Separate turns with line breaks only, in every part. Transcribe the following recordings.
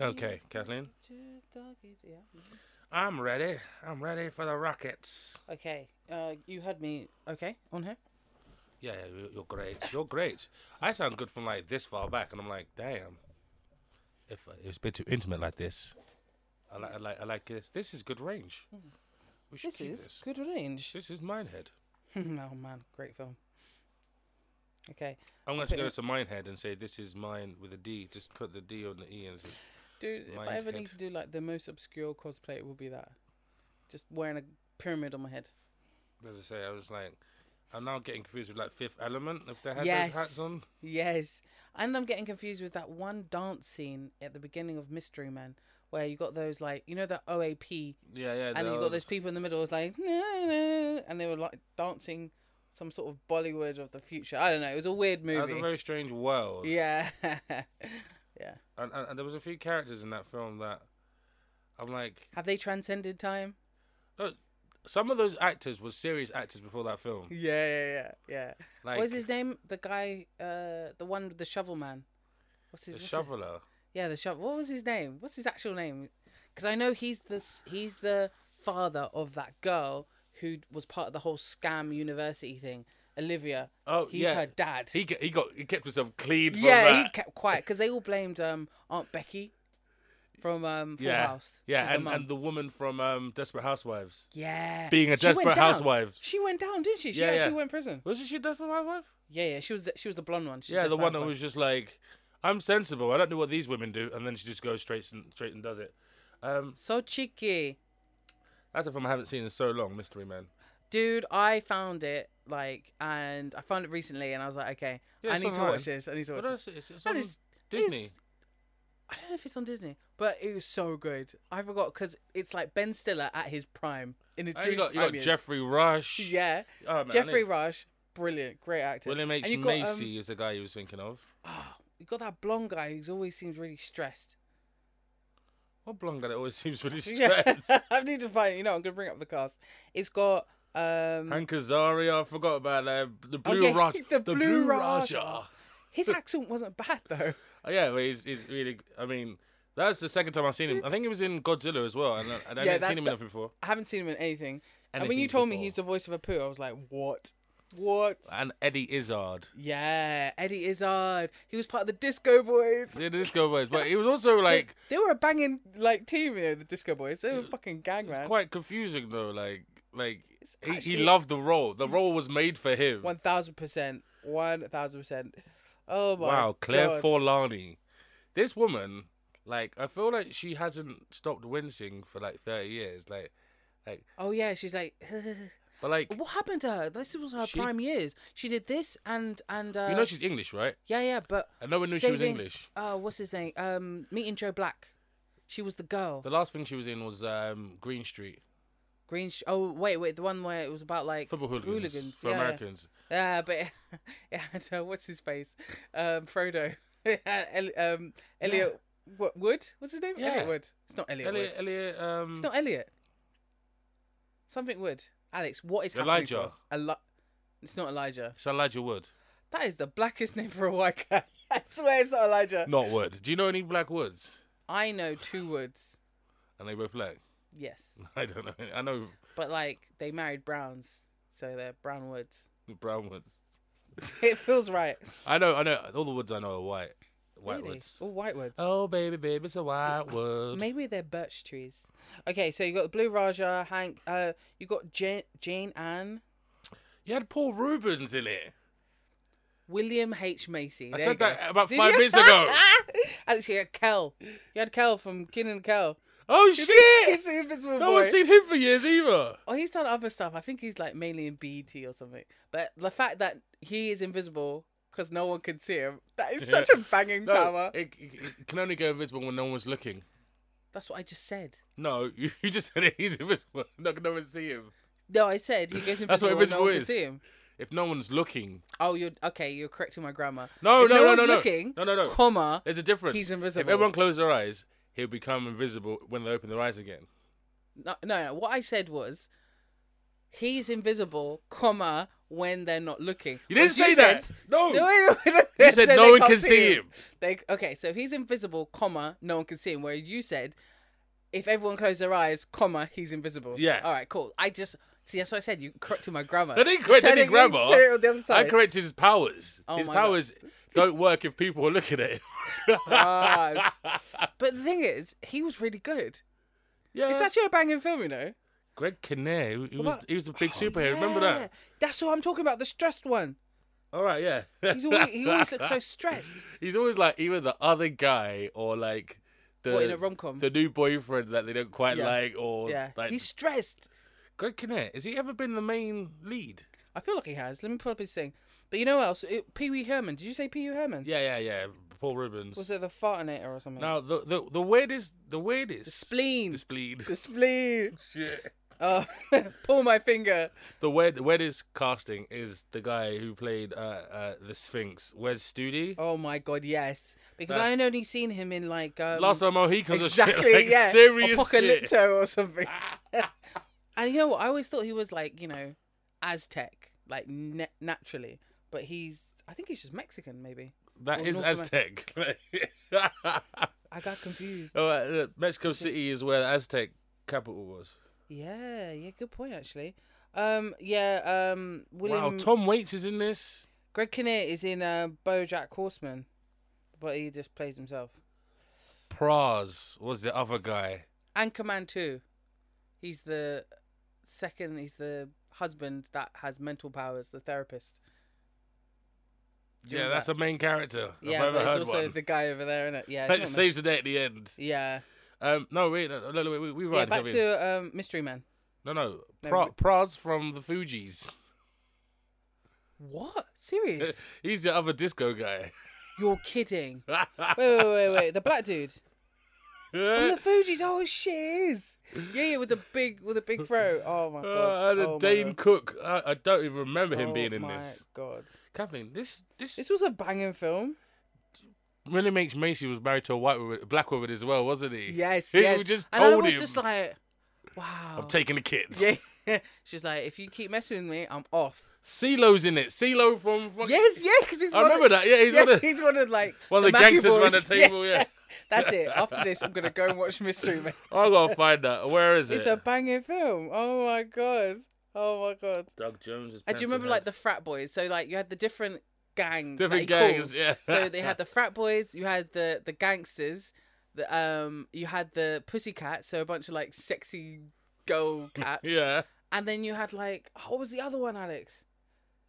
Okay, Kathleen.
Two doggies, yeah. mhm.
I'm ready. I'm ready for the Rockets.
Okay, uh, you had me okay on her.
Yeah, yeah, you- you're great. You're great. I sound good from like this far back, and I'm like, damn. If uh, it was a bit too intimate like this, I like, I like, I like this. This is good range. We should
Hmm. This
keep
is
this.
good range.
This is Minehead.
oh man, great film. Okay,
I'm going to
put
go
it-
to Minehead and say this is mine with a D. Just put the D on the E and say,
dude, if I
Mind
ever need
head.
to do like the most obsure cosplay, it will be that. Just wearing a pyramid on my head.
what did I say? I was like, I'm now getting confused with like Fifth Element if they had
Yes.
those hats on.
Yes, and I'm getting confused with that one dance scene at the beginning of Mystery Man, where you got those like you know that OAP
Yeah, yeah.
and then you
those-
got those people in the middle. It was like, "Na, na," and they were like dancing some sort of Bollywood of the future. I don't know. It was a weird
That was
movie.
a very strange world.
yeah, yeah.
And, and, and there was a few characters in that film that I'm like,
Have they transcended time?
some of those actors were serious actors before that film.
Yeah, yeah, yeah, yeah.
Like
what was his name? The guy, uh, the one with the shovel man. What's
the
his? what's his-
shoveler.
yeah, the shovel. What was his name? What's his actual name? Because I know he's the s- he's the father of that girl who was part of the whole scam university thing. Olivia.
Oh,
he's
yeah.
her dad.
He ge- he got he kept himself clean. From
Yeah,
that.
he kept quiet because they all blamed um, Aunt Becky from um, Full
yeah,
House. as
yeah,
her
and,
mum.
and the woman from um, Desperate Housewives
yeah,
being a
She went
Desperate
down.
Housewives.
She went down, didn't she? She
Yeah,
actually
yeah.
went in prison.
Wasn't she a Desperate Housewife?
Yeah, yeah. She was the, she was the blonde one. She's
yeah, the
Desperate
one that was
Housewives.
just like, I'm sensible. I don't know what these women do, and then she just goes straight and straight and does it. Um,
so cheeky,
that's a film I haven't seen in so long. Mystery Man.
dude. I found it like, and I found it recently, and I was like, okay,
Yeah,
I
it's
need to
online.
watch this. I need to watch
What
this.
else? It's, it's
That
on
is-
Disney.
it's- I don't know if it's on Disney, but it was so good. I forgot because it's like Ben Stiller at his prime in his
Oh, you
dreams
got you got
prime years.
Jeffrey Rush.
Yeah,
Oh, man, I need
Jeffrey
to-
Rush, brilliant, great actor.
William H.
And you got, um,
Macy is the guy he was thinking of.
Oh, you got that blonde guy who's always seems really stressed.
What blonde guy that always seems really
Yeah,
stressed?
I need to find. You know, I'm gonna bring up the cast. It's got um
Hank Azaria, I forgot about that. The Blue
Oh, yeah,
Rush.
the
The,
Blue
Blue,
Raja.
Raja.
his accent wasn't bad though.
Oh, yeah, but he's, he's really. I mean, that's the second time I've seen him. I think he was in Godzilla as well, and I, and I
Yeah,
hadn't
that's
seen him
the-
in nothing before.
I haven't seen him in anything. and when
Anything
you told me
before.
he's the voice of a poo, I was like, what? What?
And Eddie Izzard.
Yeah, Eddie Izzard. He was part of the Disco Boys.
Yeah, the Disco Boys. But he was also like.
They were a banging like team, you know, the Disco Boys. They were fucking gang
It's
man.
quite confusing though. Like, like
It's
he,
actually-
he loved the role. The role was made for him.
One thousand percent. One thousand percent. Oh my.
Wow, Claire
God.
Forlani. This woman, like, I feel like she hasn't stopped wincing for like thirty years. Like,
Oh yeah, she's like.
but like,
What happened to her? This was her
She-
prime years. She did this and and uh,
you know, she's English, right?
yeah, yeah. But
And no one knew she was
Saving-
English.
uh, what's his name? Um, meeting Joe Black. She was the girl.
The last thing she was in was um, Green Street
Green. Sh- oh wait, wait. The one where it was about like
football hooligans,
Hooligans,
for
yeah, yeah.
Americans.
Yeah, but it, it had uh, what's his face? Um, Frodo. It had Eli- um, Elliot. What Wood? What's his name?
Yeah.
Elliot Wood. It's not Elliot.
Elliot,
Wood.
Elliot, um,
It's not Elliot. Something Wood. Alex, what is happening to
Elijah.
us? Eli- it's not Elijah.
it's Elijah Wood,
That is the blackest name for a white guy. I swear it's not Elijah.
not Wood. Do you know any Black Woods?
I know two Woods.
And they both black.
Yes,
I don't know. I know
but like they married Browns, so they're Brown Woods.
brown Woods.
It feels right.
I know. I know all the Woods I know are white. White
Really?
Woods.
All white Woods.
Oh baby, baby, it's a white wood.
Maybe they're birch trees. Okay, so you got the Blue Raja, Hank. Uh, you got Jane, Jane Anne,
You had Paul Rubens in it.
William H Macy.
I
There you
said
go.
that about
Did
five
you-
minutes ago.
Actually, you had Kel. You had Kel from Kin and Kel.
Oh shit!
He's an invisible
No
boy.
one's seen him for years either.
Oh, he's done other stuff. I think he's like mainly in BET or something. But the fact that he is invisible because no one can see him, that is such a banging
No,
power.
it, it, it can only go invisible when no one's looking.
That's what I just said.
No, you, you just said it. He's invisible. No one can ever see him.
No, I said he goes invisible.
That's what
when no
invisible
one can
is.
see him.
If no one's looking,
Oh, you're okay. You're correcting my grammar.
No,
If
no, no,
one's
no, no.
looking,
No, no, no.
Comma.
there's a difference.
He's invisible.
If everyone closes their eyes, he'll become invisible when they open their eyes again.
No, no, no. What I said was, he's invisible, comma when they're not looking.
You didn't
Which
say that.
said-
No.
No, wait, wait, wait.
You said
They
no one
can't
can see him.
They okay, so he's invisible, comma no one can see him. Whereas you said, if everyone closed their eyes, comma he's invisible.
Yeah.
All right, cool. I just see that's what I said. You corrected my grammar.
I didn't correct any
Said it- you
grammar.
said it on the other
I
side.
corrected his powers.
Oh
his
my God.
powers don't work if people are looking at him.
Bars. but the thing is, he was really good.
yeah.
It's actually a banging film, you know.
Greg Kinnear, Uh, he- he was
about-
he was a big superhero. Remember that?
Oh, Yeah, That's what I'm talking about. The stressed one.
All right, yeah.
He's always, he always looks so stressed.
He's always like either the other guy or like the
What, in a rom-com?
the new boyfriend that they don't quite
Yeah.
like or
Yeah,
like
he's stressed.
Greg Kinnear, has he ever been the main lead?
I feel like he has. Let me pull up his thing. But you know what else? It- Pee Wee Herman. Did you say Pee Wee Herman?
Yeah, yeah, yeah. Paul Rubens.
Was it the fartinator or something?
now the, the the weirdest the weirdest
The spleen.
the spleen
The spleen.
Shit.
Oh, pull my finger.
the weird weirdest casting is the guy who played uh, uh the Sphinx Wes Studi
Oh my god, yes. Because
That-
I had only seen him in like um,
last time on Mohicans or
exactly,
shit, like,
yeah,
serious
Apocalypto
shit.
or something. and you know what? I always thought he was like you know Aztec, like na- naturally, but he's I think he's just Mexican maybe.
That
Or
is
Oh, North
Aztec.
I got confused.
oh, uh, look, Mexico City is where the Aztec capital was.
Yeah, yeah, good point actually. Um, yeah, um,
Wow,
William
Tom Waits is in this.
Greg Kinnear is in uh, BoJack Horseman, but he just plays himself.
Praz was the other guy.
Anchorman Two, he's the second. He's the husband that has mental powers, the therapist.
Yeah, that's a main character.
yeah,
I've ever
but it's
heard
also
one.
the guy over there, isn't it? Yeah,
that
it's
just
not me.
saves the day at the end.
yeah.
Um, no, wait, no, no, no, wait, we, we
yeah,
right.
back to um, Mystery Man.
no, no,
No,
pra,
we-
Praz from the Fugees.
What? Serious?
He's the other disco guy.
You're kidding? Wait, wait, wait, wait. The black dude. Oh, the Fuji's. Oh, shit, he is. Yeah, yeah, with the big, with the big throat. Oh my
Uh,
god.
and
oh, my
Dane
God.
Cook. I, I don't even remember him
Oh
being in
my
this.
God,
Kathleen, this this
this was a banging film.
really makes Macy was married to a white woman, black woman as well, wasn't he?
Yes,
He
yes.
just
and I
told
was
him,
just like, wow.
"I'm taking the kids."
Yeah. She's like, if you keep messing with me, I'm off.
CeeLo's in it. CeeLo from fucking.
Yes, yeah, because he's.
I
one
remember
of,
that. Yeah, he's
yeah,
on the
he's one of like
one of the
Matthew
gangsters around the
boys.
table. Yeah.
That's it. After this, I'm gonna go and watch Mystery Man.
I gotta find that. Where is
It's
it?
a banging film. Oh my god. Oh my god.
Doug Jones. Is
And do you remember like the frat boys? So like you had the different gangs. that he
different gangs?
calls.
Yeah.
So they had the frat boys. You had the the gangsters. The um you had the pussycats. So a bunch of like sexy girl cats.
yeah.
And then you had like, oh, what was the other one, Alex?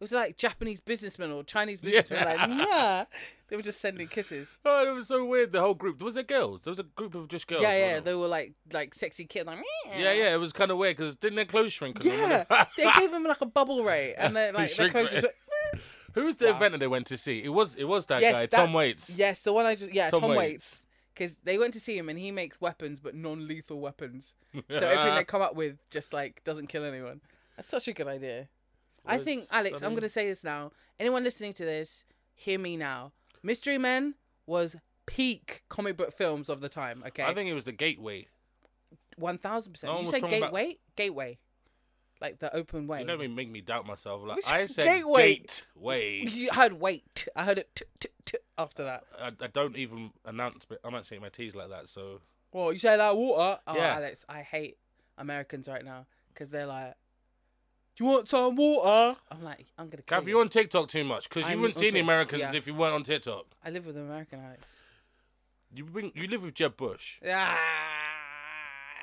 It was like Japanese businessmen or Chinese
Yeah.
businessmen. Like, nah. They were just sending kisses.
Oh, it was so weird. The whole group. Was there girls? There was a group of just girls.
yeah, yeah.
wasn't there?
They were like, like sexy kids. Like, "Meow."
yeah, yeah. It was kind of weird because didn't their clothes shrink? 'Cause I
Yeah.
remember-
they gave them like a bubble ray, and then like their
Shrink
clothes.
ray.
Just went,
Who was the event that they went to see? It was it was that
yes,
guy, Tom
that's-
Waits.
Yes, the one I just yeah,
Tom
Tom,
Waits.
Waits. Because they went to see him, and he makes weapons, but non-lethal weapons. So everything they come up with just like doesn't kill anyone. That's such a good idea. I
Well,
think
it's-
Alex,
I
I'm
mean-
gonna say this now. Anyone listening to this, hear me now. Mystery Men was peak comic book films of the time. Okay,
I think it was the Gateway.
one thousand percent.
No one
you
was
say
talking about-
gateway, gateway, like the open way.
You don't even make me doubt myself. Like
Which
I said,
gateway?
gateway.
You heard wait. I heard it t- t- t- after that.
I, I don't even announce, but I'm not saying my T's like that. So
Well, you say that water. Oh,
Yeah.
Alex, I hate Americans right now because they're like, "Do you want some water?" I'm like, "I'm gonna kill
Kath,
you."
you're on TikTok too much because you
I'm
wouldn't
on
see any
Tik-
Americans
yeah.
if you weren't on TikTok.
I live with an American, Alex.
You bring, you live with Jeb Bush.
Ah!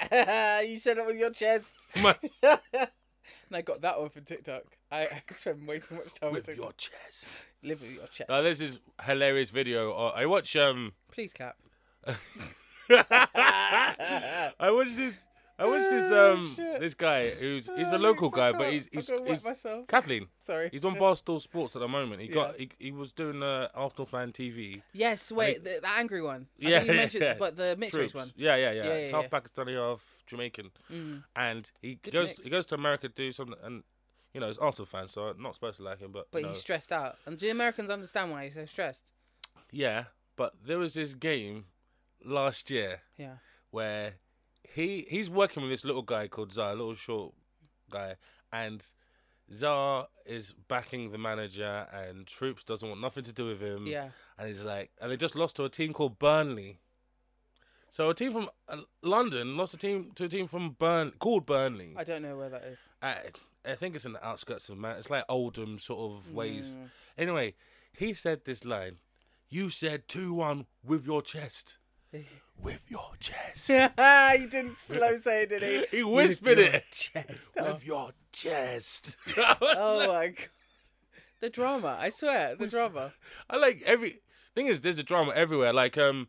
you said it with your chest.
My-
And I got that one from TikTok. I, I spend way too much time with
with
TikTok.
your chest. Uh,
Live with your chest.
Now, Oh, this is hilarious video. Uh, I watch um,
Please clap.
I watched this. I watched this
Oh,
um
shit.
this guy who's he's
Oh,
a local
Alex,
guy,
I
but
can't.
he's
I'm
he's,
gonna wet
he's
myself.
Kathleen.
Sorry.
He's on Barstool Sports at the moment. He got he, he was doing uh, Arsenal fan TV.
Yes, wait, the, the angry one. I
Yeah,
think you mentioned,
yeah.
but the mixed race
Troops.
one.
Yeah, yeah, yeah.
Yeah,
it's
yeah, Mm.
half Pakistani, half Jamaican, and he
Good
goes
mix.
he goes to America to do something, and you know he's Arsenal fan, so I'm not supposed to like him, but
But
no.
he's stressed out. And do Americans understand why he's so stressed?
yeah. But there was this game last year
Yeah.
where he he's working with this little guy called Zai, a little short guy, and Zara is backing the manager, and Troops doesn't want nothing to do with him.
Yeah.
and he's like, and they just lost to a team called Burnley. So a team from uh, London lost a team to a team from Burn called Burnley.
I don't know where that is.
I, I think it's in the outskirts of man. It's like Oldham sort of ways.
Mm.
Anyway, he said this line. You said two one with your chest, with your chest,
he didn't slow say, it, did he?
He whispered
your
it.
Chest.
with your chest.
Oh my god. The drama, I swear, the drama.
I like every thing is there's a drama everywhere. Like um,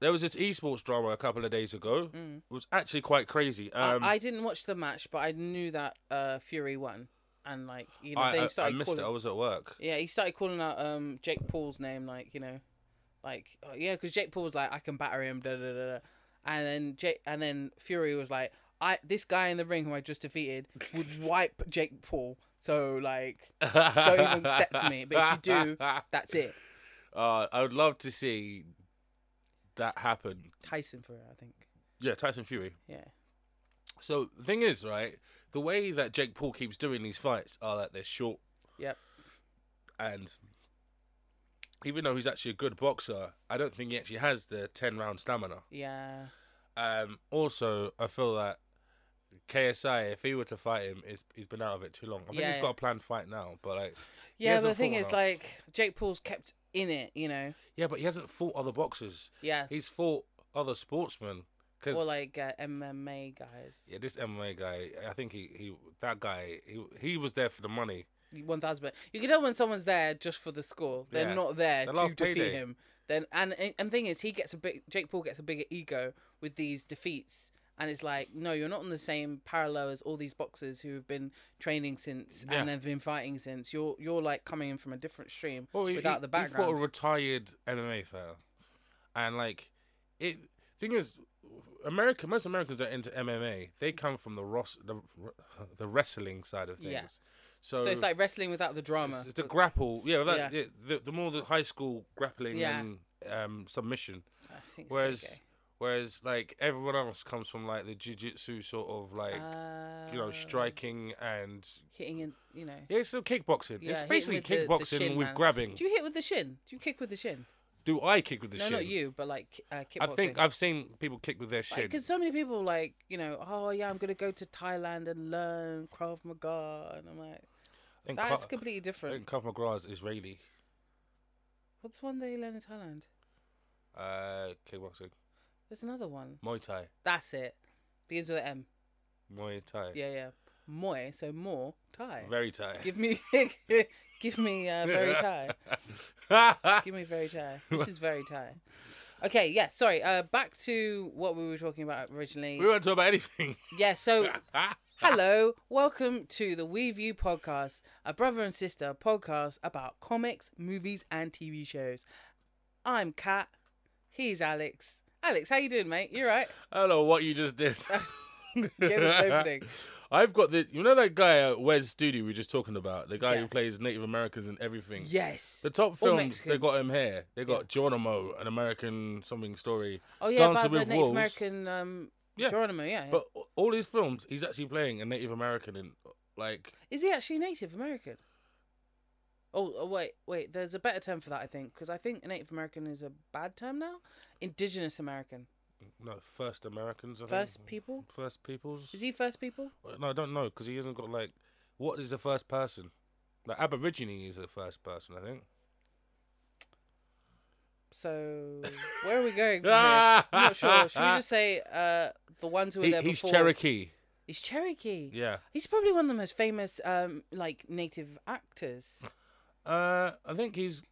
there was this esports drama a couple of days ago. It was actually quite crazy. Um,
Mm. I, I didn't watch the match, but I knew that uh, Fury won, and like you know,
I,
they
I- I
started
missed it. I
calling.
was at work.
Yeah, he started calling out um, Jake Paul's name, like you know, like oh, yeah, because Jake Paul was like, I can batter him, da da da da, and then Jake, and then Fury was like, I this guy in the ring who I just defeated would wipe Jake Paul, so like don't even step to me, but if you do, that's it.
Uh, I would love to see that happen.
Tyson for it, I think.
Yeah, Tyson Fury.
Yeah.
So the thing is, right, the way that Jake Paul keeps doing these fights are that they're short
Yep.
and even though he's actually a good boxer, I don't think he actually has the ten round stamina.
Yeah.
Um, also, I feel that KSI, if he were to fight him, is he's been out of it too long. I think
Yeah,
he's
yeah.
got a planned fight now, but like, he
Yeah, but
hasn't
the thing
fought
is,
enough.
like, Jake Paul's kept in it, you know.
yeah, but he hasn't fought other boxers.
Yeah.
He's fought other sportsmen. Cause
Or like uh, MMA guys.
yeah, this MMA guy, I think he, he that guy, he he was there for the money.
One thousand. percent. You can tell when someone's there just for the score. They're
Yeah.
not there
The
to
last
defeat
payday.
him. Then and and- and thing is, he gets a big. Jake Paul gets a bigger ego with these defeats, and it's like, no, you're not on the same parallel as all these boxers who have been training since
Yeah.
and have been fighting since. You're you're like coming in from a different stream
Well, he,
without
he,
the
He fought a
background.
retired MMA fighter, and like, it thing is, American most Americans that are into MMA. They come from the Ross, the, the wrestling side of things.
Yeah.
So,
so it's like wrestling without the drama.
it's, it's the grapple. Yeah, that,
Yeah.
yeah, the, the more the high school grappling
Yeah.
and um, submission.
I think so,
Whereas,
okay.
whereas like everyone else comes from like the jiu-jitsu sort of like. you know,
Uh,
striking and
hitting in, you know.
yeah, it's still kickboxing.
Yeah,
it's
hit
basically
with the- the
kickboxing
shin,
with
man.
grabbing.
Do you hit with the shin? Do you kick with the shin?
Do I kick with the
no,
shin?
not you, but like uh, kickboxing.
I think I've seen people kick with their shin.
because so many people like you know, oh yeah, I'm gonna go to Thailand and learn Krav Maga, and I'm like,
I think
that's
Ka-
completely
I
different.
think Krav Maga is Israeli
What's one that you learn in Thailand?
uh, kickboxing,
There's another one.
Muay Thai,
That's it. Begins with an M.
Muay Thai,
Yeah, yeah. Moy, so more Thai.
very Thai.
Give me, give me uh, very Thai. Give me very Thai. This is very Thai. Okay, yeah. Sorry. Uh, back to what we were talking about originally.
we won't talk about anything.
Yeah, so hello, welcome to the We View podcast, a brother and sister podcast about comics, movies, and TV shows. I'm Kat. He's Alex. Alex, how you doing, mate? You right?
I don't know what you just did.
Give us an opening.
I've got the. You know that guy at Wes Studio we were just talking about, the guy
Yeah.
who plays Native Americans and everything.
Yes.
The top films they
Mexicans.
got him here. They got Geronimo, an American something story.
Oh yeah,
Dancer
about the
with
Native
Wolves.
American um,
Yeah.
Geronimo. Yeah. yeah.
But all his films, he's actually playing a Native American in like
Is he actually Native American? Oh, oh, wait, wait. There's a better term for that, I think, because I think Native American is a bad term now. Indigenous American,
no first Americans. I
First
think. Mm.
People.
First peoples.
Is he First People?
Well, No, I don't know because he hasn't got like what is the first person? Like Aborigine is the first person, I think.
So where are we going? From here? I'm not sure. Should we just say uh, the ones who were
He-
there
he's
before?
Cherokee.
He's Cherokee.
Yeah.
He's probably one of the most famous um, like Native actors.
Uh, I think he's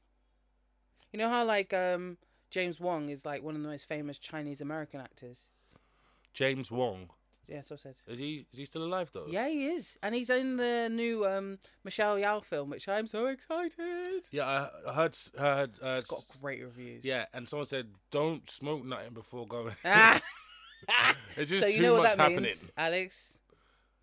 You know how like um, James Wong is like one of the most famous Chinese American actors.
James Wong.
Yeah, so I said.
Is he? Is he still alive though?
Yeah, he is, and he's in the new um, Michelle Yao film, which I'm so excited.
Yeah. I- I heard. s- heard uh,
It's got
s-
great reviews.
yeah, and someone said, "Don't smoke nothing before going."
Ah,
it's just
so you
too
know what
much
that
happening.
means, Alex.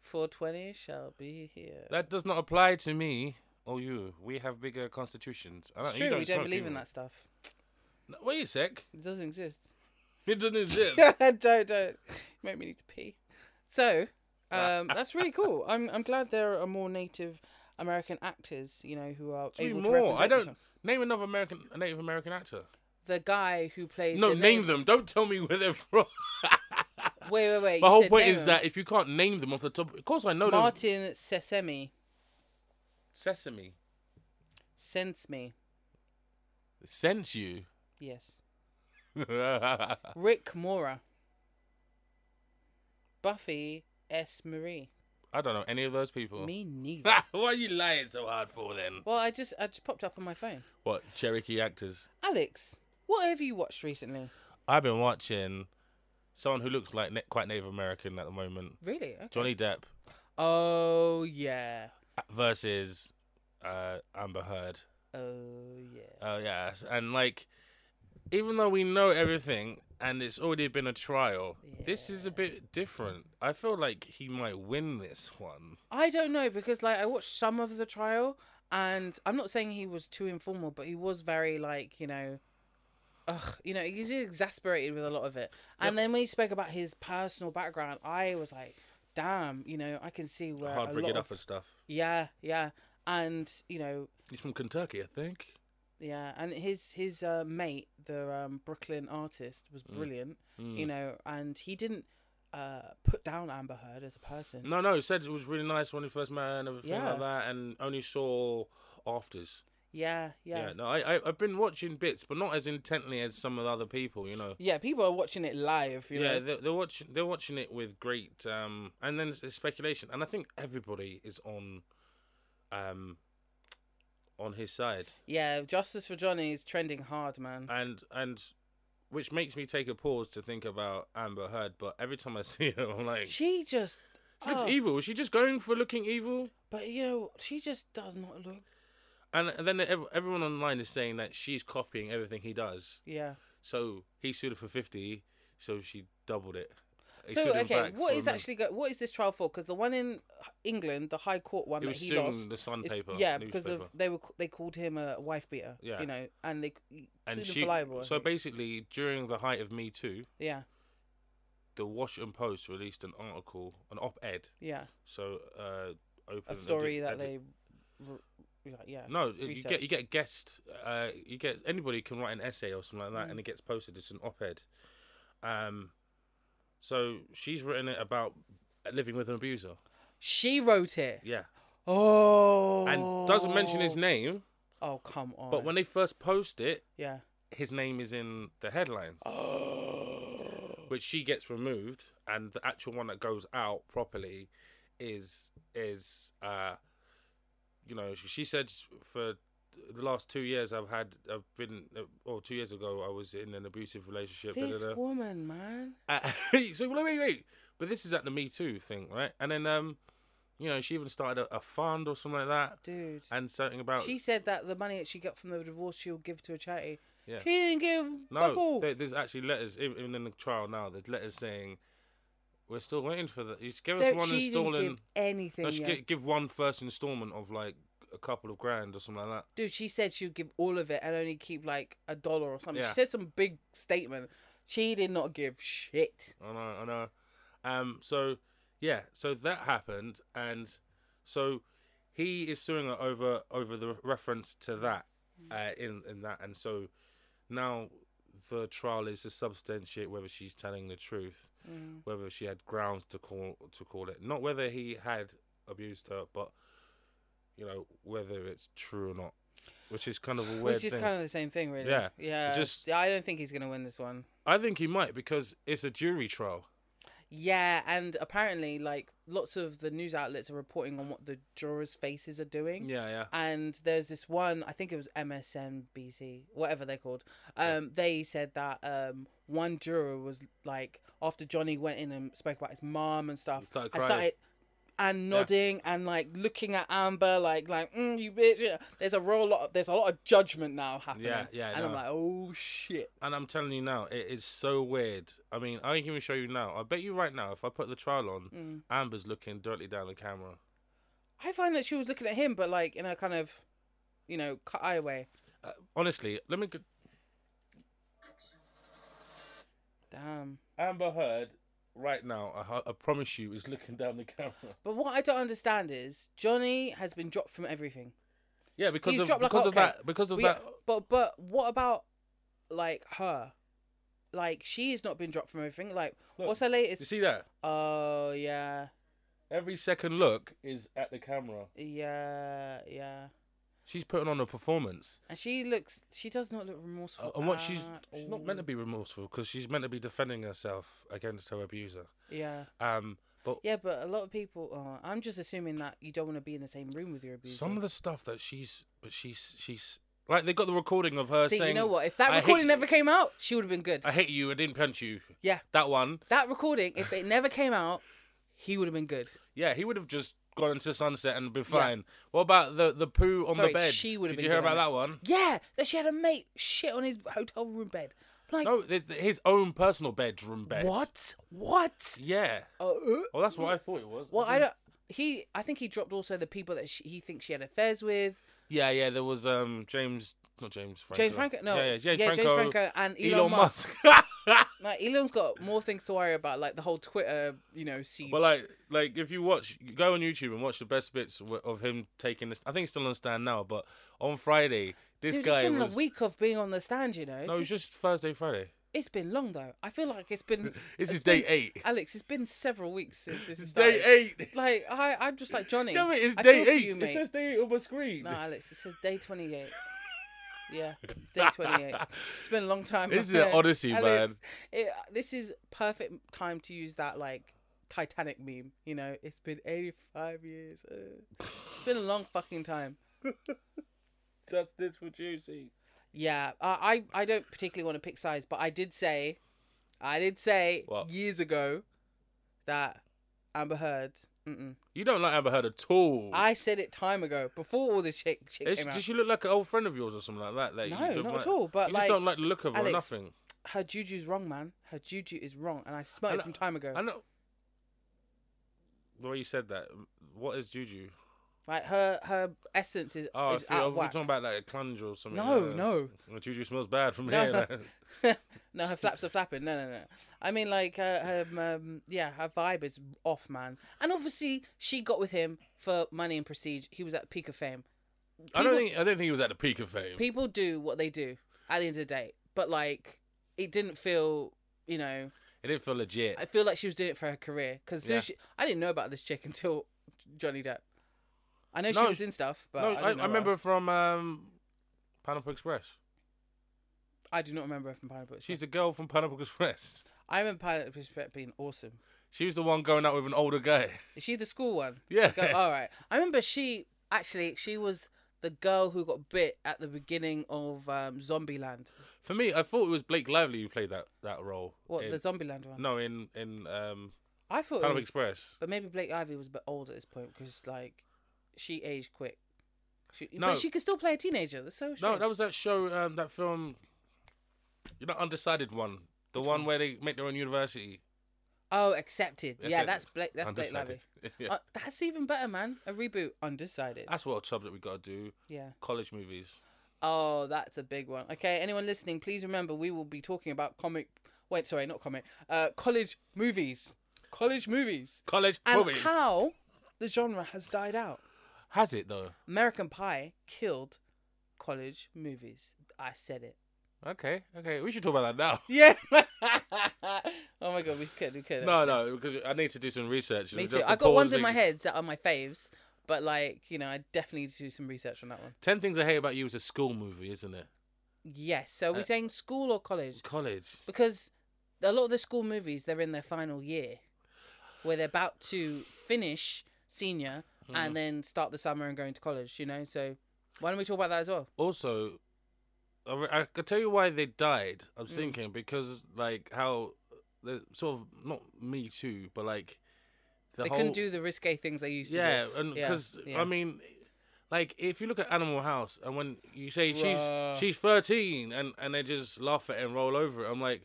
420 shall be here.
That does not apply to me or you. We have bigger constitutions. I
It's
you
true. we don't
smoke,
believe in
you?
that stuff.
No, wait a sec.
It doesn't exist.
It doesn't exist.
don't don't. You make me need to pee. So
Ah.
Um, that's really cool. I'm I'm glad there are more Native American actors, you know, who are
Three
able to
more.
represent.
I don't
themselves.
name another American a Native American actor.
The guy who played.
No,
the
name them. Don't tell me where they're from.
Wait, wait, wait.
My
you
whole
said
point
name
is
them.
that if you can't name them off the top, of course I know them.
Martin Sesame
Sesame
sense me.
sent you.
Yes.
Rick
Rick Mora. Buffy S. Marie.
I don't know any of those people.
Me neither.
What are you lying so hard for then?
well, I just I just popped up on my phone.
What Cherokee actors?
Alex, what have you watched recently?
I've been watching someone who looks like na- quite Native American at the moment,
Really? Okay.
Johnny Depp
Oh yeah.
versus uh, Amber Heard.
Oh yeah.
Oh yes, and like, even though we know everything and it's already been a trial, this is a bit different. I feel like he might win this one.
I don't know because like I watched some of the trial and I'm not saying he was too informal, but he was very like, you know, ugh, you know, he's exasperated with a lot of it. And then when he spoke about his personal background, I was like, damn, you know, I can see where
Hard
a
bringing
lot
up
of
and stuff.
Yeah, yeah. And, you know,
He's from Kentucky, I think.
yeah, and his his uh, mate, the um, Brooklyn artist, was
Mm.
brilliant, you know, and he didn't uh, put down Amber Heard as a person.
No, no, he said it was really nice when he first met her and everything
Yeah.
like that, and only saw afters.
Yeah, yeah,
Yeah, no, I, I I've been watching bits, but not as intently as some of the other people, you know.
Yeah, people are watching it live. You
Yeah,
know?
they're, they're watching. They're watching it with great, um, and then it's, it's speculation. And I think everybody is on, um, on his side,
yeah. Justice for Johnny is trending hard, man.
and and which makes me take a pause to think about Amber Heard. But every time I see her, I'm like, she
She just,
looks
oh,
evil. Is she just going for looking evil?
but you know, she just does not look.
And, and then ev- everyone online is saying that she's copying everything he does.
Yeah.
So he sued her for fifty, so she doubled it. He
So
sued him
okay,
back
what
for a
is
mil-
actually go- what is this trial for? Because the one in England, the High Court one
He
that
was
he
suing
lost,
the Sun
is-
paper,
yeah, because of
newspaper.
they were c- they called him a wife beater.
Yeah.
You know, and they c-
and
sued
she,
him for libel. I
so
think.
basically during the height of Me Too,
yeah,
the Washington Post released an article, an op-ed.
yeah,
So uh, open
a story
edi-
that
edi-
they, r- like, yeah,
no, it- you get you
researched.
get guest, uh, you get anybody can write an essay or something like that,
Mm.
and it gets posted. It's an op-ed. Um, so she's written it about living with an abuser.
she wrote it.
Yeah,
Oh,
and doesn't mention his name,
Oh come on!
but when they first post it,
yeah,
his name is in the headline. Oh. Which she gets removed, and the actual one that goes out properly is is uh, you know she, she said for the last two years I've had I've been uh, or two years ago I was in an abusive relationship. da, da,
this
da.
woman, man.
Uh, so wait, wait, wait. But this is at the Me Too thing, right? And then um, you know she even started a, a fund or something like that,
Dude.
and something about
she said that the money that she got from the divorce she'll give to a charity.
Yeah.
She didn't give
No,
fuck all.
there, there's actually letters, ev- even in the trial now, there's letters saying, we're still waiting for the. You should give us
There-
one
she didn't give
installing.
anything.
No, she
yeah.
gi- give one first installment of like a couple of grand or something like
Dude, she said she'd give all of it and only keep like a dollar or something.
Yeah.
She said some big statement. She did not give shit.
that. I know, I know. Um, so, yeah, so that happened. And so he is suing her over, over the reference to that
Mm.
uh, in, in that. And so now the trial is to substantiate whether she's telling the truth. whether she had grounds to call to call it, not whether he had abused her, but you know whether it's true or not, which is kind of a weird
Which is
thing.
kind of the same thing, really.
Yeah.
Yeah.
Just-
Just, I don't think he's going to win this one.
I think he might because it's a jury trial.
Yeah. And apparently, like, lots of the news outlets are reporting on what the jurors' faces are doing.
Yeah, yeah.
and there's this one i think it was msnbc whatever they're called um, they said that um, one juror was like after johnny went in and spoke about his mom and stuff
He started
and
crying.
and nodding and like looking at amber like like mm, you bitch yeah. there's a real lot of, there's a lot of judgment now happening
Yeah, yeah,
and i'm
no.
like oh shit
And I'm telling you now, it is so weird. I mean, I can even show you now. I bet you right now, if I put the trial on,
Mm.
Amber's looking directly down the camera.
i find that she was looking at him but like in a kind of you know cut eye way
Uh, honestly, let me. Go-
damn
Amber Heard right now, I, ho- I promise you, is looking down the camera.
But what I don't understand is Johnny has been dropped from everything.
Yeah, because
He's
of
dropped like
because of
hotcake.
that because of
But,
that.
yeah, but but what about like her? Like she has not been dropped from everything. Like
Look,
what's her latest?
You see that?
oh yeah,
Every second look is at the camera.
yeah, yeah.
She's putting on a performance,
And she looks. She does not look remorseful.
Uh, and what she's
at
she's not meant to
all.
be remorseful because she's meant to be defending herself against her abuser.
Yeah,
Um, but
yeah. But a lot of people. Uh, I'm just assuming that you don't want to be in the same room with your abuser.
some of the stuff that she's but she's she's like they got the recording of her
See,
saying,
you know what? If that
"I hate
recording
you."
never came out, she would have been good.
"I hate you, I didn't punch you."
Yeah.
that one.
That recording, if it never came out, he would have been good.
Yeah, he would have just gone into sunset and been
Yeah.
fine. What about the the poo on
Sorry,
the bed?
she would have
Did
been
you hear
good
about
on
that one?
Yeah, that she had a mate shit on his hotel room bed. I'm like,
No, th- th- his own personal bedroom bed.
what? What?
Yeah.
Uh, uh,
Well, that's what I thought it was.
well, I
didn't-
don't. He, I think he dropped also the people that she, he thinks she had affairs with.
Yeah, yeah. There was um James, not James Franco.
James Franco, no,
Yeah, yeah, James, Franco,
and Elon,
Elon,
Musk.
Musk.
Like Elon's got more things to worry about, like the whole Twitter, you know, siege.
but like, like if you watch, go on YouTube and watch the best bits w- of him taking this. I think it's still on stand now, but on Friday, this
Dude,
guy
it's been
was.
a week of being on the stand, you know.
No, it was
This-
just Thursday, Friday.
it's been long though. I feel like it's been.
This is
it's
day
been-
eight.
Alex, it's been several weeks since this
It's
is
day eight.
Like I, I'm just like Johnny.
Damn it, it's
I
day
feel for
eight.
you,
it
mate.
says day eight on my screen.
No, Alex, it says day 28. Yeah, day 28. It's been a long time.
This is
my
an
friend.
odyssey,
Alex,
man.
it- this is perfect time to use that like Titanic meme. You know, it's been 85 years. uh. It's been a long fucking time.
That's this for juicy.
Yeah, I I, I don't particularly want to pick sides, but I did say, I did say
What?
years ago that Amber Heard. Mm-mm.
You don't like Amber Heard at all.
I said it time ago before all this shit, shit
It's-
came out.
does she look like an old friend of yours or something like that? that
No,
you don't
not
like?
at all, but
you
like-
just don't like the look of her. or
Alex,
Nothing.
her juju's wrong, man. Her juju is wrong, and I smelled
And
it from time ago.
I know. The way you said that, what is juju?
Like her her essence is,
Oh,
is
if you're,
out
if
of
we're
whack.
talking about like a clunge or something.
No,
yeah.
no,
Well, juju smells bad from
No.
here. like.
no. Her flaps are flapping. No, no, no. I mean, like her, her um, yeah, her vibe is off, man. And obviously, she got with him for money and prestige. He was at the peak of fame.
I don't
People-
think I don't think he was at the peak of fame.
People do what they do at the end of the day, but like, it didn't feel, you know,
It didn't feel legit.
I feel like she was doing it for her career because
Yeah.
I didn't know about this chick until Johnny Depp. I know she
No,
was in stuff, but
no, I, I,
I, didn't know about her.
remember from um, Pineapple Express.
I do not remember her from Pineapple. Express.
She's the girl from Pineapple Express.
I remember Pineapple Express being awesome.
She was the one going out with an older guy.
Is she the school one?
Yeah.
Go, uh, all right. I remember she actually she was the girl who got bit at the beginning of um, Zombieland.
For me, I thought it was Blake Lively who played that, that role.
What
in-
the Oh, Zombieland one?
No, in in um,
I thought, it
Pineapple
was-
Express.
but maybe Blake Ivy was a bit old at this point because like she aged quick. She,
No.
But she could still play a teenager. That's so
No,
strange.
that was that show, um, that film. You know, undecided one, the one where they make their own university.
oh accepted.
That's
yeah,
it.
that's Blake. That's Blake Lively.
Undecided. Yeah.
Uh, that's even better, man. A reboot, undecided.
That's what a subject we gotta do.
yeah.
College movies.
Oh, that's a big one. Okay, anyone listening, please remember we will be talking about comic. Wait, sorry, not comic. Uh, college movies, college movies,
College
and
movies.
how the genre has died out.
Has it though?
American Pie killed college movies. I said it.
Okay, okay. We should talk about that now.
Yeah. oh my god, we could, we could.
No,
actually.
no, because I need to do some research.
Me
Just
too.
to
I got ones
pause
in my
things.
heads that are my faves, but like you know, I definitely need to do some research on that one.
Ten Things I Hate About You is a school movie, isn't it?
Yes. So we're
Uh,
saying school or college?
College.
because a lot of the school movies they're in their final year where they're about to finish senior
Mm-hmm.
and then start the summer and go into college you know so why don't we talk about that as well
also, I, re- I could tell you why they died. I'm
Mm.
thinking because like how the sort of not me too, but like the
they
whole
couldn't do the risque things they used
yeah,
to do
and
Yeah,
because
yeah.
I mean, like if you look at Animal House and when you say
Bruh.
she's she's 13 and and they just laugh at it and roll over it, I'm like,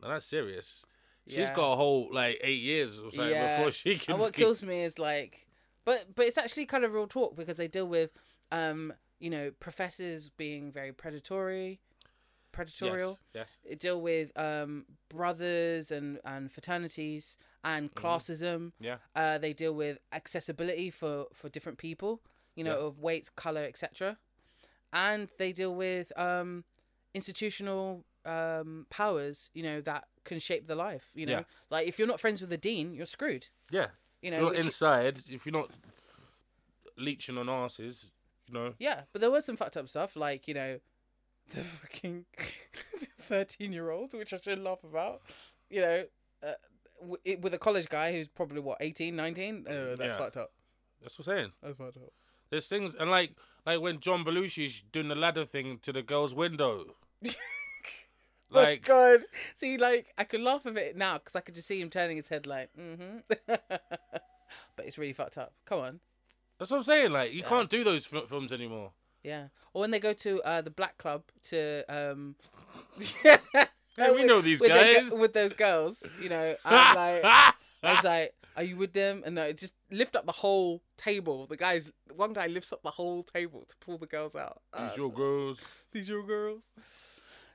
no, that's serious. She's
Yeah.
got a whole like eight years or something
Yeah.
before she can.
and what
fucking-
kills me is like but but it's actually kind of real talk because they deal with um you know professors being very predatory predatorial.
Yes.
It deal with um, brothers and, and fraternities and classism.
Mm-hmm. Yeah.
Uh, they deal with accessibility for, for different people, you know,
Yeah.
of weight, color, etc. And they deal with um, institutional um, powers, you know, that can shape the life. You know,
Yeah.
like if you're not friends with the dean, you're screwed.
Yeah.
You
If
know,
you're not
which-
inside, if you're not leeching on asses, you know.
yeah. But there was some fucked up stuff, like you know, the fucking thirteen-year-old, which I should laugh about. You know. Uh, w- it- with a college guy who's probably what 18 19 uh, that's
Yeah.
fucked up
That's what I'm saying.
that's fucked up
There's things and like like when John Belushi's doing the ladder thing to the girl's window. like
oh god see like i could laugh of it now because i could just see him turning his head like mm-hmm but it's really fucked up come on
that's what I'm saying. Like you can't do those f- films anymore.
yeah or when they go to uh the black club to um
Yeah, we know these
with, the gu-
guys.
with those girls you know i'm like i was like are you with them and no just lift up the whole table the guys one guy lifts up the whole table to pull the girls out Ah,
These your
so-
girls.
these your girls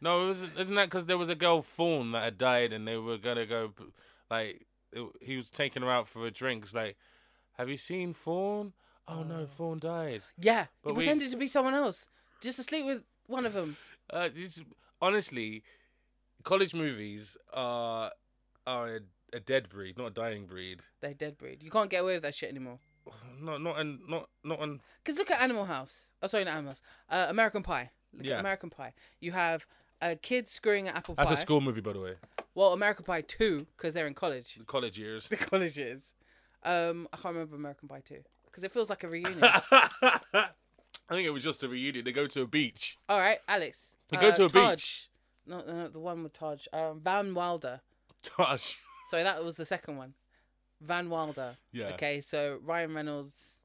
No, it was, isn't that because there was a girl Fawn that had died and they were gonna go, like it- he was taking her out for a drink. It's like, have you seen Fawn? Oh, no, Fawn died.
yeah
But
he
we-
pretended to be someone else just to sleep with one of them
Uh, it's, honestly, college movies are are a, a dead breed, not a dying breed.
They're dead breed. You can't get away with that shit anymore.
Not not and not not on.
Because look at Animal House. Oh, sorry, not Animal House. Uh, American Pie. Look
Yeah.
at American Pie. You have a kid screwing at apple
That's
pie.
a school movie, by the way.
Well, American Pie 2, because they're in college.
The college years.
The college is. Um, I can't remember American Pie 2. Because it feels like a reunion.
I think it was just a reunion. They go to a beach.
All right, Alex. Uh,
They go to a
Taj.
beach.
No, no, no, the one with Taj. Um, Van Wilder.
Gosh.
Sorry, that was the second one. Van Wilder.
Yeah.
Okay, so Ryan Reynolds,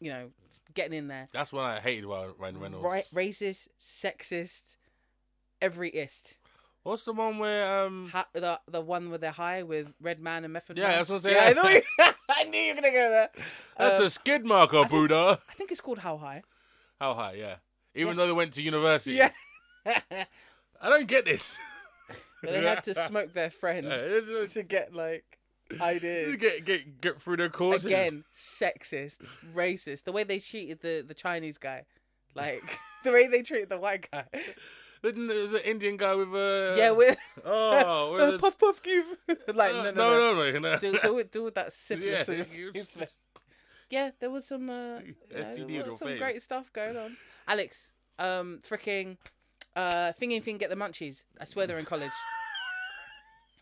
you know, getting in there.
That's when I hated Ryan Ryan Reynolds.
Right, racist, sexist, every ist.
What's the one where um?
ha- the the one with the high with Red Man and Method
Yeah,
Man.
that's what I'm saying.
Yeah, I, know you- I knew you were gonna go there.
That's
Um,
a skid marker, Buddha.
I think it's called How High.
How high? Yeah. Even though they went to university.
Yeah, but
I don't get this.
they had to smoke their
Yeah,
friends
it's- it's-
to get like
it's
ideas.
get get get through their courses.
Again, sexist, racist. The way they treated the the Chinese guy, like the way they treated the white guy.
Then there was an Indian guy with a
yeah, with
oh with uh,
the puff puff give. like no no no.
no no, no.
Do, do it, do it that
yeah,
syphilis. in your
you
face,
just-
yeah, there was some uh, you know,
STD in
there
your
was some
face.
great stuff going on. Alex, um, freaking, uh, thingy thing, get the munchies. I swear they're in college.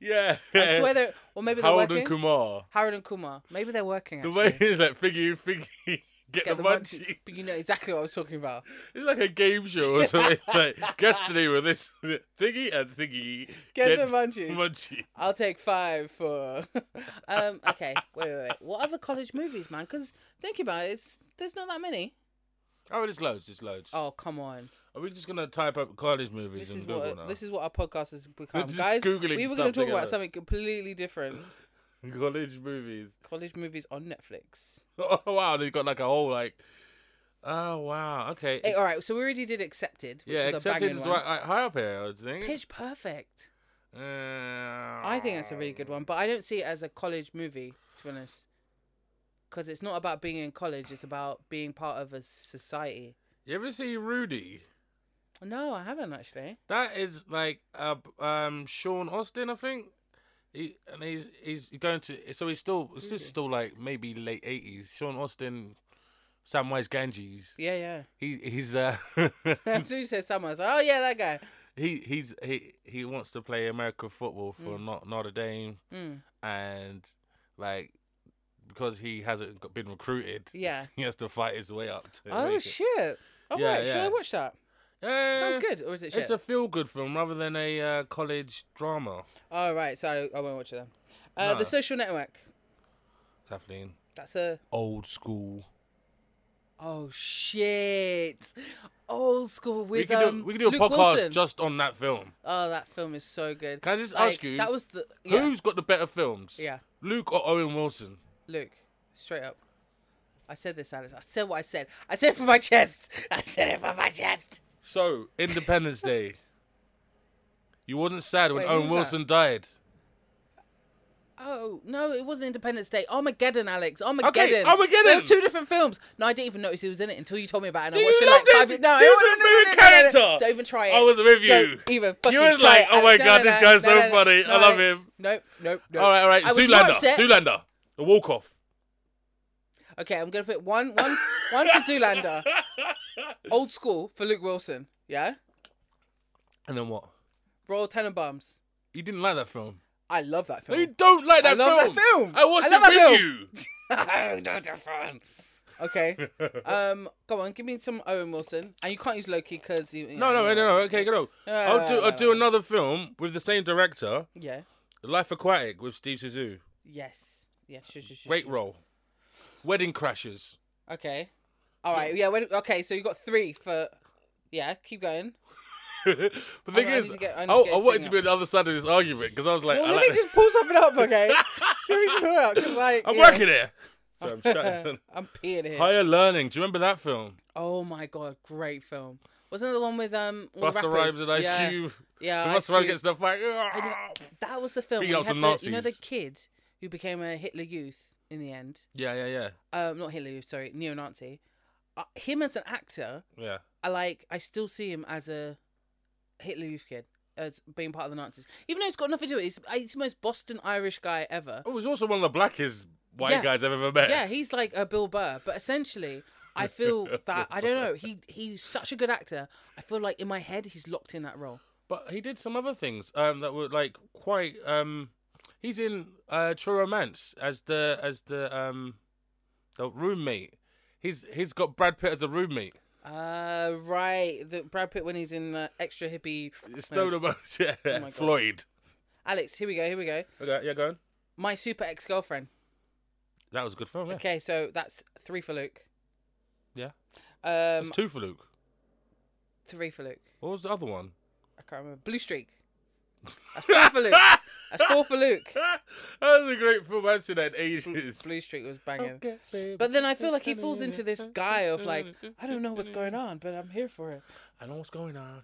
yeah.
I swear they're, or maybe they're
Harold
working.
and Kumar.
Harold and Kumar. Maybe they're working.
The
Actually.
way is like figgy figgy. Get, the,
munchies.
munchie.
But you know exactly what I was talking about.
It's like a game show or something. like yesterday with this thingy and thingy.
Get the munchies.
munchie.
I'll take five for. um, okay, wait, wait, wait. What other college movies, man? Because think about it, it's, there's not that many.
Oh, it's loads. It's loads.
Oh come on!
Are we just gonna type up college movies
This
and
is
Google
what
now?
this is what our podcast has become,
just
guys.
Googling
we were
stuff
going to talk
together.
about something completely different.
College movies.
College movies on Netflix.
Oh wow, they've got like a whole like. Oh wow, okay.
Hey, all right, so we already did accepted. Which
yeah,
was a
accepted
banging
is
one.
right, right, high up here. I would think.
Pitch Perfect.
Uh,
I
I
think that's a really good one, but I don't see it as a college movie, to be honest, because it's not about being in college; it's about being part of a society.
You ever see Rudy?
No, I haven't actually.
That is like uh, um Sean Austin, I think. He, and he's he's going to so he's still this is
Rudy.
still like maybe late eighties. Sean Austin, Samwise Ganges.
Yeah, yeah.
He he's uh
As soon as you said someone, I was like, "Oh yeah, that guy."
he he's he he wants to play American football for not Notre Dame.
Mm,
and like because he hasn't got- been recruited,
yeah.
he has to fight his way up. To
Oh
make it.
shit! Oh
Yeah,
wait, should
yeah.
I watch that?
Yeah,
Sounds good, or is it shit?
It's a feel-good film rather than a uh, college drama.
All right, so I, I won't watch it then. Uh,
No.
The Social Network.
Kathleen,
That's a
old school.
oh shit, old school
We
with
can,
um.
do, we can do a
Luke
podcast
Wilson.
just on that film.
Oh, that film is so good.
Can I just
Like,
ask you,
That was the yeah,
who's got the better films?
yeah.
Luke or Owen Wilson?
Luke, straight up. I said this, Alice. I said what I said. I said it for my chest. I said it for my chest.
So
Independence Day. You wasn't sad when
Wait, who
Owen
was that?
Wilson died.
Oh no, it wasn't Independence Day. Armageddon, Alex. Armageddon.
Okay, Armageddon.
There were two different films. No, I didn't even notice he was in it until you told me about it. And I
You
watched it like
loved it.
five years. No,
He
no,
was
no,
a
no,
favorite
no, no, no, no.
character.
Don't even try it.
I was with you.
Don't even. Fucking
was
try
like,
it,
"Oh
Alex.
my
no,
God,
no,
this
no,
guy's
no,
so
no, no.
funny. I
No,
love
Alex.
him."
Nope, nope, nope.
all right, all right.
Uh, I was not
Zoolander.
upset.
Zoolander.
The walk off.
Okay, I'm gonna put one, one, one for Zoolander. Old school for Luke Wilson. Yeah.
And then what?
Royal Tenenbaums.
You didn't like that film.
I love that
No, you
film.
don't like
I
that
love that
film.
film.
I watched
I love that
it with
Okay. Um, go on, give me some Owen Wilson. And you can't use Loki because you.
you. No, no, no, no. Okay, go. I'll do. I'll do another film with the same director,
Yeah.
Life Aquatic, with Steve Zissou.
Yes. Yeah. Sure, sure, sure.
Great
sure.
role. Wedding Crashers.
Okay. All right. Yeah. When, okay. So you got three for. Yeah. Keep going.
the thing
on, Oh, I need
is,
to get- I
I,
need to get
I
this
wanted
thing
to be on the other side of this argument because I was like, I
Well, let
like
me
this.
just pull something up, okay? let me just pull it up 'cause, like
I'm
you
working here. So I'm
Know,
shouting.
I'm peeing here.
Higher Learning. Do you remember that film?
Oh my god, great film. Wasn't it the one with um? all the
Buster
rappers?
Rhymes and Ice
yeah.
Cube.
Yeah. Ice
Busta Rhymes
Cube.
gets the fight.
"Ah."
I don't- That was the film.
Bring
where
out
you, had
some
the, you know the
Nazis.
kid who became a Hitler youth in the end.
Yeah, yeah, yeah,
Um, not Hitler youth, sorry, neo-Nazi. Uh, him as an actor,
yeah.
I like. I still see him as a Hitler youth kid, as being part of the Nazis. Even though it's got nothing to do. with it, He's, he's the most Boston Irish guy ever.
Oh, It was also one of the blackest white
Yeah.
guys I've ever met.
Yeah, he's like a Bill Burr, but essentially, I feel that I don't know. He he's such a good actor. I feel like in my head he's locked in that role.
But he did some other things um, that were like quite. Um, he's in uh, True Romance as the as the um, the roommate. He's he's got Brad Pitt as a roommate.
Uh, right. The Brad Pitt when he's in uh, extra hippie.
It's Stoner
mode.
Mode, yeah.
Oh my gosh.
Floyd.
Alex, here we go. Here we go.
Okay, Oh, yeah, go on.
My super ex girlfriend.
That was a good film. Yeah,
Okay, so that's three for Luke.
yeah.
Um,
That's two for Luke.
three for Luke.
What was the other one?
I can't remember. Blue streak. That's four for Luke. That's four for Luke.
that was a great film I've seen that in ages.
Blue streak was banging. But then I feel like he falls into this guy of like, I don't know what's going on, but I'm here for it.
I know what's going on.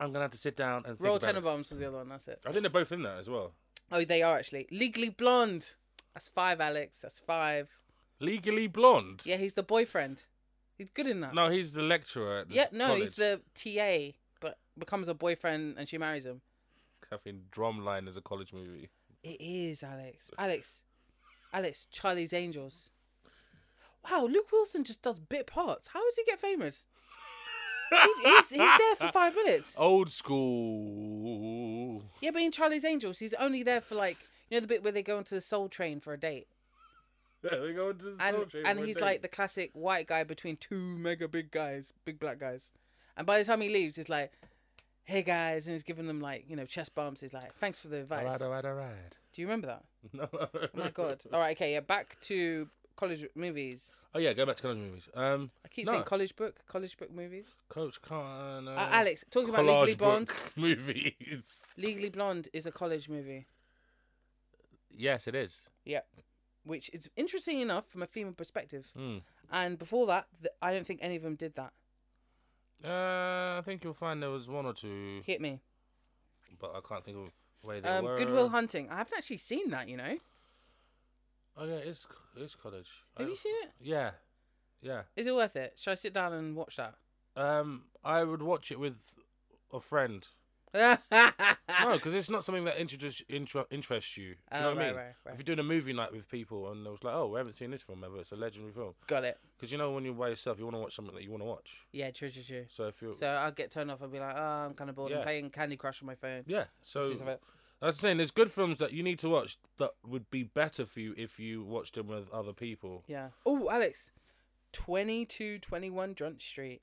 I'm gonna have to sit down and think
Royal
about it.
Tenenbaums was the other one. That's it.
I think they're both in that as well.
Oh, they are actually Legally Blonde. That's five, Alex. That's five.
Legally Blonde.
Yeah, he's the boyfriend. He's good in that.
No, he's the lecturer. At this
yeah, no, he's
college.
the TA, but becomes a boyfriend and she marries him.
Having Drumline as a college movie.
It is Alex. Alex. Alex. Charlie's Angels. Wow, Luke Wilson just does bit parts. How does he get famous? He- he's, he's there for five minutes.
Old school.
Yeah, but in Charlie's Angels, he's only there for like you know the bit where they go onto the Soul Train for a date,
They go into the
and
soul train
and
for a
he's
day.
like the classic white guy between two mega big guys, big black guys, and by the time he leaves, he's like, "Hey guys," and he's giving them like you know chest bumps. He's like, "Thanks for the advice."
Alright, alright, alright.
Do you remember that?
No.
Oh my god! All right, okay, yeah. Back to college movies.
Oh yeah, go back to college movies. Um,
I keep
No.
saying college book, college book movies.
Coach Khan. Uh,
Uh, Alex, talking about
collage
Legally Blonde.
book movies.
Legally Blonde is a college movie.
Yes, it is.
Yep. Which is interesting enough from a female perspective.
Mm.
And before that, th- I don't think any of them did that.
Uh, I think you'll find there was one or two,
Hit me.
but I can't think of where they
Um,
were.
Goodwill Hunting. I haven't actually seen that, you know.
Oh yeah, it's it's college.
Have
I-
you seen it?
Yeah, yeah.
Is it worth it? Should I sit down and watch that?
Um, I would watch it with a friend. No, because it's not something that introduce, intro, interests you. Do you know
Ah.
what I
Oh, right,
mean?
right, right.
If you're doing a movie night with people and it was like, oh, we haven't seen this film ever. It's a legendary film.
Got it.
Because you know when you're by yourself, you want to watch something that you want to watch.
Yeah, true, true, true.
So if you're
So I'll get turned off and be like, oh, I'm kind of bored. I'm
Yeah.
playing Candy Crush on my phone.
yeah, so
This is about-
that's the saying. There's good films that you need to watch that would be better for you if you watched them with other people.
Yeah. Oh, Alex. 2221 Jump Street.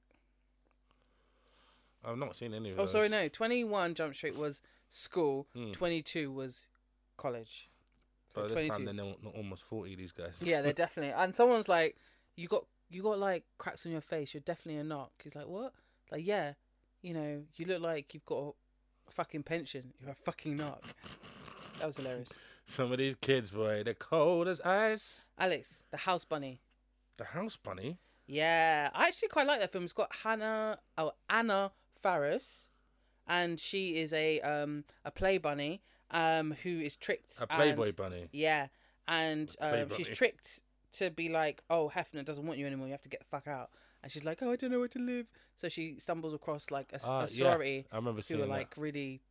I've not seen any of
Oh,
those.
sorry, no. 21 Jump Street was school,
Hmm.
22 was college.
By
So
this
22.
time, they're not, not almost forty. These guys.
Yeah, they're definitely. And someone's like, "You got you got like cracks on your face. You're definitely a knock." He's like, "What?" Like, yeah, you know, you look like you've got a fucking pension. You're a fucking knock. That was hilarious.
Some of these kids, boy, they're cold as ice.
Alex, the house bunny.
The house bunny.
Yeah, I actually quite like that film. It's got Hannah, oh Anna Faris, and she is a um a play bunny um who is tricked.
A
and-
Playboy bunny.
yeah, and
A play
um, she's
bunny.
tricked to be like, "Oh, Hefner doesn't want you anymore. You have to get the fuck out." And she's like, "Oh, I don't know where to live." So she stumbles across like a, s- a
Ah, yeah.
sorority
I remember
who
seeing
are
that.
like really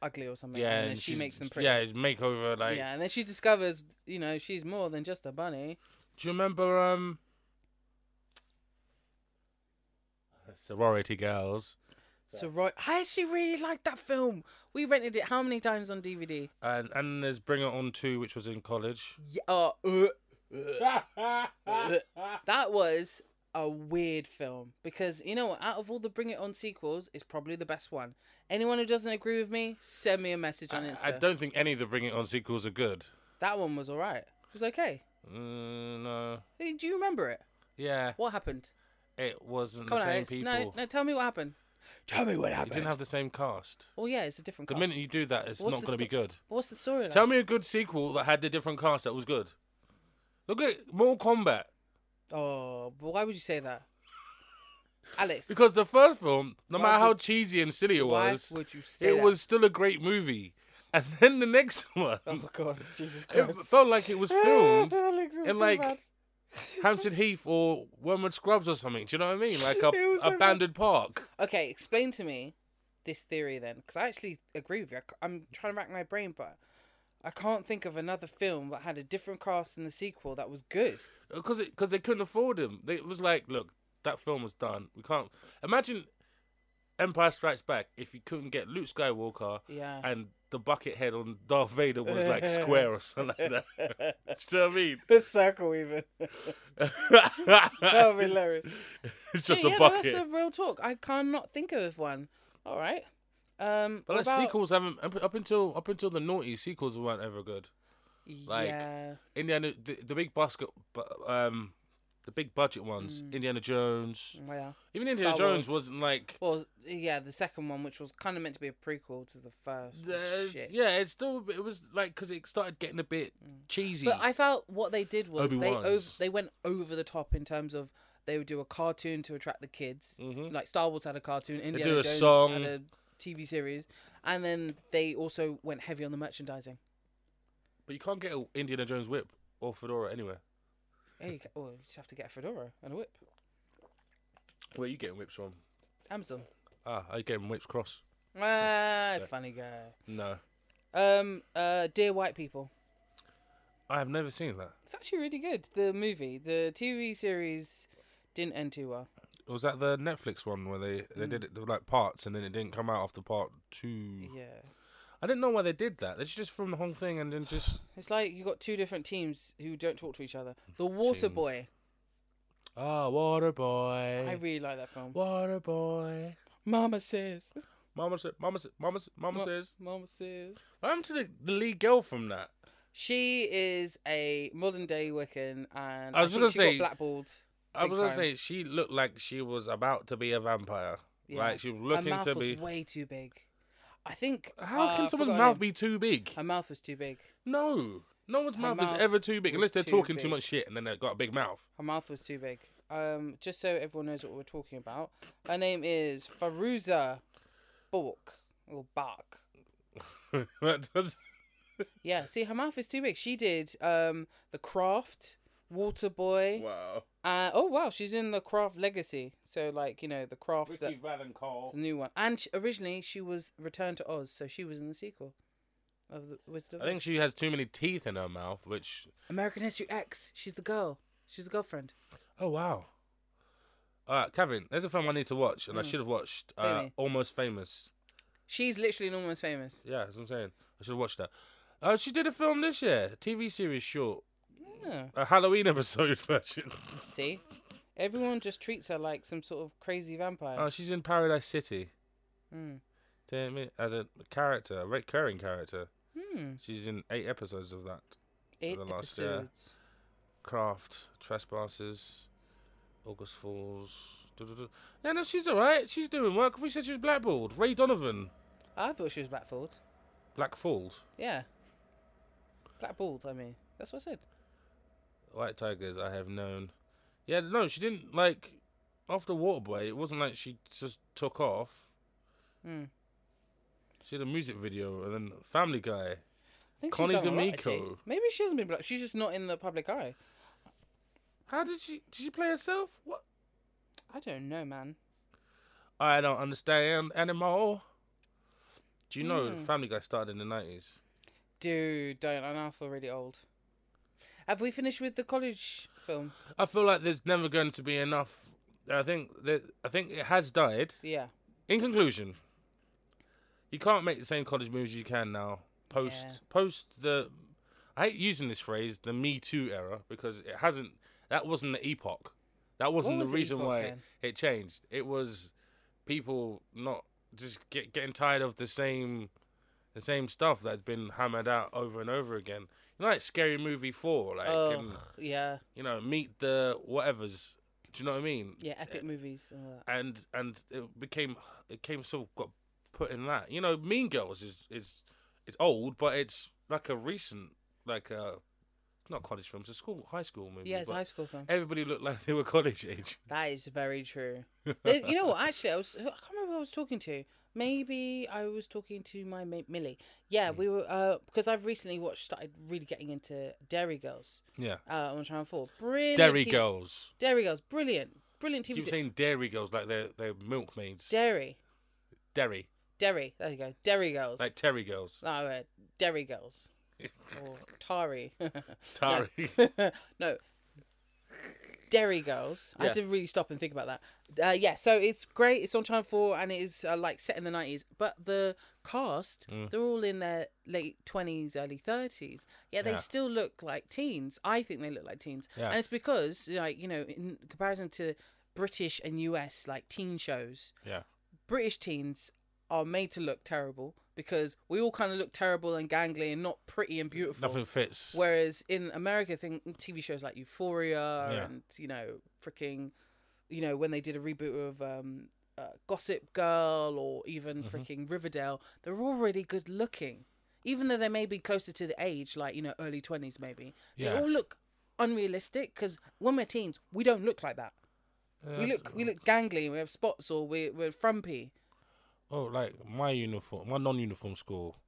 ugly or something,
yeah,
and then she
she's-
makes them pretty.
Yeah, makeover. Like,
yeah, and then she discovers, you know, she's more than just a bunny.
do you remember um, sorority girls?
So right, I actually really liked that film. We rented it how many times on DVD?
And and there's Bring It On Two, which was in college.
Yeah, uh, uh,
yeah,
that was a weird film because you know what? Out of all the Bring It On sequels, it's probably the best one. Anyone who doesn't agree with me, send me a message on
I,
Insta.
I don't think any of the Bring It On sequels are good.
That one was alright. It was okay.
Mm, no.
Hey, Do you remember it?
Yeah,
What happened?
it wasn't
Come
the
on,
same
Alex.
people.
No, no. Tell me what happened. Tell me what
It didn't have the same cast.
Oh yeah, it's a different.
The
cast.
minute you do that, it's
What's
not
the
going to be
sto-
good.
What's the story?
Tell me a good sequel that had a different cast that was good. Look at Mortal Kombat.
Oh, but why would you say that, Alex?
Because the first film, no
Why
matter how
would-
cheesy and silly it
why
was,
would you say
it
that?
was still a great movie. And then the next one,
Oh God, Jesus
it
Christ!
felt like it was filmed
Alex, it was
in
so
like
bad.
Hampstead Heath or Wormwood Scrubs or something. Do you know what I mean? Like a
It was so bad.
abandoned park.
Okay, explain to me this theory then, because I actually agree with you. I c- I'm trying to rack my brain, but I can't think of another film that had a different cast in the sequel that was good.
because because they couldn't afford him. They, it was like, look, that film was done. We can't imagine Empire Strikes Back if you couldn't get Luke Skywalker
Yeah.
and the bucket head on Darth Vader was like square or something like that. Do you
The circle even.
know what I mean?
hilarious.
it's just
yeah,
a
yeah, no,
bucket.
that's a real talk. I cannot think of one. All right. Um,
But like
what about...
sequels haven't up, up until up until the naughty sequels weren't ever good. like,
yeah.
Indiana the, the big basket bu- um the big budget ones. Indiana Jones.
Well,
Even Indiana
Hmm. Star
Jones
Wars.
wasn't like
well, yeah, the second one, which was kind of meant to be a prequel to the first. was
There's-
shit. Mm.
yeah, it's still it was like because it started getting a bit cheesy.
But I felt what they did was they
Obi-Wan's.
over, they went over the top in terms of they would do a cartoon to attract the kids. Like Star Wars had a cartoon, Indiana
Mm-hmm. do a
Jones
song.
had a TV series, and then they also went heavy on the merchandising.
but you can't get an Indiana Jones whip or fedora anywhere.
Yeah, you, ca- oh, you just have to get a fedora and a whip.
Where are you getting whips from?
Amazon.
Ah, are you getting whips cross?
Ah, funny guy.
No,
Um, uh, dear white people.
I have never seen that.
It's actually really good. The movie, the TV series, didn't end too well.
Was that the Netflix one where they
Mm.
they did it they were like parts and then it didn't come out after part two?
Yeah.
I didn't know why they did that. They should just filmed the whole thing and then just
It's like you got two different teams who don't talk to each other. The Water
Teams.
Boy.
ah water
I
boy,
really like that film.
water boy.
Mama says.
Mama said, Mama said, Mama said, Mama
Ma-
says.
Mama says.
What happened to the, the lead girl from that?
She is a modern day Wiccan, and
I
I
was
think
gonna
she
say-
got blackballed.
I
Big
was gonna
time.
say she looked like she was about to be a vampire.
Yeah.
Like she was
Her
looking
mouth
to
was
be.
way too big. I think.
How
uh,
can
I've
someone's
forgotten
mouth
her-
be too big?
Her mouth was too big.
No, no one's
Her
mouth,
mouth
is ever too big
was
unless they're
too
talking too
big.
much shit and then they've got a big mouth.
Her mouth was too big. Um, just so everyone knows what we're talking about, her name is Faruza Balk or Bark.
That does-
Yeah, see, her mouth is too big. She did um the Craft, Waterboy.
wow.
Uh, oh wow, she's in the Craft Legacy. So like you know the Craft that
Van Cole.
the new one. And she, originally she was Return to Oz, so she was in the sequel of the Wizard of
I think
Oz.
she has too many teeth in her mouth, which.
American History X. She's the girl. She's the girlfriend.
Oh wow. All right, Kevin. There's a film I need to watch, and I should have watched. Uh,
Hmm. Maybe.
Almost Famous.
She's literally an almost famous.
Yeah, that's what I'm saying. I should have watched that. Uh, she did a film this year, TV series short,
Yeah.
a Halloween episode version.
See, everyone just treats her like some sort of crazy vampire.
Oh, she's in Paradise City.
Mm.
Damn it. As a character, a recurring character.
Hmm.
She's in eight episodes of that.
Eight
the last, yeah.
episodes.
Craft, Trespasses, August Falls. du-du-du. Yeah, no, she's all right. She's doing work. We said she was blackballed. Ray Donovan,
I thought she was Blackford.
Black Falls,
Yeah. Black bald. I mean, that's what I said.
White Tigers, I have known. Yeah, no, she didn't like after Waterboy. It wasn't like she just took off.
Mm.
She had a music video and then Family Guy.
I think
Connie
she's done a lot,
D'Amico.
actually. Maybe she hasn't been blocked. She's just not in the public eye.
How did she? Did she play herself? What?
I don't know, man.
I don't understand anymore. Do you know
Mm.
Family Guy started in the nineties?
Dude, don't. I now feel really old. Have we finished with the college film?
I feel like there's never going to be enough. I think that I think it has died.
Yeah.
In conclusion, you can't make the same college movies you can now. Post
Yeah.
post the I hate using this phrase, the Me Too era, because it hasn't that wasn't the epoch. That wasn't
was
the
the
reason
epoch
why
then?
it changed. It was people not just get, getting tired of the same the same stuff that's been hammered out over and over again. You know like Scary Movie Four, like
Ugh,
and,
yeah.
you know, meet the whatevers. Do you know what I mean?
Yeah. Epic movies. And all that.
and and it became it came sort of got put in that. You know, Mean Girls is is it's old, but it's like a recent like uh not college films, a school high school movie.
Yeah, it's a
but
high school film.
Everybody looked like they were college age.
That is very true. There- you know what? Actually, I was I can't remember who I was talking to. Maybe I was talking to my mate Millie. Yeah,
Hmm.
we were uh, because I've recently watched started really getting into Dairy Girls
Yeah,
uh, on Channel Four. Brilliant
Dairy
TV
Girls.
Dairy Girls, brilliant, brilliant TV.
Keep
se-
saying Dairy Girls like they're they're milkmaids.
Dairy,
Dairy,
Dairy. There you go, Dairy Girls.
like Terry Girls.
no, uh, Dairy Girls or Tari.
Tari.
no. Dairy Girls. I had
Yeah.
to really stop and think about that. Uh, yeah, so it's great. It's on Channel 4 and it is uh, like set in the 90s. But the cast,
Mm.
they're all in their late 20s, early 30s. Yeah, they
Yeah.
still look like teens. I think they look like teens.
Yeah.
And it's because, like, you know, in comparison to British and US, like teen shows,
Yeah,
British teens are made to look terrible because we all kind of look terrible and gangly and not pretty and beautiful.
nothing fits.
Whereas in America, thing TV shows like Euphoria
Yeah.
and you know, freaking, you know, when they did a reboot of um, uh, Gossip Girl or even
Mm-hmm.
freaking Riverdale, they're all really good looking, even though they may be closer to the age, like you know, early twenties maybe. They all
Yes.
look unrealistic because when we're teens, we don't look like that. we look we look gangly, we have spots, or we we're frumpy.
Oh, like my uniform, my non-uniform school,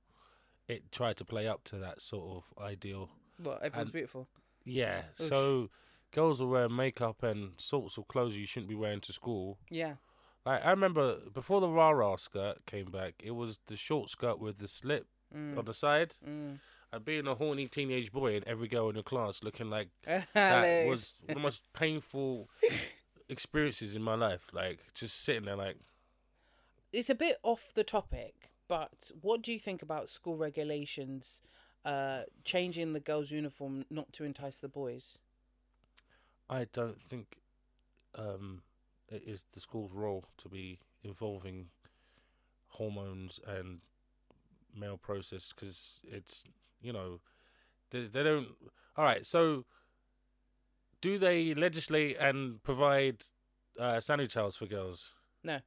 it tried to play up to that sort of ideal.
Well, everyone's
And-
beautiful.
Yeah.
Oof.
So girls were wearing makeup and sorts of clothes you shouldn't be wearing to school.
Yeah,
Like I remember before the rah rah skirt came back, it was the short skirt with the slip
Mm.
on the side. And being a horny teenage boy and every girl in the class looking like that
Alex.
was one of the most painful experiences in my life. Like just sitting there like
it's a bit off the topic, but what do you think about school regulations uh, changing the girls' uniform not to entice the boys?
I don't think um, it is the school's role to be involving hormones and male process because it's you know they they don't. All right, so do they legislate and provide uh, sandwich house for girls?
No.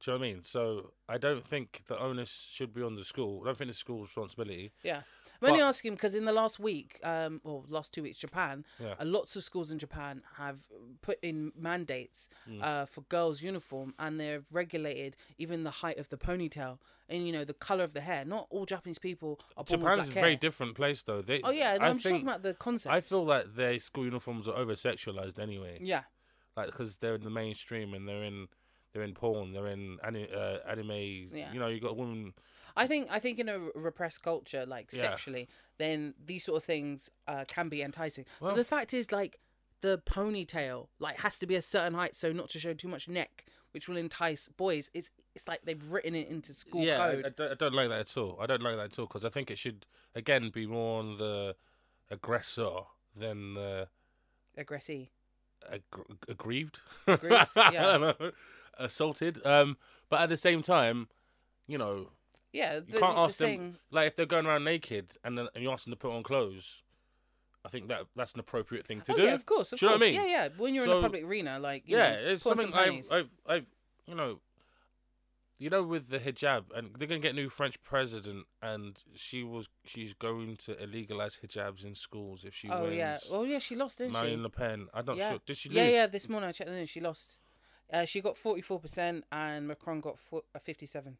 Do you know what I mean? So I don't think the onus should be on the school. I don't think it's school's responsibility.
Yeah. I'm only
But-
asking because in the last week, um, or last two weeks, Japan,
Yeah.
uh, lots of schools in Japan have put in mandates
Hmm.
uh, for girls' uniform, and they've regulated even the height of the ponytail and you know the color of the hair. Not all Japanese people are born with
Japan's
black
is a
hair.
very different place, though. They,
oh yeah, no,
I
I'm just
think,
talking about the concept.
I feel like their school uniforms are over sexualized anyway,
yeah,
like because they're in the mainstream and they're in they're in porn, they're in ani- uh, anime.
Yeah.
You know, you got women.
I think I think in a repressed culture, like
Yeah.
sexually, then these sort of things uh, can be enticing.
Well-
but the fact is, like the ponytail, like has to be a certain height, so not to show too much neck, which will entice boys. It's it's like they've written it into school
yeah, I-
code.
I, don't, I don't like that at all. I don't like that at all because I think it should again be more on the aggressor than the
Aggressive.
aggr- aggrieved.
Aggrieved,
I
yeah.
don't know. Assaulted. Um, but at the same time, you know,
Yeah,
you
the,
can't
the
ask them
thing-
like if they're going around naked and then and you ask them to put on clothes. I think that that's an appropriate thing to
oh
do.
yeah, of course, of
Do you know
course.
what I mean?
Yeah, yeah. When you're in
So-
a public arena, like you
yeah,
know,
it's
put on some
something I've,
panties.
I've, I've, you know, you know, with the hijab, and they're gonna get a new French president, and she was she's going to legalize hijabs in schools if she
Oh
wins.
yeah. Oh yeah. She lost, didn't she?
Marine Le Pen. I'm not
Yeah.
sure. Did she lose?
Yeah, yeah. This morning I checked, and she lost. Uh, she got forty four percent, and Macron got fo- uh, fifty seven.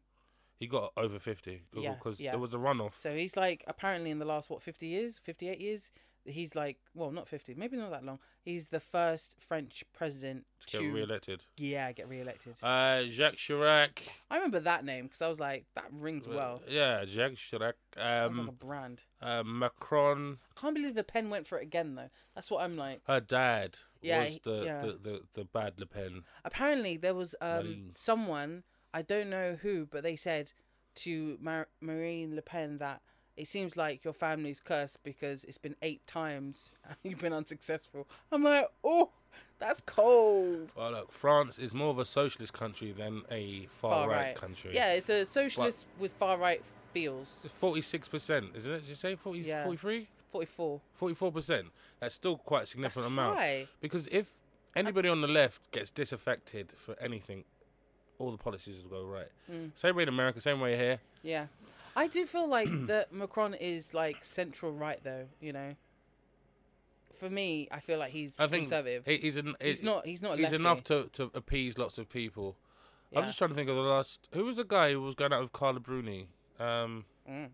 He got over fifty
Yeah,
because
yeah.
there was a runoff.
So he's like apparently in the last what fifty years, fifty eight years. He's like well, not fifty, maybe not that long. He's the first French president
to
to,
get re-elected.
yeah get re-elected.
Uh, Jacques Chirac.
I remember that name because I was like that rings well.
Yeah, Jacques Chirac.
Oh. Sounds like a
Um,
brand.
uh, Macron.
I can't believe the pen went for it again though. That's what I'm like.
Her dad
Yeah,
was
he-
the,
yeah.
the, the, the bad Le Pen.
Apparently there was um
Marine.
someone I don't know who, but they said to Mar- Marine Le Pen that it seems like your family's cursed because it's been eight times and you've been unsuccessful. I'm like, oh, that's cold.
Well, look, France is more of a socialist country than a far right country.
Yeah, it's a socialist with far right feels.
Forty-six percent, isn't it? Did you say 40,
Yeah.
43?
44.
44 percent. That's still quite a significant amount.
Why?
Because if anybody on the left gets disaffected for anything, all the policies will go right.
Mm.
Same way in America, same way here.
Yeah. I do feel like that Macron is like central right though, you know. For me, I feel like he's
I think
conservative.
he- he's an,
he's
he-
not he's not a
He's
lefty.
enough to, to appease lots of people.
Yeah.
I'm just trying to think of the last. Who was the guy who was going out with Carla Bruni? Um,
Mm.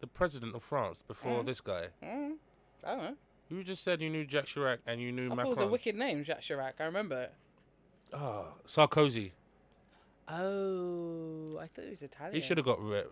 The president of France before this guy.
Mm. I don't know.
You just said you knew Jacques Chirac and you knew
I thought it
Macron.
was a wicked name, Jacques Chirac. I remember it.
Ah, Sarkozy.
Oh, I thought he was Italian.
He should have got rid.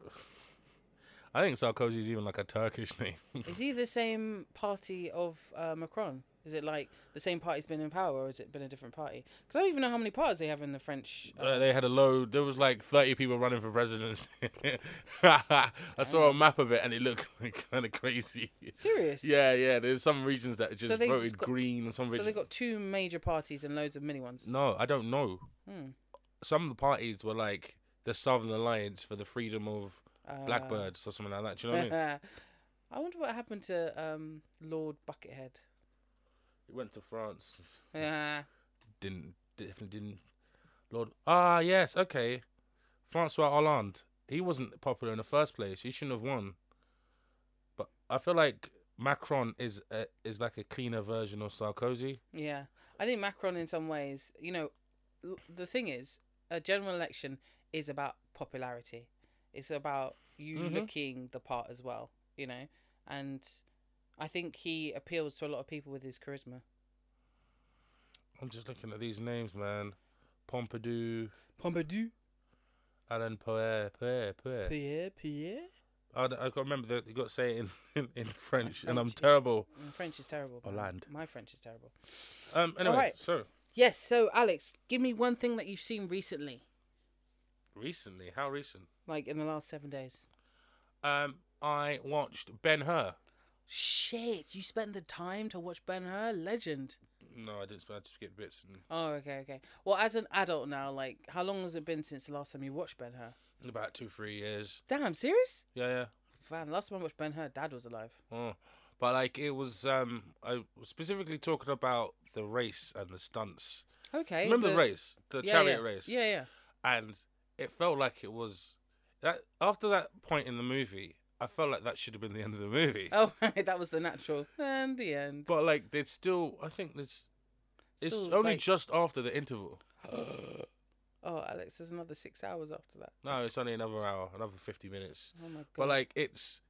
I think Sarkozy's even like a Turkish name.
Is he the same party of uh, Macron? Is it like the same party's been in power, or has it been a different party? Because I don't even know how many parties they have in the French. Uh,
Uh, they had a load. There was like 30 people running for presidency. I
Mm.
saw a map of it and it looked like kind of crazy.
serious.
Yeah, yeah. There's some regions that just
they
voted
just got-
green and some
So
regions.
they got two major parties and loads of mini ones.
No, I don't know.
Hmm.
Some of the parties were like the Southern Alliance for the freedom of
Uh,
blackbirds or something like that. Do you know what I mean?
I wonder what happened to um, Lord Buckethead.
He went to France.
Yeah.
Didn't definitely didn't. Lord. Ah yes, okay. Francois Hollande. He wasn't popular in the first place. He shouldn't have won. But I feel like Macron is a, is like a cleaner version of Sarkozy.
Yeah, I think Macron, in some ways, you know, l- the thing is, a general election is about popularity. It's about you
Mhm.
looking the part as well, you know, and I think he appeals to a lot of people with his charisma.
I'm just looking at these names, man. Pompidou,
Pompidou,
Alain Poir, Poir, Poir.
Pierre, Pierre.
I, d- I got remember that you got to say it in, in, in French, and
French
I'm
is-
terrible.
Mm, French is terrible. man.
Hollande.
My French is terrible.
Um, anyway,
right.
so
Yes. So, Alex, give me one thing that you've seen recently,
recently, how recent?
like in the last seven days.
Um, I watched Ben Hur.
Shit, you spent the time to watch Ben Hur, legend.
No, I didn't. I just skipped bits, and
Oh, okay, okay. Well, as an adult now, like, how long has it been since the last time you watched Ben Hur?
in about two, three years.
Damn, serious?
Yeah, yeah.
Man, last time I watched Ben Hur, Dad was alive.
Oh. But like it was, um, I was specifically talking about the race and the stunts.
Okay.
Remember the, race, the chariot
yeah.
race,
Yeah, yeah.
and it felt like it was that after that point in the movie, I felt like that should have been the end of the movie.
Oh, right, that was the natural. And the end.
But like, there's still, I think there's, it's
Still,
only
like-
just after the interval.
Oh, Alex, there's another six hours after that.
No, it's only another hour, another fifty minutes.
Oh, my God.
But like, it's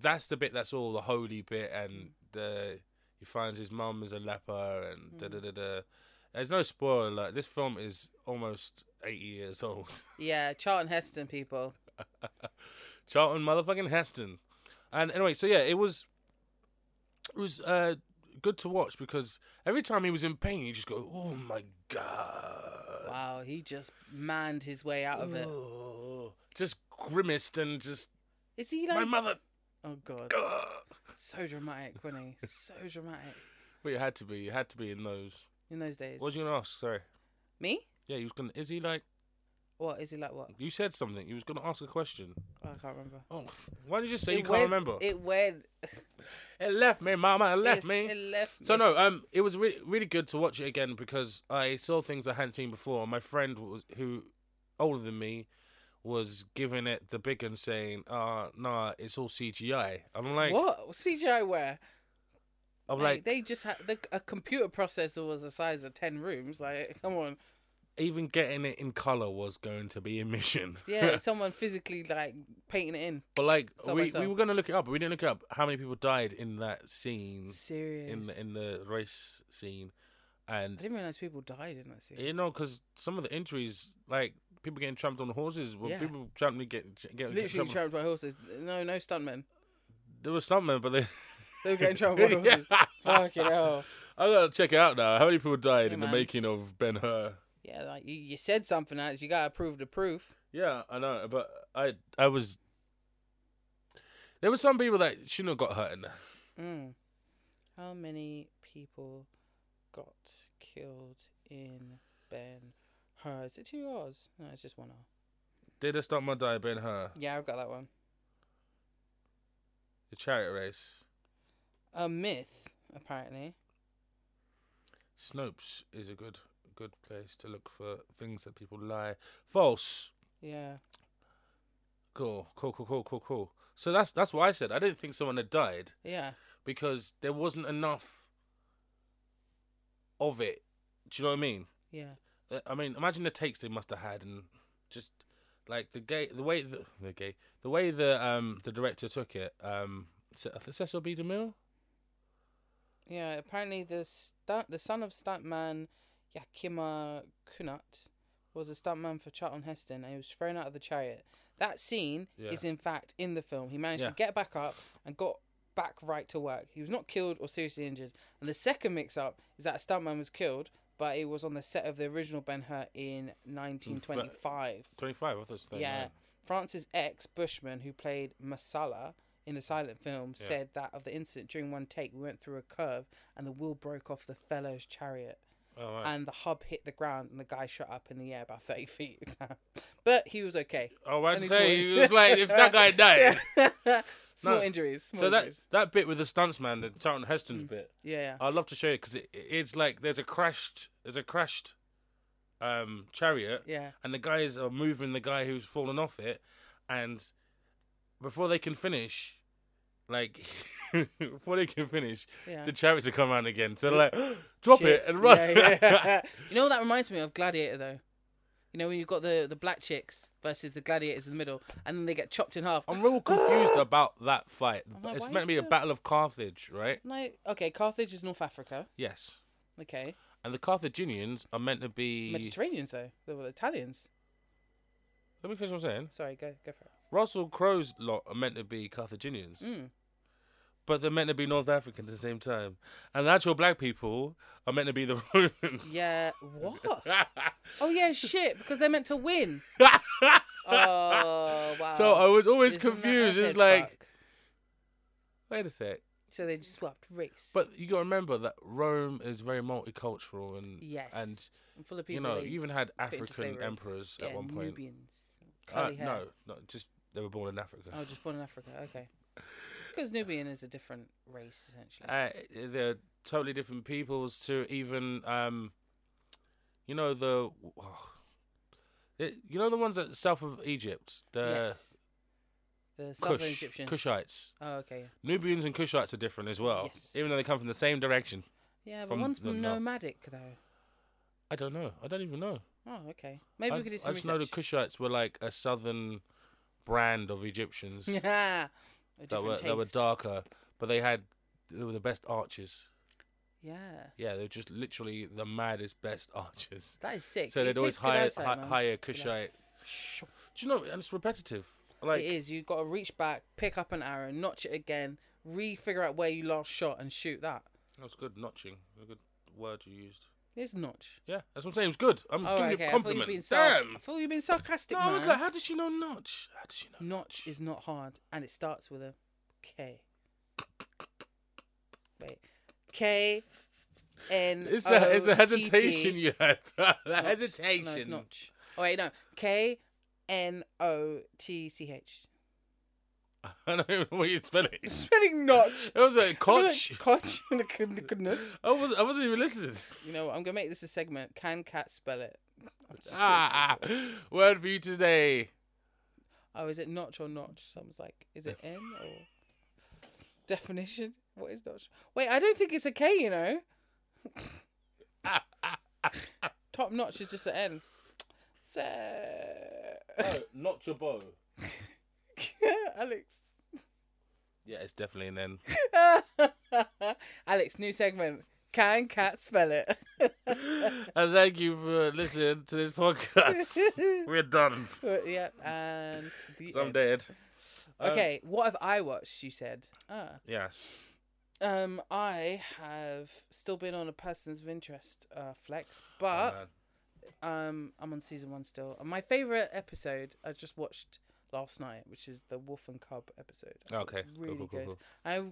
that's the bit that's all the holy bit,
Mm.
and the he finds his mum is a leper, and
Mm.
da da da da. There's no spoiler. Like, this film is almost eighty years old.
Yeah, Charlton Heston, people.
Charlton motherfucking Heston. And anyway, so yeah, it was it was uh good to watch because every time he was in pain, you just go, oh my god.
Wow, he just manned his way out of it.
Oh, just grimaced and just
Is he
my
like.
mother.
Oh, God.
Ugh.
So dramatic, wasn't he? So dramatic
Well, you had to be. You had to be in those.
in those days.
What was you gonna ask? Sorry.
Me?
Yeah, he was gonna. Is he like?
What? Is he like what?
You said something. You was gonna ask a question.
Oh, I can't remember.
Oh, why did you just say
It
you can't
went-
remember? It,
It went.
left me, mama. It left
it-
me.
It left
So
me.
no, um, it was re- really good to watch it again because I saw things I hadn't seen before. My friend was who older than me was giving it the big and saying, "Ah, nah, it's all CGI." I'm like,
what CGI where?
I'm
Like,
like,
they just had the, a computer processor was the size of ten rooms. Like, come on,
even getting it in color was going to be a mission.
yeah, someone physically like painting it in.
but like,
So
we,
much so.
we were gonna look it up, but we didn't look it up how many people died in that scene
Serious.
in the, in the race scene,
I
and
didn't realize people died in that scene.
you know, because some of the injuries, like people getting trampled on horses, were
Yeah.
people trampling get get- get
Literally
trampled-
trapped by horses. No, no stuntmen.
There were stuntmen, but they
They were getting trampled by horses. Fucking hell.
I gotta check it out now. How many people died
Yeah,
in
man.
the making of Ben Hur?
Yeah, like you, you said something, Alex. You gotta prove the proof.
Yeah, I know, but I I was. There were some people that shouldn't have got hurt in there.
Mm. How many people got killed in Ben Hur? Is it two R's? No, it's just one R.
Did a stuntman die at Ben Hur?
Yeah, I've got that one.
The chariot race.
A myth, apparently.
Snopes is a good good place to look for things that people lie. False.
Yeah.
Cool, cool, cool, cool, cool, cool. So that's that's what I said. I didn't think someone had died
Yeah.
because there wasn't enough of it. Do you know what I mean?
Yeah.
Uh, I mean, imagine the takes they must have had, and just like the gay, the way the, the gay, the way the um the director took it. Um, Ce- I think Cecil B. DeMille.
Yeah. Apparently, the stunt, the son of stuntman Yakima Kunat was a stuntman for Charlton Heston, and he was thrown out of the chariot. That scene
Yeah.
is in fact in the film. He managed
Yeah.
to get back up and got back right to work. He was not killed or seriously injured. And the second mix-up is that a stuntman was killed, but it was on the set of the original Ben Hur in 1925.
Twenty-five. I thought it was 39.
Yeah. Francis X. Bushman, who played Masala in the silent film,
Yeah.
said that of the incident during one take, we went through a curve and the wheel broke off the fellow's chariot
Oh, right.
and the hub hit the ground and the guy shot up in the air about 30 feet. but he was okay.
oh, I'd
and he's
say
more-
it was like if that guy died.
small
No.
injuries. Small
So that
injuries.
that bit with the stuntsman, the Charlton
Hmm.
Heston's bit,
Yeah, yeah.
I'd love to show you because it, it's like there's a crashed, there's a crashed, um, chariot.
Yeah.
and the guys are moving the guy who's fallen off it, and before they can finish, like before they can finish,
Yeah.
the chariots are come around again. So they're like, drop it
Shit.
and run.
Yeah, yeah. you know what that reminds me of Gladiator though. You know when you've got the, the black chicks versus the gladiators in the middle, and then they get chopped in half.
I'm real confused about that fight.
like,
it's
why
meant to be a
did-
battle of Carthage, right?
Like, okay, Carthage is North Africa.
Yes.
Okay,
And the Carthaginians are meant to be.
Mediterranean though. They were Italians.
Let me finish what I'm saying.
Sorry, go go for it.
Russell Crowe's lot are meant to be Carthaginians,
Mm.
but they're meant to be North Africans at the same time. And the actual black people are meant to be the Romans.
Yeah. What? Oh yeah, shit. Because they're meant to win. Oh wow.
So I was always
Isn't that
confused.
a
It's like,
fuck?
wait a sec.
So they just swapped race.
But you got to remember that Rome is very multicultural and
Yes.
and
And full of
you
people.
know
they-
you even had
into
African
slavery.
emperors
yeah,
at one point.
Nubians.
Uh,
Curly hair.
no, not just they were born in Africa.
Oh, just born in Africa. Okay. Because Nubian is a different race, essentially.
Uh, they're totally different peoples to even um, you know the. oh, it- you know the ones at south of Egypt, the
yes. The southern
uh, Kush,
Egyptians.
Kushites,
Oh, okay.
Nubians and Kushites are different as well,
Yes.
even though they come from the same direction.
Yeah, but
From
one's
the north.
nomadic, though.
I don't know. I don't even know.
Oh, okay. Maybe
I,
we could do
I
some
just know
research.
the Kushites were like a southern brand of Egyptians
yeah. A
that
different
were
taste.
that were darker, but they had they were the best archers.
Yeah.
Yeah, they were just literally the maddest best archers.
That is sick.
So
It
they'd always
takes good
hire
eyesight,
hi,
man.
hire Kushite.
Shh.
Do you know? And it's repetitive. Like
it is. You've got to reach back, pick up an arrow, notch it again, re-figure out where you last shot and shoot that.
that was good notching. A good word you used.
It's notch.
Yeah, that's what I'm saying. It's good. I'm
Oh,
giving you a
okay. I thought you've
compliment.
been sar-
Damn.
I thought you've been sarcastic,
No,
man.
I was like, how did she know notch? How did she know?
Notch is not hard, and it starts with a K. Wait, K N.
It's a, it's a
O Oh, T T.
hesitation you had. that
Notch.
hesitation.
No, it's notch. Oh wait, no. K N O T C H.
I don't even know what you'd spell it.
Spelling notch.
It was a
Coach.
coach.
Coach. in the con- the con- notch.
I was I wasn't even listening.
You know, what, I'm gonna make this a segment. Can cats spell it? I'm just gonna-
Ah, word for you today.
Oh, is it notch or notch? Someone's like, is it N or definition? What is notch? Wait, I don't think it's a K. You know, top notch is just an N. So,
not Uh, your bow.
Alex.
Yeah, it's definitely an N.
Alex, new segment. Can cats spell it?
and thank you for listening to this podcast. We're done.
yeah, and the
I'm
end.
dead. Uh,
Okay, what have I watched? You said. Ah,
Yes.
um, I have still been on a person's of interest uh, flex,
Oh,
but
man.
um, I'm on season one still. And my favorite episode I just watched last night, which is the Wolf and Cub episode. I thought it was
Okay, cool,
really
cool, cool,
good.
cool.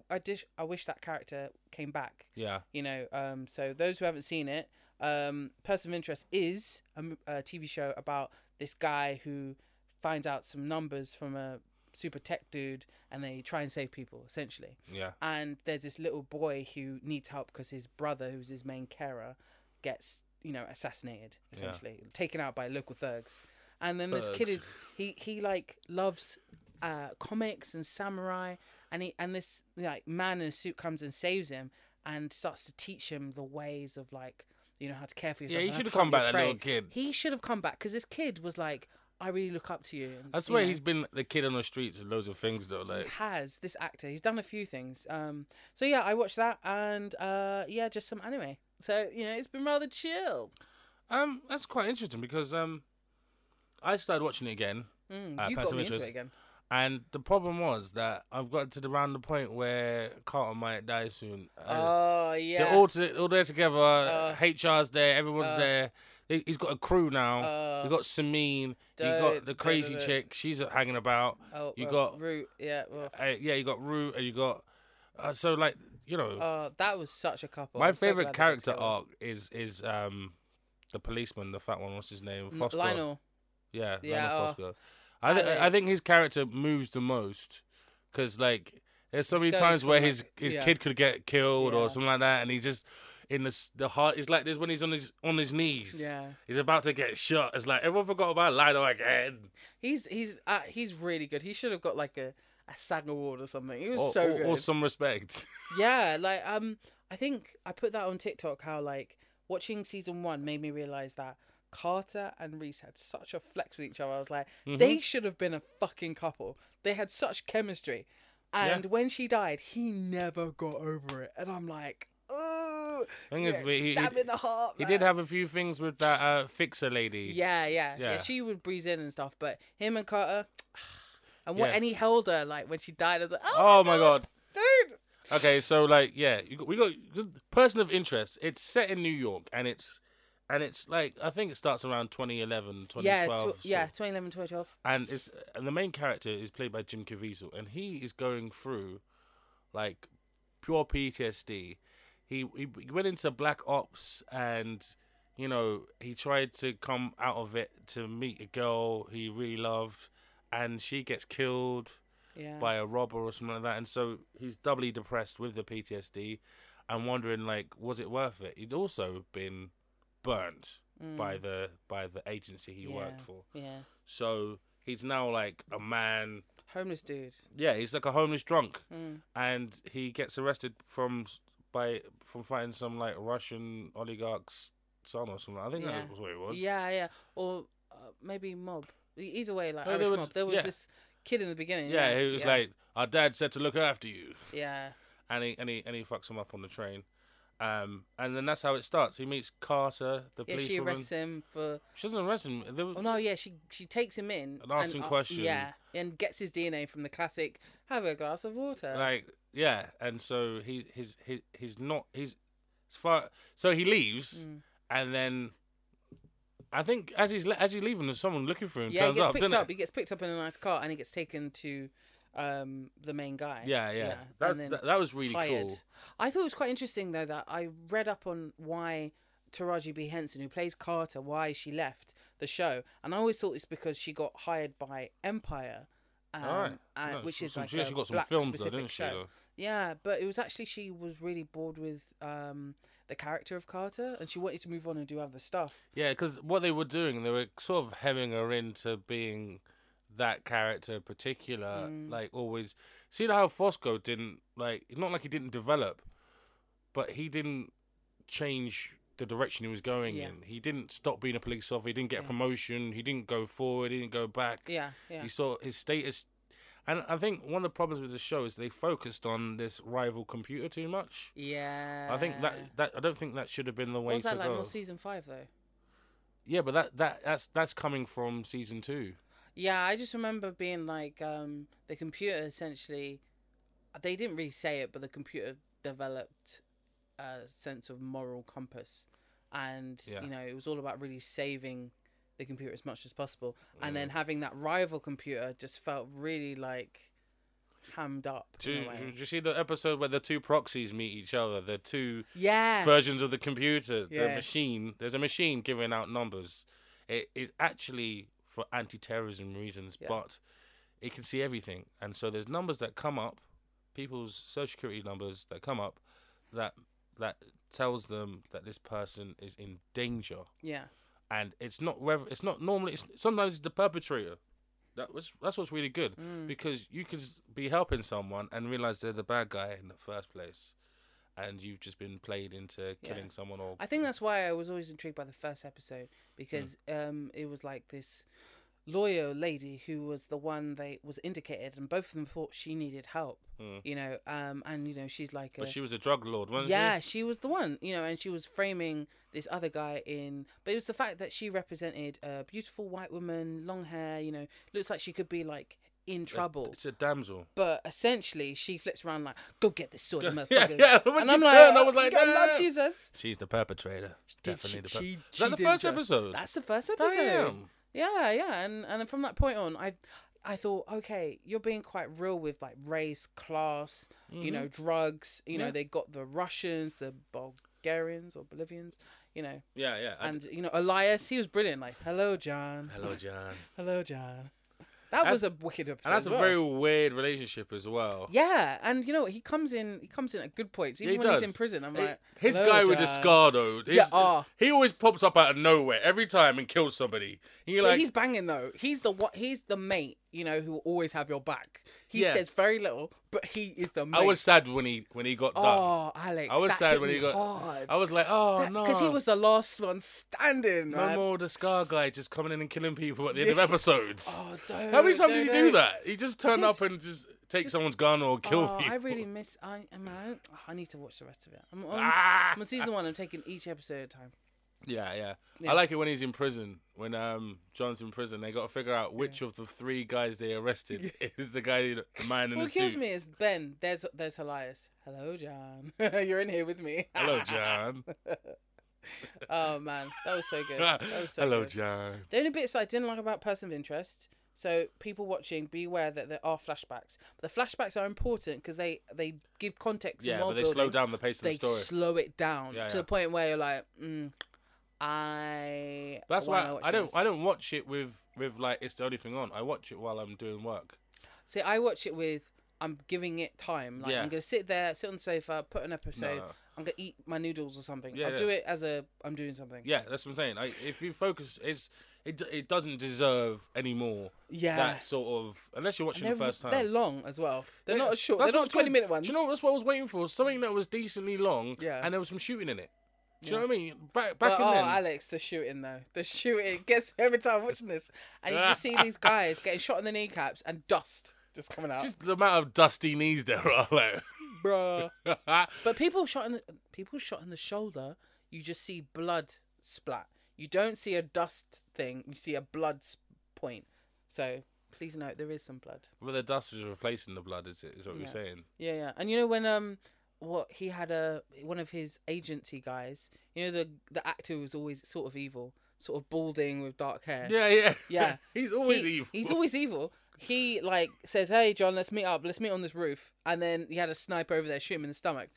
I I dish, I wish that character came back.
Yeah.
you know um so those who haven't seen it um person of interest is a, m- a tv show about this guy who finds out some numbers from a super tech dude and they try and save people essentially
Yeah.
and there's this little boy who needs help because his brother who's his main carer gets you know assassinated essentially taken out by local thugs and then this kid
Thugs.
is he he like loves uh comics and samurai and he and this like man in a suit comes and saves him and starts to teach him the ways of like you know how to care for yourself
he
and how
should
to
have
hunt
come
your
back, that little
prey.
kid.
he should have come back because this kid was like i really look up to you and,
I
you
swear
know
he's been the kid on the streets and loads of things though. Like
has this actor. He's done a few things. Um, so yeah, I watched that, and uh, yeah, just some anime. So you know, it's been rather chill.
um, that's quite interesting because um, I started watching it again,
Mm,
Uh, Person
you got
of
me into
Interest.
it again.
and the problem was that I've got to the round the point where Carter might die soon. and-
Oh yeah.
They're all, to, all there together.
Uh,
HR's there. Everyone's
uh,
there. They, he's got a crew now.
Uh,
you got Samin. You got
don't-
the
don't-
crazy
don't-
chick. She's hanging about.
oh,
you
well,
got-
Root. Yeah. Well,
Uh, yeah, you got Rue and you got. Uh, so like you know,
uh, that was such a couple.
my
I'm so
favorite
glad they got
character
together.
arc is is um, the policeman, the fat one. What's his name?
N-
Fosco.
Mm, Lionel.
Yeah,
Yeah,
Lionel
oh,
Fosco. I th- I think
Alex.
his character moves the most because like there's so many
goes
times
from,
where
like,
his his
yeah.
kid could get killed
Yeah.
or something like that, and he just in the s- the heart. It's like this when he's on his on his knees.
Yeah.
He's about to get shot. It's like everyone forgot about Lido again.
He's he's uh, he's really good. He should have got like a. A SAG award or something. He was
Or,
so
or-
good.
or some respect.
yeah like um i think i put that on tiktok how like watching season one made me realize that carter and reese had such a flex with each other i was like
Mm-hmm.
they should have been a fucking couple they had such chemistry and when she died he never got over it and i'm like oh
Thing
yeah,
is, we- he-
stab
he-
in the heart
he did
man."
have a few things with that uh, fixer lady.
yeah, yeah yeah
Yeah.
she would breeze in and stuff but him and carter and what
Yeah.
and he held her like when she died I was like,
Oh my god.
dude
Okay, so like, yeah, you got, we got person of interest. It's set in New York, and it's and it's like I think it starts around 2011,
yeah
2012.
tw-
so-
yeah 2011 2012
and it's and the main character is played by Jim Caviezel, and he is going through like pure PTSD. He he he went into black ops, and you know he tried to come out of it to meet a girl he really loved, and she gets killed
yeah
by a robber or something like that, and so he's doubly depressed with the PTSD, and wondering like was it worth it? He'd also been burnt by the by the agency he worked
Mm. Yeah.
for.
yeah
So he's now like a man.
homeless dude
Yeah, he's like a homeless drunk,
Mm.
and he gets arrested from s- by from fighting some like Russian oligarch's son or something. I think
Yeah.
that was what it was.
Yeah, yeah. Or uh, maybe mob. E- Either way, like
No,
Irish
there was-
mob. There was
yeah.
this kid in the beginning.
Yeah,
right?
he was
yeah.
like, "Our dad said to look after you,"
yeah,
and he and he and he fucks him up on the train, um, and then that's how it starts. He meets Carter, the
yeah.
police
She
woman.
arrests him for.
She doesn't arrest him. There was-
Oh no, yeah. She she takes him in
And asks him
uh,
questions.
Yeah, and gets his DNA from the classic. Have a glass of water.
like yeah and so he his his he's not he's as far so he leaves
Mm.
and then i think as he's le- as he's leaving there's someone looking for him
yeah, he
turns
gets
up
picked
doesn't
up.
it
He gets picked up in a nice car, and he gets taken to um the main guy.
yeah yeah,
and
That,
then
that, that was really
hired.
cool
I thought it was quite interesting though that I read up on why Taraji B Henson, who plays Carter, why she left the show, and I always thought it's because she got hired by Empire um,
Alright.
uh,
No,
which
so-
is
so
like
she
a
actually got some
black
films though,
specific
didn't she?
show.
Though?
Yeah, but it was actually she was really bored with um, the character of Carter, and she wanted to move on and do other stuff.
Yeah, because what they were doing, they were sort of hemming her into being that character in particular.
Mm.
Like always, see how Fosco didn't like. Not like he didn't develop, but he didn't change the direction he was going
Yeah.
in. He didn't stop being a police officer. He didn't get
Yeah.
a promotion. He didn't go forward. He didn't go back.
Yeah, yeah,
He saw his status. And I think one of the problems with the show is they focused on this rival computer too much.
yeah.
I think that, that I don't think that should have been the way
What was
to
that like
go.
on season five though?
Yeah, but that, that that's that's coming from season two.
Yeah, I just remember being like um, the computer essentially. uh, They didn't really say it, but the computer developed a sense of moral compass, and
Yeah.
you know it was all about really saving the computer as much as possible, and then having that rival computer just felt really like hammed up.
Do
in
you,
a way.
do you see the episode where the two proxies meet each other? The two
yeah,
versions of the computer, the
Yeah.
machine. There's a machine giving out numbers. It is actually for anti-terrorism reasons,
Yeah.
but it can see everything, and so there's numbers that come up, people's social security numbers that come up, that that tells them that this person is in danger.
yeah,
and it's not whether it's not normally it's, sometimes it's the perpetrator that was that's what's really good
Mm.
because you could s- be helping someone and realize they're the bad guy in the first place and you've just been played into
Yeah.
killing someone or
I think that's why I was always intrigued by the first episode because um, it was like this lawyer lady who was the one they was indicated, and both of them thought she needed help. You know, um, and you know she's like a
Hmm. but she was a drug lord wasn't
yeah, she was the one, you know, and she was framing this other guy in. But it was the fact that she represented a beautiful white woman, long hair, you know, looks like she could be like in
she
trouble.
it's a damsel
But essentially, she flips around like, "Go get this sword, motherfucker!"
yeah, yeah. When
and
she
I'm
turned, I
like,
was like,
"Oh,
no,
Lord
no, no."
Jesus!"
she's the perpetrator
Did
definitely the perpetrator
she- she-
is that
she
the
did
first
just-
episode
That's the first episode.
damn
Yeah, yeah, and and from that point on, I I thought, okay, you're being quite real with like race, class, you know, drugs. You
Mm-hmm. Yeah.
know, they got the Russians, the Bulgarians or Bolivians, you know,
yeah yeah I-
and you know Elias, he was brilliant. Like, hello, John.
hello john
Hello, John. That
That's-
was a wicked episode.
and that's
as
a
well.
very weird relationship as well
yeah, and you know what? He comes in. He comes in at good points. Even
he
when he's
does.
in prison, I'm
Hey,
like,
his
"Hello,
guy with the
John."
scar though.
Yeah,
his-
ah.
he always pops up out of nowhere every time and kills somebody. And you're
But
like,
he's banging though. He's the what? He's the mate. You know who will always have your back. He
Yeah.
says very little, but he is the mate.
I was sad when he when he got done.
Oh, Alex.
I was
that
sad
hit
when
me
he got-
Hard.
I was like, oh no,
Because he was the last one standing,
no
man.
more the scar guy just coming in and killing people at the end of episodes.
Oh, don't,
How many times did he do
don't.
that? He just turned
did.
up and just take someone's gun or kill
oh,
people.
I really miss. I am. I, oh, I need to watch the rest of it. I'm on,
Ah!
I'm on season one. I'm taking each episode at a time.
Yeah, yeah,
Yeah.
I like it when he's in prison. When um John's in prison, they got to figure out which of the three guys they arrested is the guy, the man in
What
the suit.
kills me is Ben. There's there's Elias. Hello, John. You're in here with me.
Hello, John.
oh man, that was so good. That was so
Hello,
good.
John.
The only bits I didn't like about Person of Interest. So people watching, be aware that there are flashbacks. But the flashbacks are important because they they give context.
Yeah,
and
but
world
they slow
building.
down the pace of
They
the story.
slow it down
Yeah,
to
yeah.
the point where you're like, mm, I.
That's
wanna
why
watch
I don't
this.
I don't watch it with with like it's the only thing on. I watch it while I'm doing work.
See, I watch it with. I'm giving it time. Like
Yeah.
I'm gonna sit there, sit on the sofa, put an episode.
No.
I'm gonna eat my noodles or something.
Yeah,
I'll
yeah.
do it as a. I'm doing something.
Yeah, that's what I'm saying. I, if you focus, it's it d- it doesn't deserve any more.
Yeah.
That sort of unless you're watching
They're,
the first time.
they're long as well. They're
Yeah,
not a short.
that's
They're not
what's
a
good.
20 minute ones.
Do you know that's what I was waiting for? Something that was decently long.
Yeah.
And there was some shooting in it. Do you know what I mean? Back back
But,
in
oh,
then.
Alex, the shooting though. The shooting gets me every time I'm watching this. And you just see these guys getting shot in the kneecaps and dust just coming out.
just the amount of dusty knees there are like.
Bruh. But people shot in the people shot in the shoulder, you just see blood splat. You don't see a dust thing, you see a blood s- point. So please note there is some blood.
But the dust is replacing the blood, is it? Is what you're
Yeah.
saying?
Yeah, yeah. And you know when um what he had a one of his agency guys, you know the the actor was always sort of evil, sort of balding with dark hair.
Yeah, yeah.
Yeah.
he's always
he-
evil.
He's always evil. He like says, "Hey John, let's meet up. Let's meet on this roof." And then he had a sniper over there shoot him in the stomach.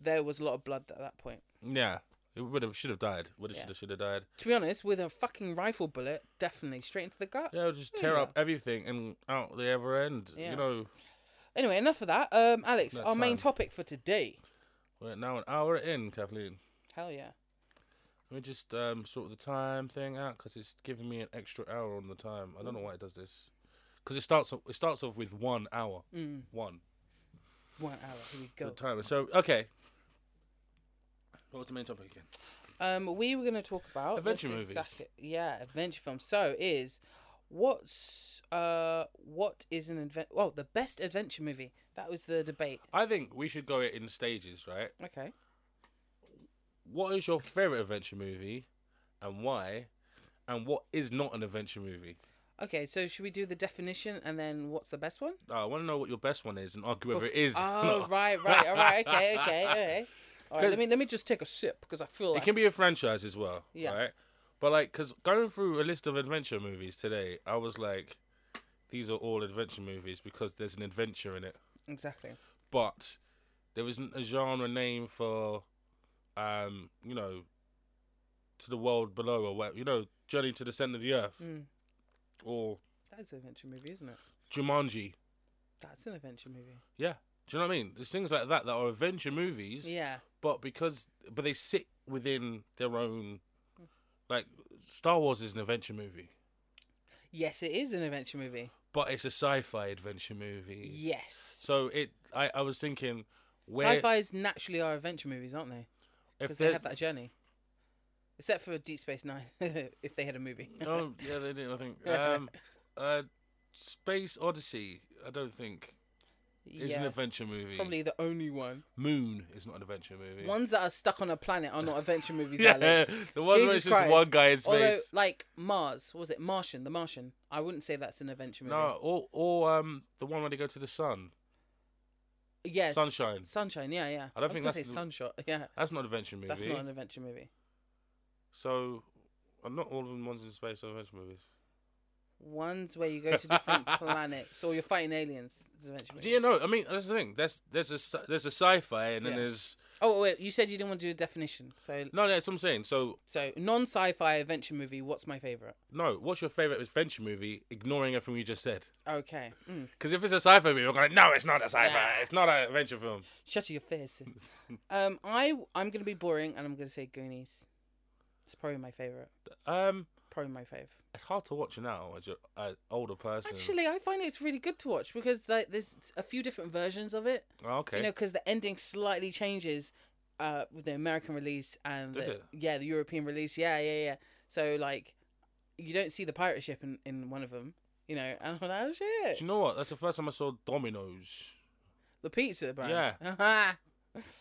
There was a lot of blood at that point.
Yeah. It would have should have died. Would have
Yeah.
should have should have died.
To be honest, with a fucking rifle bullet, definitely straight into the gut.
Yeah, it would just tear
Yeah.
up everything and out the other end.
Yeah.
You know,
Anyway, enough of that. Um, Alex,
No
our main
time.
topic for today.
we're now an hour in, Kathleen.
Hell yeah.
Let me just um, sort the time thing out because it's giving me an extra hour on the time. I don't
Mm.
know why it does this. Because it starts off, it starts off with one hour,
Mm,
one
one hour. Here we go.
the time. So okay, what was the main topic again?
Um, we were going to talk about
Adventure
let's
movies.
yeah, adventure films. So is what's uh what is an adventure? Well, the best adventure movie. That was the debate.
I think we should go it in stages, right?
Okay.
What is your favorite adventure movie, and why? And what is not an adventure movie?
Okay. So should we do the definition and then what's the best one?
Oh, I want to know what your best one is and argue whether
Bef-
it is.
Oh right, right, all right, okay, okay, okay. All right, let me let me just take a sip because I feel like
It can be a franchise as well.
Yeah.
Right? But like, cause going through a list of adventure movies today, I was like, these are all adventure movies because there's an adventure in it.
exactly.
But there isn't a genre name for, um, you know, to the world below or where, you know, Journey to the Center of the Earth
Mm.
or
That's an adventure movie, isn't it?
Jumanji.
That's an adventure movie.
Yeah. Do you know what I mean? There's things like that that are adventure movies.
Yeah.
but because but they sit within their own like Star Wars is an adventure movie,
Yes, it is an adventure movie.
but it's a sci-fi adventure movie.
Yes.
So it I, I was thinking where
Sci-fi's naturally are adventure movies, aren't they?
if
Because they
there-
have that journey. Except for Deep Space Nine, if they had a movie.
Oh yeah, they did I think um uh Space Odyssey I don't think is an
Yeah,
adventure movie.
Probably the only one.
Moon is not an adventure movie.
Ones that are stuck on a planet are not adventure movies,
yeah,
Alex.
the one where
Jesus
it's just
Christ.
one guy in space.
Although, like Mars, was it Martian? The Martian. I wouldn't say that's an adventure movie.
no, or or um the one where they go to the sun.
Yes.
Sunshine.
Sunshine. Yeah, yeah.
I don't
was
think
gonna
that's
say
the-
sunshot. Yeah,
That's not an adventure movie.
that's not an adventure movie.
So, I'm not all of them ones in space are adventure movies.
Ones where you go to different planets or you're fighting aliens. It's an adventure
Do
movie.
you know? I mean, that's the thing. There's there's a sci- there's a sci-fi, and then
Yeah.
there's
Oh wait, you said you didn't want to do a definition. So
no. That's what I'm saying. So,
so non-sci-fi adventure movie. What's my favorite?
no. What's your favorite adventure movie? Ignoring everything you just said.
Okay. Mm.
Because if it's a sci-fi movie, we're going. No, it's not a sci-fi.
Nah.
It's not an adventure film.
Shut your face. um, I I'm gonna be boring and I'm gonna say Goonies. It's probably my favorite.
Um,
Probably my fave.
it's hard to watch now as an uh, older person.
Actually, I find it's really good to watch because like there's a few different versions of it.
Oh, okay.
You know, because the ending slightly changes uh, with the American release and
Did
the,
it?
yeah, the European release. Yeah, yeah, yeah. So like, you don't see the pirate ship in, in one of them. You know, and I'm like, oh
Do
shit,
you know what? That's the first time I saw Domino's.
the pizza brand.
Yeah.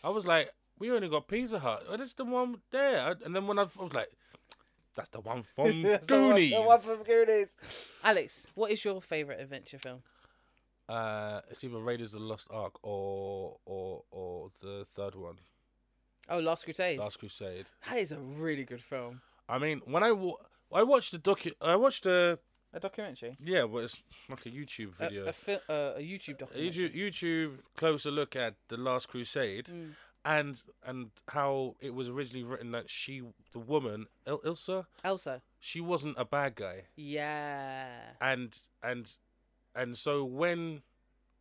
I was like, we only got Pizza Hut. Oh, that's the one there. I- And then when I, I was like, that's the one from
That's the one-
Goonies.
the one from Goonies. Alex, what is your favorite adventure film?
Uh, it's either Raiders of the Lost Ark or or or the third one,
Oh, Last Crusade.
Last Crusade.
That is a really good film.
I mean, when I wa- I watched the docu, I watched the
A documentary.
yeah, well, it's like a YouTube
A-
video,
A, fil- uh, a YouTube
a
documentary.
YouTube, YouTube closer look at the Last Crusade,
Mm.
and and how it was originally written that she, the woman, Il- Ilsa,
Elsa.
she wasn't a bad guy,
Yeah.
and and and so when.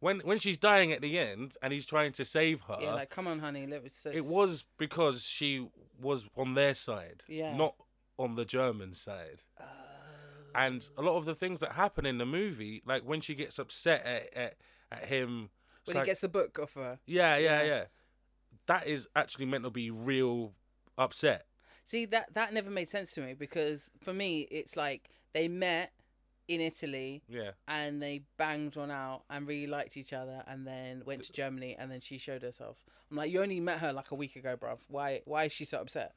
When when she's dying at the end and he's trying to save her,
yeah, like come on, honey. Let us.
Uh, It was because she was on their side,
Yeah.
not on the German side.
Uh,
And a lot of the things that happen in the movie, like when she gets upset at, at, at him, it's
when
like-
he gets the book off her.
yeah, yeah,
Yeah.
yeah, That is actually meant to be real upset.
See that that never made sense to me because for me it's like they met in Italy
Yeah,
and they banged one out and really liked each other and then went to Germany and then she showed herself. I'm like, you only met her like a week ago, bruv. Why why is she so upset?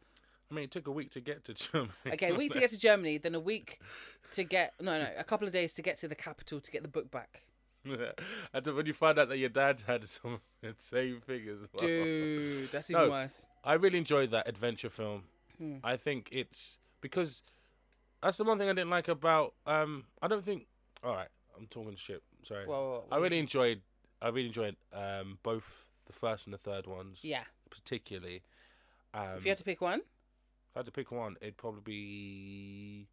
I mean, it took a week to get to Germany.
Okay, a week to get to Germany, then a week to get no no a couple of days to get to the capital to get the book back.
and then when you find out that your dad had some the same thing as well.
Dude, that's even
No.
worse.
I really enjoyed that adventure film.
Hmm.
I think it's because that's the one thing I didn't like about. Um, I don't think. All right, I'm talking shit. Sorry.
Whoa, whoa,
I
whoa.
really enjoyed. I really enjoyed um, both the first and the third ones,
yeah.
particularly. Um,
If you had to pick one,
If I had to pick one, it'd probably be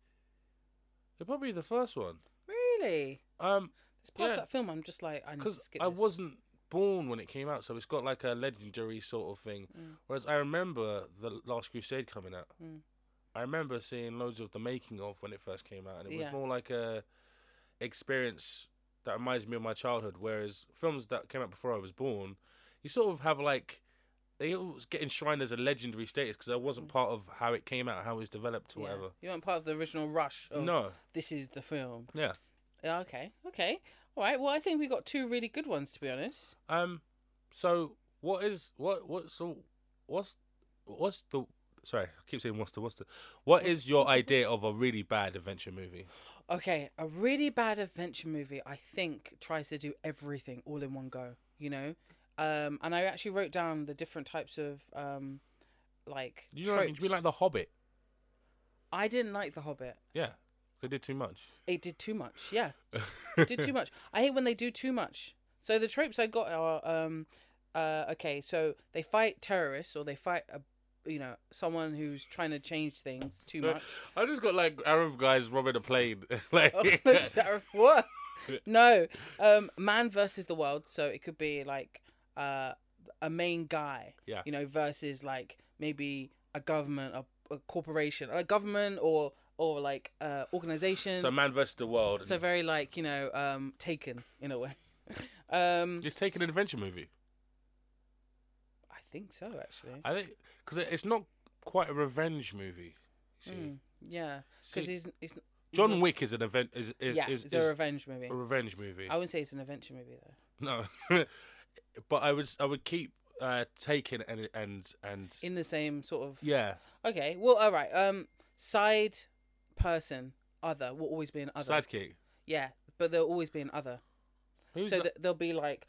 it'd probably be the first one.
Really?
Um,
There's parts
Yeah.
of that film I'm just like I need to
because
skip.
I
this.
wasn't born when it came out, so it's got like a legendary sort of thing. Whereas I remember the Last Crusade coming out.
Mm.
I remember seeing loads of the making of when it first came out, and it was
Yeah.
more like a experience that reminds me of my childhood. Whereas films that came out before I was born, you sort of have like they always get enshrined as a legendary status because I wasn't part of how it came out, how it was developed, or
Mm. Yeah.
whatever.
You weren't part of the original rush. Of,
No,
This is the film.
yeah.
Yeah, okay. Okay. All right. Well, I think we got two really good ones to be honest.
Um. So what is what what so what's what's the sorry I keep saying what's the what's the what is your idea of a really bad adventure movie?
Okay, a really bad adventure movie, I think, tries to do everything all in one go, you know? Um, and I actually wrote down the different types of, um, like,
You know what I mean?
tropes.
You mean like The Hobbit?
I didn't like The Hobbit.
Yeah, they did too much.
It did too much, yeah. did too much. I hate when they do too much. So the tropes I got are um, uh, okay. So they fight terrorists or they fight a, you know, someone who's trying to change things too
No.
much.
I just got like Arab guys robbing a plane. like
Sheriff, Oh, what? No, um, man versus the world. So it could be like uh, a main guy,
Yeah.
you know, versus like maybe a government, a, a corporation, a government or or like uh, organization.
So
So,
Man vs. the World. So
very like you know, um, taken in a way. um,
it's taking an adventure movie.
I think so actually.
I think because it's not quite a revenge movie. you See,
Mm, yeah,
See,
because he's, he's
John Wick is an event is is
yeah,
is,
it's
is
a revenge movie.
a revenge movie.
I wouldn't say it's an adventure movie though.
No, but I would s- I would keep uh, taking and and and
In the same sort of
yeah.
Okay. Well, all right. Um, side person, other will always be an other.
Sidekick.
Yeah, but there'll always be an other.
Who's
so
that?
th- they'll be like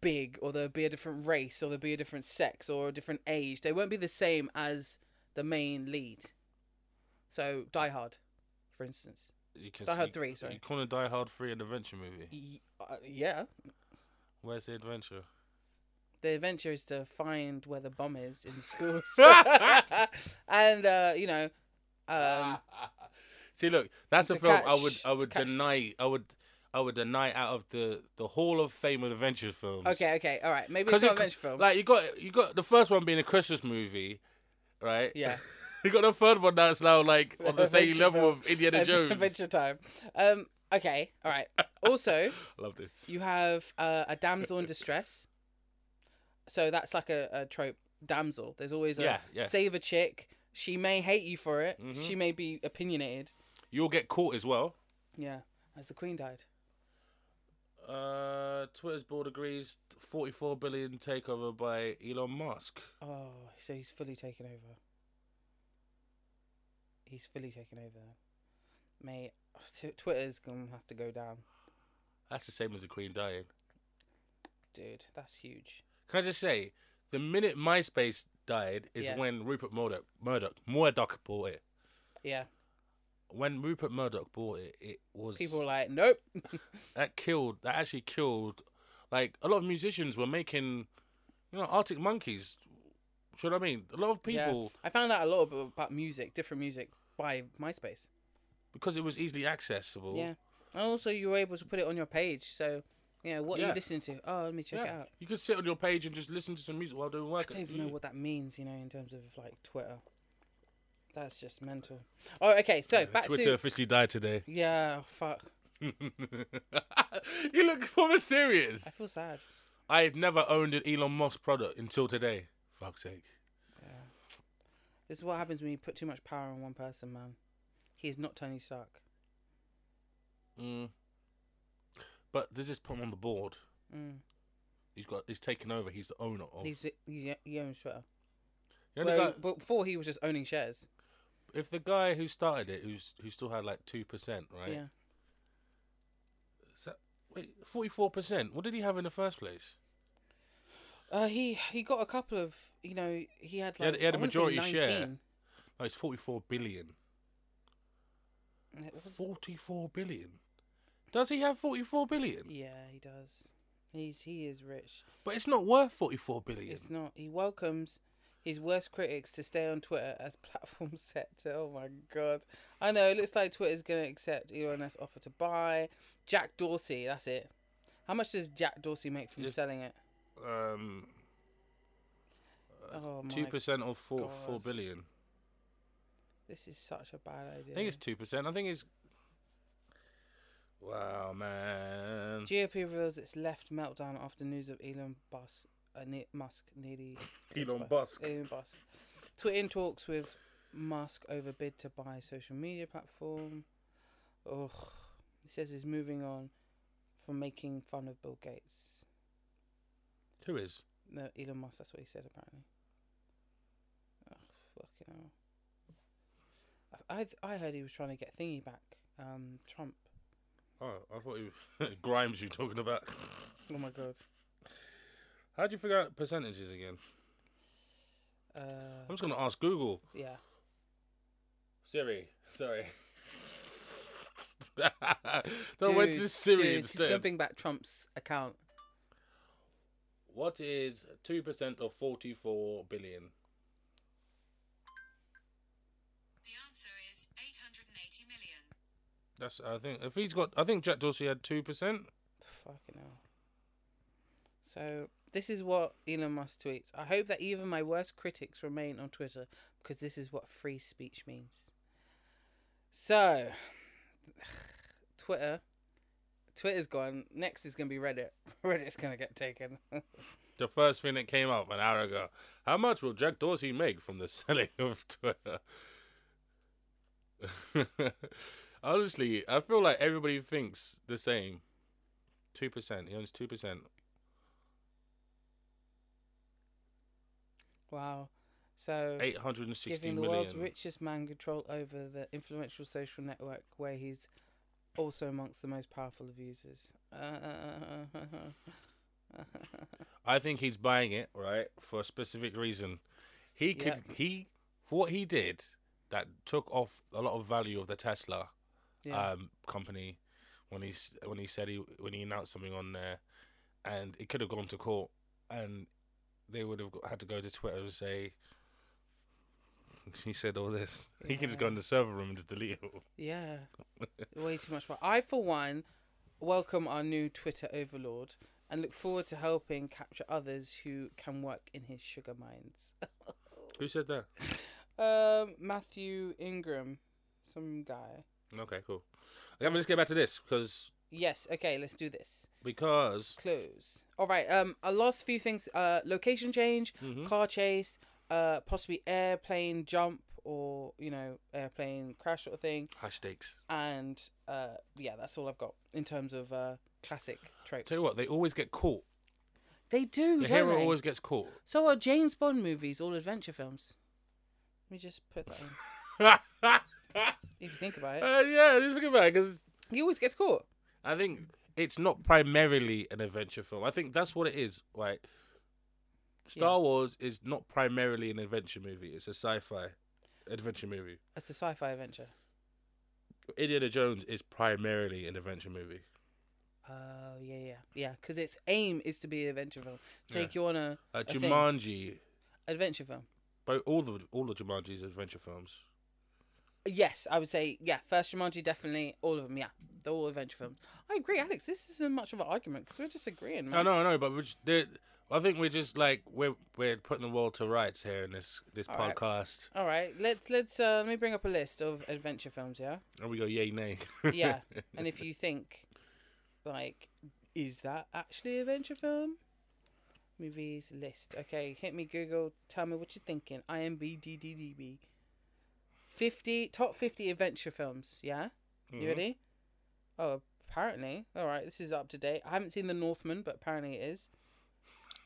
big, or there'll be a different race, or there'll be a different sex, or a different age. They won't be the same as the main lead. So Die Hard, for instance.
you can
Die Hard
you-
3, sorry.
You calling Die Hard Three an adventure movie?
Y- uh, yeah.
Where's the adventure?
The adventure is to find where the bomb is in schools, and uh, you know,
Ah,
um,
See, look, that's a
to
film I
catch-
would I
to
would
catch-
deny I would I would deny out of the the Hall of Fame of adventure films.
okay, okay, all right. Maybe
Because
it's not an adventure film.
like you got you got the first one being a Christmas movie, right?
yeah.
you got the third one that's now like on the same
Adventure
level
film.
of Indiana Jones.
Adventure Time. Um, okay, all right. Also,
I love this.
you have uh, a damsel in distress. So that's like a, a trope. Damsel. There's always a
Yeah, yeah. Mm-hmm.
save a chick. She may hate you for it. She may be opinionated.
You'll get caught as well.
Yeah, as the queen died.
Uh, Twitter's board agrees 44 billion takeover by Elon Musk.
Oh, so he's fully taken over. He's fully taken over. Mate, t- Twitter's gonna have to go down,
That's the same as the Queen dying.
dude. That's huge.
Can I just say, the minute MySpace died is
Yeah.
when Rupert Murdoch, Murdoch, Murdoch bought it.
Yeah,
When Rupert Murdoch bought it, it was
people are like, nope.
that killed. That actually killed. Like a lot of musicians were making, you know, Arctic Monkeys. Do you know what I mean? A lot of
Yeah.
people
I found out a lot ab- about music, different music by MySpace.
because it was easily accessible.
Yeah. And also, you were able to put it on your page. So, you know, what are
Yeah.
you listening to? Oh, let me check it
Yeah.
out.
You could sit on your page and just listen to some music while doing work. Mm.
I don't even know what that means, you know, in terms of like Twitter. That's just mental. Oh, okay. So, back
Twitter
to.
officially died today.
Yeah, fuck.
you look proper
I
serious.
feel sad.
I had never owned an Elon Musk product until today. Fuck's sake.
This is what happens when you put too much power on one person, man. He is not Tony Stark.
Mm. But this is put him on the board.
Mm.
He's got. He's taken over. He's the owner of.
He's, he, he owns Twitter.
You know the
Well,
guy-
but before he was just owning shares.
if the guy who started it, who's who still had like two percent, right?
Yeah.
So, wait, forty-four percent. What did he have in the first place?
Uh, he he got a couple of you know he had
He had-
like
he had
I
a
wanna say
majority share.
19.
No, it's forty-four billion.
And it was-
Forty-four billion. Does he have forty-four billion?
Yeah, he does. He's he is rich.
But it's not worth forty-four billion.
It's not. He welcomes. his worst critics to stay on Twitter as platform sector. Oh my god. I know, it looks like Twitter's going to accept Elon Musk's offer to buy. Jack Dorsey, that's it. How much does Jack Dorsey make from
Yes.
selling it?
Um,
Oh my
uh, two percent or four four
God.
billion.
This is such a bad idea.
I think it's two percent. I think it's. Wow, man.
GOP reveals its left meltdown after news of Elon Musk, uh, ne- Musk nearly
Elon Musk.
Elon Musk. Twitter in talks with Musk over bid to buy social media platform. Ugh. He says he's moving on from making fun of Bill Gates.
Who is?
No, Elon Musk. That's what he said apparently. Oh fucking hell! I I, I heard he was trying to get thingy back. Um, Trump.
Oh, I thought you Grimes. You talking about?
Oh my god.
How do you figure out percentages again? I'm
Uh,
just gonna ask Google.
yeah.
Siri, sorry. so went to Siri
dude, she's gonna
instead.
bring back Trump's account.
What is two percent of forty-four billion?
The answer is 880 million.
That's I think if he's got I think Jack Dorsey had two percent.
Fucking hell. So this is what Elon Musk tweets. I hope that even my worst critics remain on Twitter because this is what free speech means. So Twitter. Twitter's gone. Next is gonna be Reddit. Reddit's gonna get taken.
The first thing that came up an hour ago. How much will Jack Dorsey make from the selling of Twitter? Honestly, I feel like everybody thinks the same. Two percent. He owns two percent.
wow. So
Eight hundred and sixty
giving the
million.
world's richest man control over the influential social network where he's also amongst the most powerful of users.
I think he's buying it right for a specific reason. He could
Yeah.
he for what he did that took off a lot of value of the Tesla
yeah.
um, company when he s- when he said he when he announced something on there, and it could have gone to court, and they would have had to go to Twitter and say. He said all this. He could just go
Yeah.
in the server room and just delete it. all.
yeah. Way too much. But I, for one, welcome our new Twitter overlord and look forward to helping capture others who can work in his sugar mines.
Who said that?
um, Matthew Ingram, some guy.
Okay, cool. Okay, let's get back to this because
Yes, okay, let's do this.
because
Clues. All right. Um, I lost a few things. Uh, location change,
Mm-hmm.
car chase, uh, possibly airplane jump or you know airplane crash sort of thing.
high stakes.
And uh, yeah, that's all I've got in terms of uh classic tropes.
Tell you what, they always get caught.
they do.
The
don't
hero
they?
always gets caught.
So are James Bond movies all adventure films? Let me just put that in.
uh,
if you think about it,
yeah, just think about it because
he always gets caught.
I think it's not primarily an adventure film. I think that's what it is. Right, Star Wars is not primarily an adventure movie. It's a sci-fi adventure movie.
It's a sci-fi adventure.
Indiana Jones is primarily an adventure movie.
Oh yeah, yeah, yeah. Because its aim is to be an adventure film. Take you on a,
Uh,
a thing.
Jumanji,
adventure film.
but all the all the Jumanji's adventure films.
Yes, I would say yeah. First Jumanji, definitely all of them. Yeah, they're all adventure films. I agree, Alex. This isn't much of an argument because we're just agreeing.
I
Man.
know, I know, but we're just, they're- I think we're just like we're we're putting the world to rights here in this this
All right.
podcast,
All right, let's let's uh, let me bring up a list of adventure films. Yeah,
and we go yay nay.
yeah. and if you think, like, is that actually an adventure film? Movies list. Okay, hit me Google. Tell me what you're thinking. IMBDDDB. Fifty top fifty adventure films. Yeah.
Mm-hmm.
You ready? Oh, apparently. All right, this is up to date. I haven't seen The Northman, but apparently it is.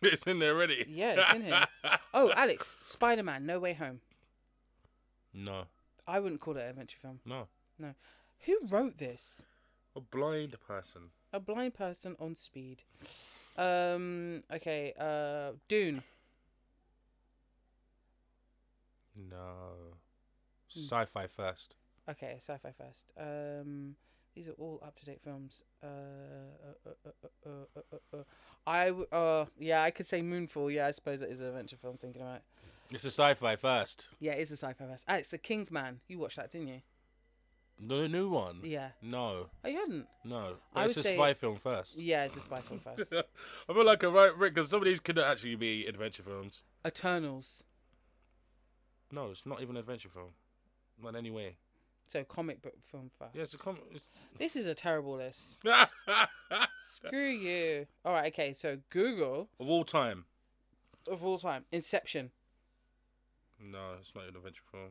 It's in there already.
Yeah, it's in here. Oh, Alex, Spider Man, No Way Home.
No,
I wouldn't call it an adventure film.
no.
No. Who wrote this?
A blind person.
A blind person on speed. Um. Okay. Uh. Dune.
No.
Mm.
Sci fi first.
Okay. Sci-fi first. Um. These are all up-to-date films. Uh. uh, uh, uh, uh, uh, uh, uh. I. w- Uh. Yeah. I could say Moonfall. Yeah. I suppose that is an adventure film. Thinking about. it.
It's a sci-fi first.
Yeah, it is a sci-fi verse. Ah, it's the King's Man. You watched that, didn't you?
The new one.
Yeah.
No,
Oh, you hadn't.
no.
I
it's
would
a
say-
spy film first.
Yeah, it's a spy film first.
I feel like a right Rick because some of these could actually be adventure films.
Eternals.
No, it's not even an adventure film. Not in any way.
So comic book film first.
Yeah, it's a com- it's...
This is a terrible list. Screw you. All right. Okay. So Google
of all time.
of all time, Inception.
No, it's not an adventure film.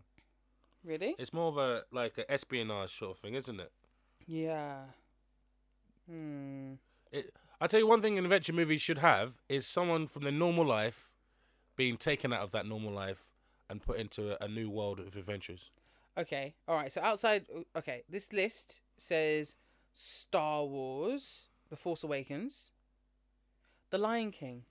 Really?
It's more of a like an espionage sort of thing, isn't it?
Yeah. Hmm.
it I tell you one thing an adventure movie should have is someone from the normal life being taken out of that normal life and put into a, a new world of adventures.
Okay. All right. So outside. Okay. This list says Star Wars, The Force Awakens, The Lion King.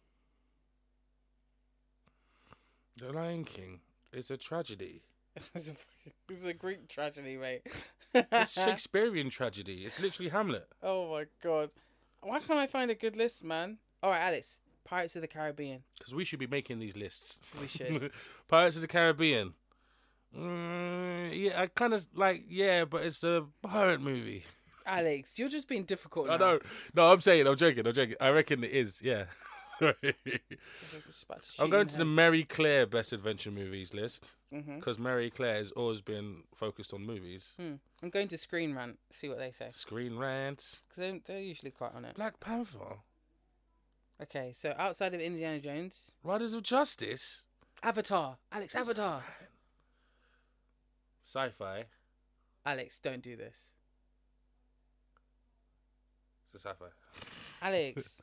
The Lion King is a tragedy.
it's, a, fucking- it's a Greek tragedy, mate.
It's Shakespearean tragedy. It's literally Hamlet.
oh my god. Why can't I find a good list, man? All right, Alice. Pirates of the Caribbean.
Because we should be making these lists.
We should.
Pirates of the Caribbean. Mm, yeah, I kind of like yeah, but it's a pirate movie.
Alex, you're just being difficult. Now.
I know. No, I'm saying, I'm joking, I'm joking. I reckon it is, yeah. Sorry.
I'm just about to shoot
I'm
you
going
in
to the
head.
Mary Claire Best Adventure Movies list
Mhm.
because Mary Claire has always been focused on movies.
Hmm. I'm going to Screen Rant. See what they say.
Screen Rant,
Because they're, they're usually quite on it.
Black Panther,
Okay, so outside of Indiana Jones,
Riders of Justice,
Avatar. Alex, Avatar.
sci-fi.
Alex, don't do this.
It's a sci-fi.
Alex,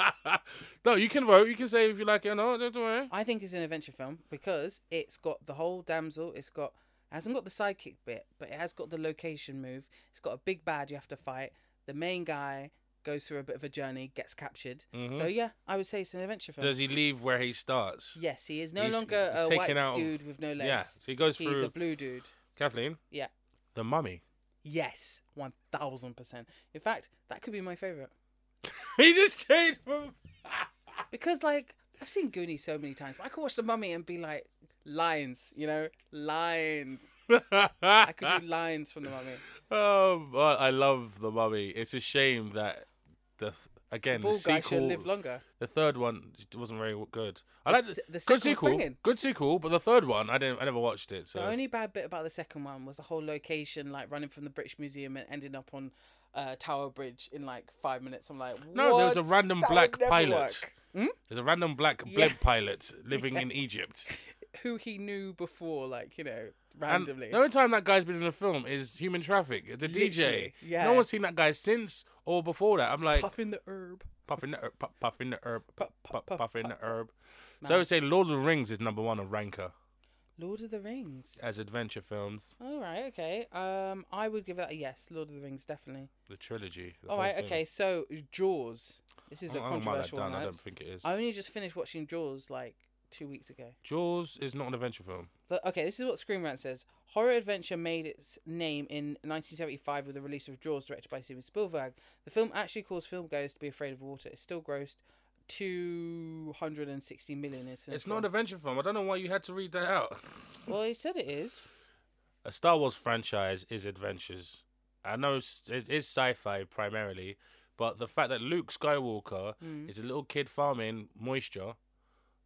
no, you can vote. You can say if you like it or not. Don't worry.
I think it's an adventure film because it's got the whole damsel. It's got hasn't got the sidekick bit, but it has got the location move. It's got a big bad you have to fight. The main guy goes through a bit of a journey, gets captured. So yeah, I would say it's an adventure film.
Mm-hmm. Does he leave where he starts?
yes, he is no
he's-
longer
he's
a
taken
white
out of-
dude with no legs.
Yeah. So he goes
He's
through
a blue dude.
Kathleen,
Yeah.
the Mummy.
Yes, one thousand percent. In fact, that could be my favorite.
he just changed from.
Because like I've seen Goonies so many times, but I could watch The Mummy and be like lines, you know, lines. I could
Ah.
do lines from The Mummy.
Oh, but I love The Mummy. It's a shame that, the th- again, the,
Bald guy should
sequel,
live longer.
the third one wasn't very good. I
The
like
se- the second
good
was
sequel,
banging.
good sequel, but the third one I didn't, I never watched it. So
The only bad bit about the second one was the whole location, like running from the British Museum and ending up on uh, Tower Bridge in like five minutes. I'm like,
No, there was a
"What?
random
That would
black
never
pilot.
work." Hmm?
There's a random black
Yeah.
blimp pilot living in Egypt.
who he knew before, like you know,
And
randomly.
the only time that guy's been in a film is Human Traffic, the DJ.
Literally, yeah.
No one's seen that guy since or before that. I'm like,
Puffing the herb.
puffing the herb, puff, puffing the herb, puff,
Puff,
puff,
puff, puff,
puffing the
puff,
herb. So I would say Lord of the Rings is number one on Ranker
Lord of the Rings.
as adventure films,
All right, okay. Um, I would give that a yes. Lord of the Rings, definitely.
the trilogy. the
All
whole
right,
thing.
okay. So Jaws. This is
I
a
don't- I don't mind that
controversial
done.
one.
I don't
Alex.
think it is.
I only just finished watching Jaws like two weeks ago.
Jaws is not an adventure film.
The- okay, this is what Screen Rant says. Horror adventure made its name in 1975 with the release of Jaws, directed by Steven Spielberg. The film actually caused filmgoers to be afraid of water. It still grossed 260 million.
It's not an adventure film. I don't know why you had to read that out.
Well, he said it is.
a Star Wars franchise is adventures. I know it's, it is sci-fi primarily, but the fact that Luke Skywalker
Hmm. Mm-hmm.
is a little kid farming moisture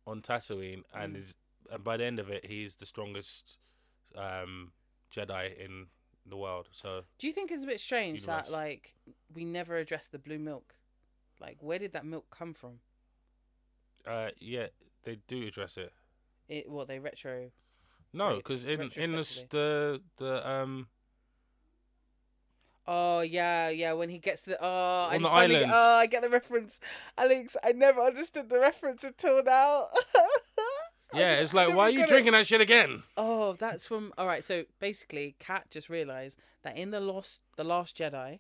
on Tatooine, and
Mm.
is and by the end of it, he's the strongest um, Jedi in the world. So
Do you think it's a bit strange
Universe.
that like we never addressed the blue milk? Like, where did that milk come from?
uh, yeah, they do address it.
It well, they retro.
No,
Right,
because in in the, s-
retrospectively.
the the um
Oh yeah, yeah. When he gets to the oh, I
On the
finally get-
island.
oh, I get the reference, Alex. I never understood the reference until now. I
yeah,
didn't-
it's
I
like
never
why are you
got it.
drinking that shit again?
Oh, that's from all right. So basically, Kat just realized that in the lost, the Last Jedi,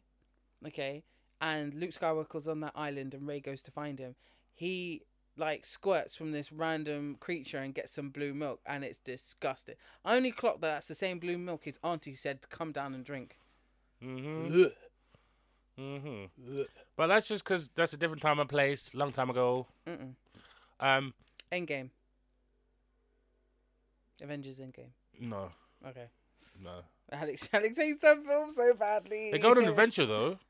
okay, and Luke Skywalker's on that island, and Ray goes to find him. He like squirts from this random creature and gets some blue milk, and it's disgusting. I only clocked that that's the same blue milk his auntie said to come down and drink.
hmm hmm But that's just because that's a different time and place, long time ago.
Mm-mm.
Um,
Endgame. Avengers Endgame.
No,
Okay.
no.
Alex, Alex hates that film so badly.
They go on an adventure though.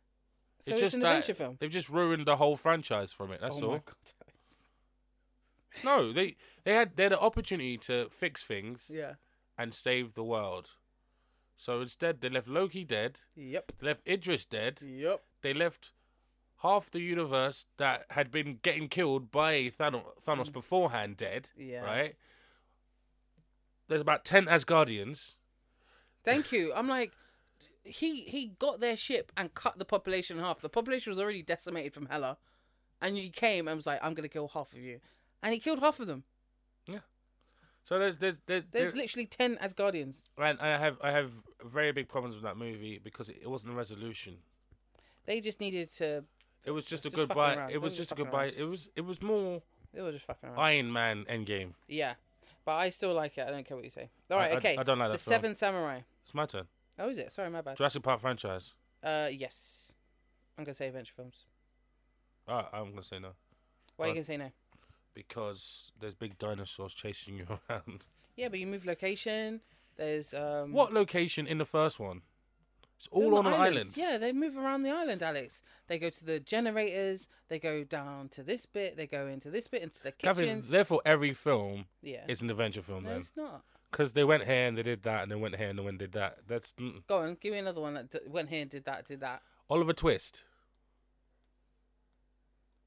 So it's,
just
an
that
adventure film.
They've just ruined the whole franchise from it. That's
oh
all.
my god.
No, they they had they had an opportunity to fix things
Yeah.
and save the world. So instead, they left Loki dead.
Yep.
They left Idris dead.
Yep.
They left half the universe that had been getting killed by Thanos, Thanos beforehand dead.
Mm. Yeah.
Right. There's about ten Asgardians.
Thank you. I'm like, he he got their ship and cut the population in half. The population was already decimated from Hella, and he came and was like, "I'm gonna kill half of you," and he killed half of them.
So there's there's there's,
There's
there's
literally ten Asgardians.
and I have I have very big problems with that movie because it, it wasn't a resolution.
They just needed to.
It was just a
Just fucking
goodbye.
around.
It was
Those are
just a
fucking
goodbye.
arounds.
It was it was more
They were just fucking around.
Iron Man Endgame.
yeah, but I still like it. I don't care what you say. All right.
I-
okay.
I don't like
the
that film.
Seven Samurai.
It's my turn.
Oh, is it? Sorry, my bad.
Jurassic Park franchise.
Uh, yes. I'm gonna say adventure films.
Ah, I'm gonna say no
Why are you
Fine.
gonna say no?
because there's big dinosaurs chasing you around.
Yeah, but you move location. There's um
What location in the first one? It's
they're
all on an
islands.
island.
Yeah, they move around the island, Alex. They go to the generators. They go down to this bit. They go into this bit into the
Gavin,
kitchens.
therefore, every film
yeah,
is an adventure film
no,
then,
it's not.
because they went here and they did that, and they went here and they went did that. That's mm.
Go on, give me another one that d- went here and did that, did that.
Oliver Twist.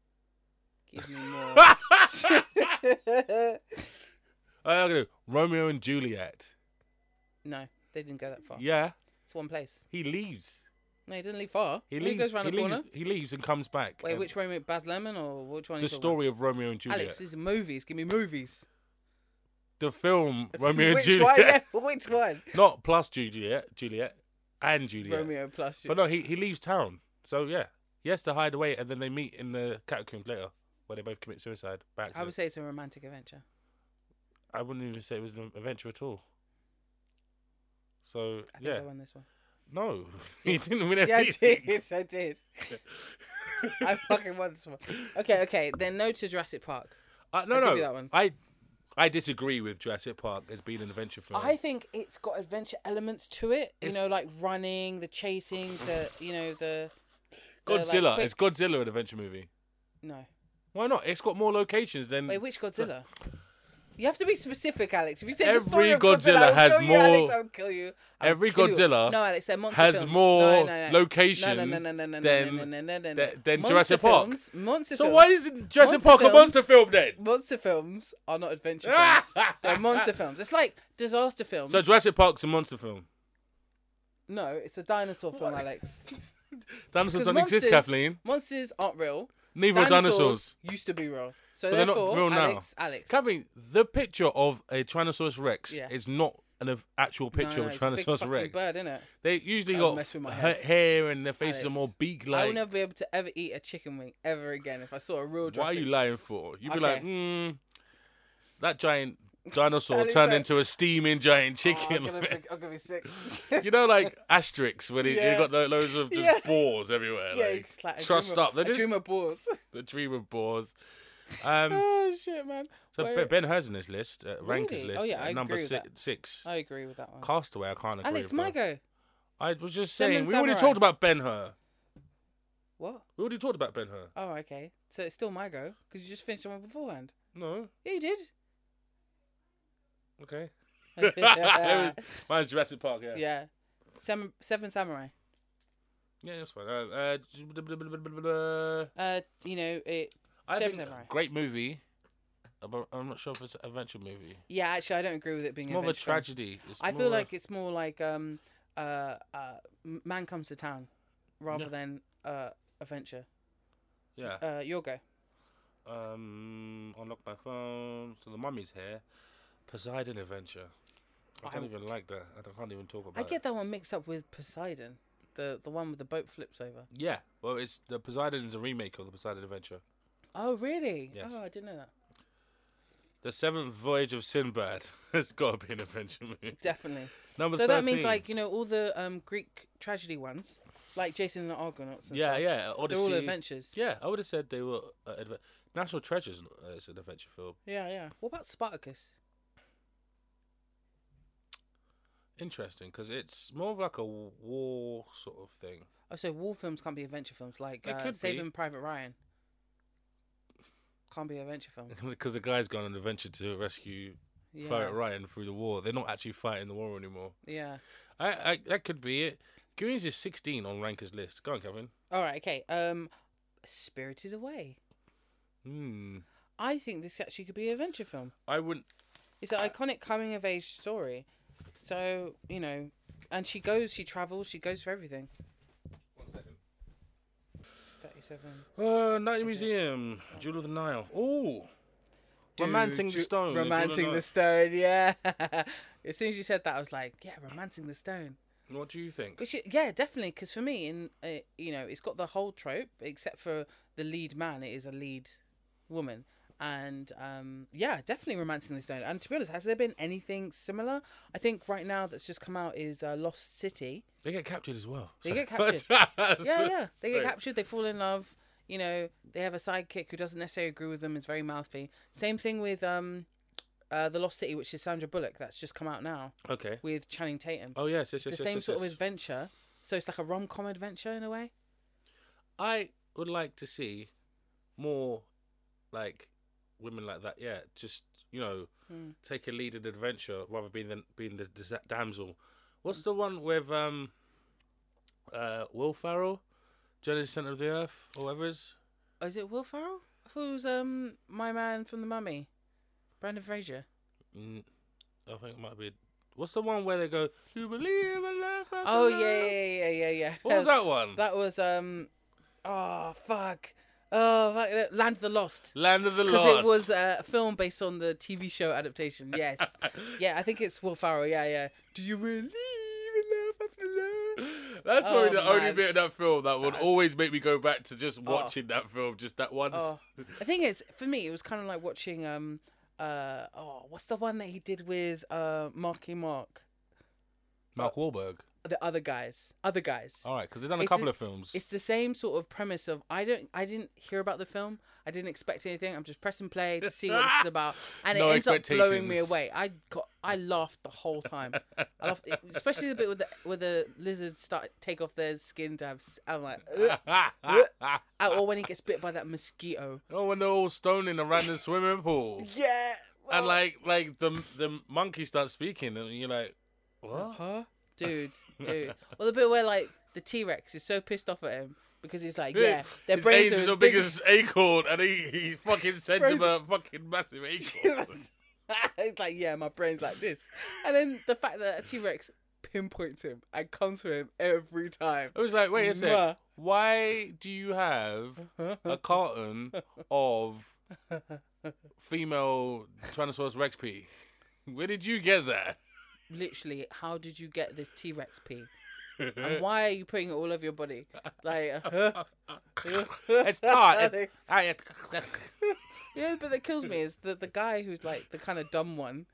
Give me more.
I do Romeo and Juliet.
no, they didn't go that far.
Yeah,
It's one place.
he leaves.
No, he didn't leave far.
He
Only
leaves.
goes round
he,
the
leaves
corner.
he leaves and comes back.
Wait,
And
which Romeo Baz Lemon or which one? are
The
you talking about?
story of Romeo and Juliet.
Alex, these are movies. Give me movies.
the film Romeo and
which
Juliet.
One, yeah, which one?
Not plus Juliet, Juliet, and Juliet.
Romeo plus.
But no, he he leaves town. So yeah, he has to hide away, and then they meet in the catacombs later, where they both commit suicide. By
I
accident.
would say it's a romantic adventure.
I wouldn't even say it was an adventure at all. So
I think
yeah,
I won this one.
no, he didn't win
Yeah, I
anything.
did. I did. I fucking won this one. Okay, okay. Then no to Jurassic Park.
Uh, no,
I'll
no,
give you that one.
I I disagree with Jurassic Park as being an adventure film.
I think it's got adventure elements to it.
Oh.
You
It's-
know, like running, the chasing, the you know the the, like,
Godzilla.
quick-
Is Godzilla an adventure movie?
no.
Why not? It's got more locations than
Wait, which Godzilla? You have to be specific, Alex. If you say the
Every
story of Godzilla,
Godzilla
I'll
has
kill You, Alex,
more-
I'll kill you. I'll
every
kill you.
Godzilla
No, Alex, they're monster
has
films.
more
no, no, no.
locations
no, no, no, no,
than-
no, no, no, no, no, no.
than- than
monster
Jurassic Park.
Films, monster
So
films.
why isn't Jurassic
Monster
Park a
films.
monster film then?
monster films are not adventure films. They're monster films. It's like disaster films.
So Jurassic Park's a monster film.
no, it's a dinosaur film, Alex.
Dinosaurs
'Cause
don't exist,
monsters-
Kathleen.
Monsters aren't real.
Neither are dinosaurs.
used to be real. So
But they're not
therefore,
real now.
Alex, Alex.
Kathleen, the picture of a Tyrannosaurus Rex
Yeah.
is not an av- actual
No,
picture
no,
of a
it's a big
Tyrannosaurus
fucking
Rex.
bird, innit?
They usually
That'll
got
mess with my
ha-
head.
hair and their faces are
Alex,
more beak
I will
like.
never be able to ever eat a chicken wing ever again if I saw a real
Why are
Jurassic.
you lying for? You'd be like,
Okay.
hmm, that giant dinosaur
Alex,
turned
I- Oh,
into a steaming giant chicken.
I'm, gonna be, I'm gonna be sick.
you know, like asterisks when they they
Yeah.
got lo- loads of just
Yeah.
boars everywhere.
yeah,
like,
it's just like a
trussed
dream of-
up. They're
a
just
dream of balls.
the dream of boars. Um,
oh shit, man.
So
Where-
Be- Ben Hur's in this list, uh, Ranker's
Really?
list,
Oh, yeah,
at
I
number
agree with
si-
that.
six.
I agree with that one.
Castaway, I can't agree
Alex,
with.
my
though.
go.
I was just
Seven
saying, we already
Samurai.
talked about Ben Hur.
What?
We already talked about Ben Hur.
Oh, okay. So it's still my go because you just finished the one beforehand.
No,
Yeah, you did.
okay. It was- mine's Jurassic Park. Yeah, yeah,
yeah. Sem- Seven Samurai.
that's fine. Uh, uh, j- blah, blah, blah, blah, blah, blah.
Uh, you know it.
I
Seven
think
Samurai.
great movie. uh, but I'm not sure if it's an adventure movie.
Yeah, actually, I don't agree with it being
It's more of a
adventure film.
tragedy. It's
I
more
feel
of a-
like it's more like um uh, uh M- man comes to town rather
Yeah.
than uh adventure.
yeah.
Uh, your go.
Um, unlock my phone. So the mummy's here. Poseidon Adventure. I
I-
don't even like that. I don't- can't even talk about.
I
it.
get that one mixed up with Poseidon, the the one with the boat flips over.
Yeah, well, it's the Poseidon is a remake of the Poseidon Adventure.
Oh really?
Yes.
Oh, I didn't know that.
The Seventh Voyage of Sinbad has got to be an adventure movie.
Definitely.
Number
so that means
13.
like you know all the um Greek tragedy ones, like Jason and the Argonauts. And
yeah,
stuff,
yeah,
They're
Odyssey.
all adventures.
Yeah, I would have said they were uh, adve- National Treasures. Uh, it's an adventure film.
Yeah, yeah. What about Spartacus?
Interesting, because it's more of like a war sort of thing.
Oh, so war films can't be adventure films. Like
They
uh,
could
Saving Private Ryan can't be an adventure film.
Because the guy's gone on an adventure to rescue
Yeah,
Pirate Ryan through the war. They're not actually fighting the war anymore.
yeah.
I, I that could be it. Goonies is 16 on Ranker's list. Go on, Kevin.
All right, okay. Um, Spirited Away.
Hmm.
I think this actually could be an adventure film.
I wouldn't.
It's an iconic coming of age story. So you know, and she goes, she travels, she goes for everything.
One second.
Thirty-seven.
Uh, Night Museum, Jewel of the Nile. Ooh. Romancing the
Dude,
Stone. the Jewel of
Romancing the
Nile.
Stone. Yeah. as soon as you said that, I was like, yeah, Romancing the Stone.
What do you think?
Which i- yeah, definitely, because for me, in uh, you know, it's got the whole trope except for the lead man. It is a lead woman, and um, yeah, definitely romancing the stone. And to be honest, has there been anything similar? I think right now that's just come out is uh, Lost City.
They get captured as well.
They get
captured.
Yeah, yeah, they get
Sorry.
captured, they fall in love. You know, they have a sidekick who doesn't necessarily agree with them. Is very mouthy. Same thing with um, uh, the Lost City, which is Sandra Bullock. That's just come out now
Okay.
with Channing Tatum.
Oh yes, yes, yes,
it's the
yes,
same
yes,
sort of
yes.
adventure. So it's like a rom com adventure in a way.
I would like to see more like women like that. Yeah, just you know,
Hmm.
take a lead in adventure rather being than being the disa- damsel.
Hmm.
What's the one with um, uh, Will Farrell, Journey to the Center of the Earth, or whatever it is?
Oh, is it Will Farrell? I thought it was um my man from the Mummy, Brandon Fraser.
Mm, I think it might be. What's the one where they go? You believe in love? after
Oh yeah,
love?"
yeah, yeah, yeah, yeah.
What was that one?
That was um, oh fuck, oh fuck. Land of the Lost.
Land of the
Because
Lost.
it was uh, a film based on the TV show adaptation. Yes. yeah, I think it's Will Farrell. Yeah, yeah. Do you believe in love after love?
That's probably
Oh,
the only
man.
bit of that film that would
That's-
always make me go back to just watching that film, just that one.
Oh, I think it's for me. It was kind of like watching um, uh, oh, what's the one that he did with uh Marky Mark?
Mark Wahlberg.
The other guys, other guys.
All right, because they've done a
It's
couple
a-
of films.
it's the same sort of premise of I don't I didn't hear about the film. I didn't expect anything. I'm just pressing play to see what this is about, and
No
it ends up blowing me
expectations.
away. I got I laughed the whole time, I laughed, especially the bit with the with the lizards start take off their skin to have. s- I'm like, "Ugh." Uh, or when he gets bit by that mosquito.
oh, when they're all stoning around the swimming pool,
Yeah.
and like, like the the monkey starts speaking, and you're like, what?
huh? Dude, dude. Well, the bit where like the T Rex is so pissed off at him because he's like, yeah, their
His age
brains are
is
as
the
big as
biggest acorn, and he, he fucking sends him a
Frozen.
fucking massive acorn.
it's like, yeah, my brain's like this. And then the fact that T Rex pinpoints him and comes to him every time.
I was like, wait a
Mwah.
sec. Why do you have a carton of female Tyrannosaurus Rex pee? Where did you get that?
Literally, how did you get this T Rex pee? And why are you putting it all over your body? Like, uh,
It's tart. It, I,
You know, but that kills me is that the guy who's like the kind of dumb one.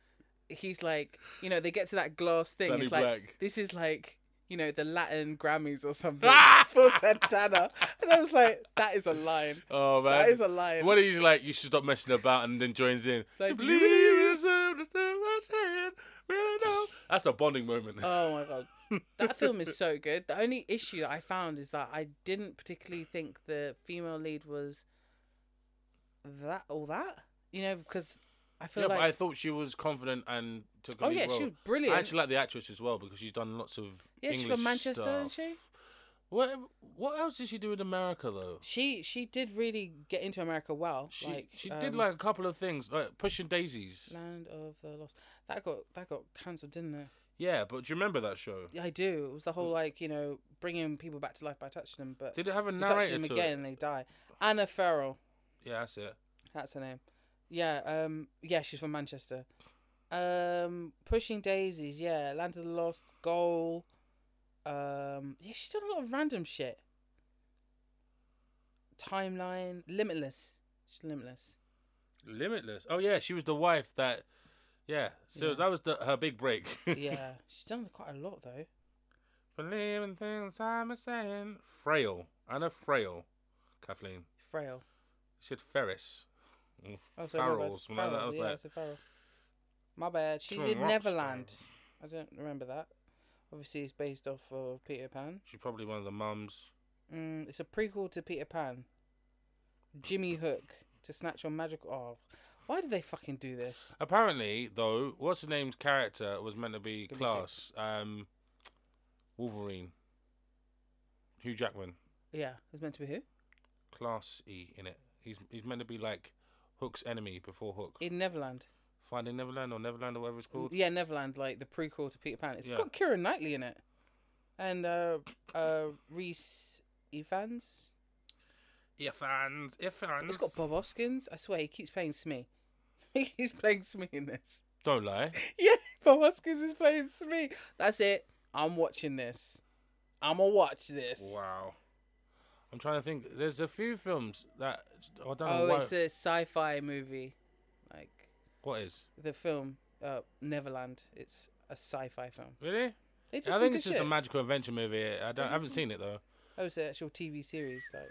He's like, you know, they get to that glass thing.
Danny
it's like
Black.
this is like, you know, the Latin Grammys or something for Santana, and I was like, that is a line.
oh man,
That is a line.
What he's like, you should stop messing about, and then joins in.
Like,
"You
do you
believe in yourself, that's not what I'm saying, really know." That's a bonding moment.
Oh my god, that film is so good. The only issue that I found is that I didn't particularly think the female lead was that all that. You know, because I feel
yeah,
like
but I thought she was confident and took. A
Oh,
lead
yeah, she
role.
was brilliant.
I actually like the actress as well because she's done lots of.
yeah,
English
she's from Manchester,
stuff.
isn't she?
What What else did she do in America though?
She she did really get into America well.
She
like
she did
um,
like a couple of things, like Pushing Daisies.
Land of the Lost. That got that got cancelled, didn't it?
Yeah, but do you remember that show?
Yeah, I do. It was the whole like you know bringing people back to life by touching them, but
Mm. Did it have a
you touch
narrator
them
to
again
it?
and they die. Anna Ferrell.
Yeah, that's it.
That's her name. Yeah, um yeah, she's from Manchester. Um Pushing Daisies, yeah, Land of the Lost, Goal. Um yeah, she's done a lot of random shit. Timeline, Limitless. She's limitless.
Limitless. Oh yeah, she was the wife that. Yeah, so
Yeah.
that was the her big break.
Yeah. she's done quite a lot though.
Believe in things I'm saying. Frail. Anna Frail. Kathleen.
Frail.
She said Ferris. Mm.
Oh, sorry, my bad.
Farrell's. When I- I was
yeah,
like-
I said Farrell. My bad. She's
She's a
in
rock star.
Neverland. I don't remember that. Obviously, it's based off of Peter Pan.
She's probably one of the mums.
Mm, it's a prequel to Peter Pan. Jimmy Hook to snatch on magical. Oh, why do they fucking do this?
Apparently, though, what's the name's character was meant to be
Give me
class um, Wolverine. Hugh Jackman,
Yeah, it's meant to be who?
class E in it. He's he's meant to be like Hook's enemy before Hook.
In Neverland.
Finding Neverland or Neverland or whatever it's called.
Yeah, Neverland, like the prequel to Peter Pan. It's
Yeah.
got Kieran Knightley in it, and uh, uh, Reese Evans.
Yeah, fans, yeah, fans.
It's got Bob Hoskins. I swear, he keeps playing Smee. He's playing Smee in this.
Don't lie.
Yeah, Bob Hoskins is playing Smee. That's it. I'm watching this. I'ma watch this.
Wow. I'm trying to think. There's a few films that I don't know
Oh,
why,
it's a sci-fi movie, like
what is.
the film uh, Neverland. It's a sci-fi film.
Really?
They did
I
some
think
good
it's just a
shit.
magical adventure movie. I don't. I haven't seen it though.
Oh, it's an actual TV series, like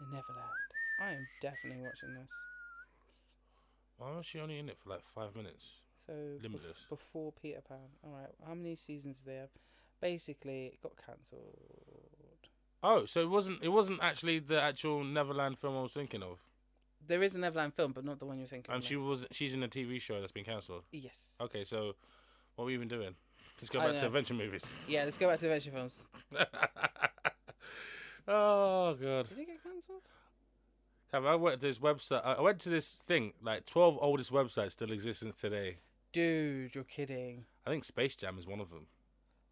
The Neverland. I am definitely watching this.
Why was she only in it for like five minutes?
So bef-
Limitless.
before Peter Pan. All right, how many seasons do they have? Basically, it got cancelled.
Oh, so it wasn't. It wasn't actually the actual Neverland film I was thinking of.
There is a Neverland film, but not the one you're thinking.
And
of.
she was. She's in a TV show that's been cancelled.
Yes.
Okay, so what are we even doing? Let's go
I
back to
know.
adventure movies.
Yeah, let's go back to adventure films.
oh god.
Did it get cancelled?
Have I went to this website? I I went to this thing. Like twelve oldest websites still existence today.
Dude, you're kidding.
I think Space Jam is one of them.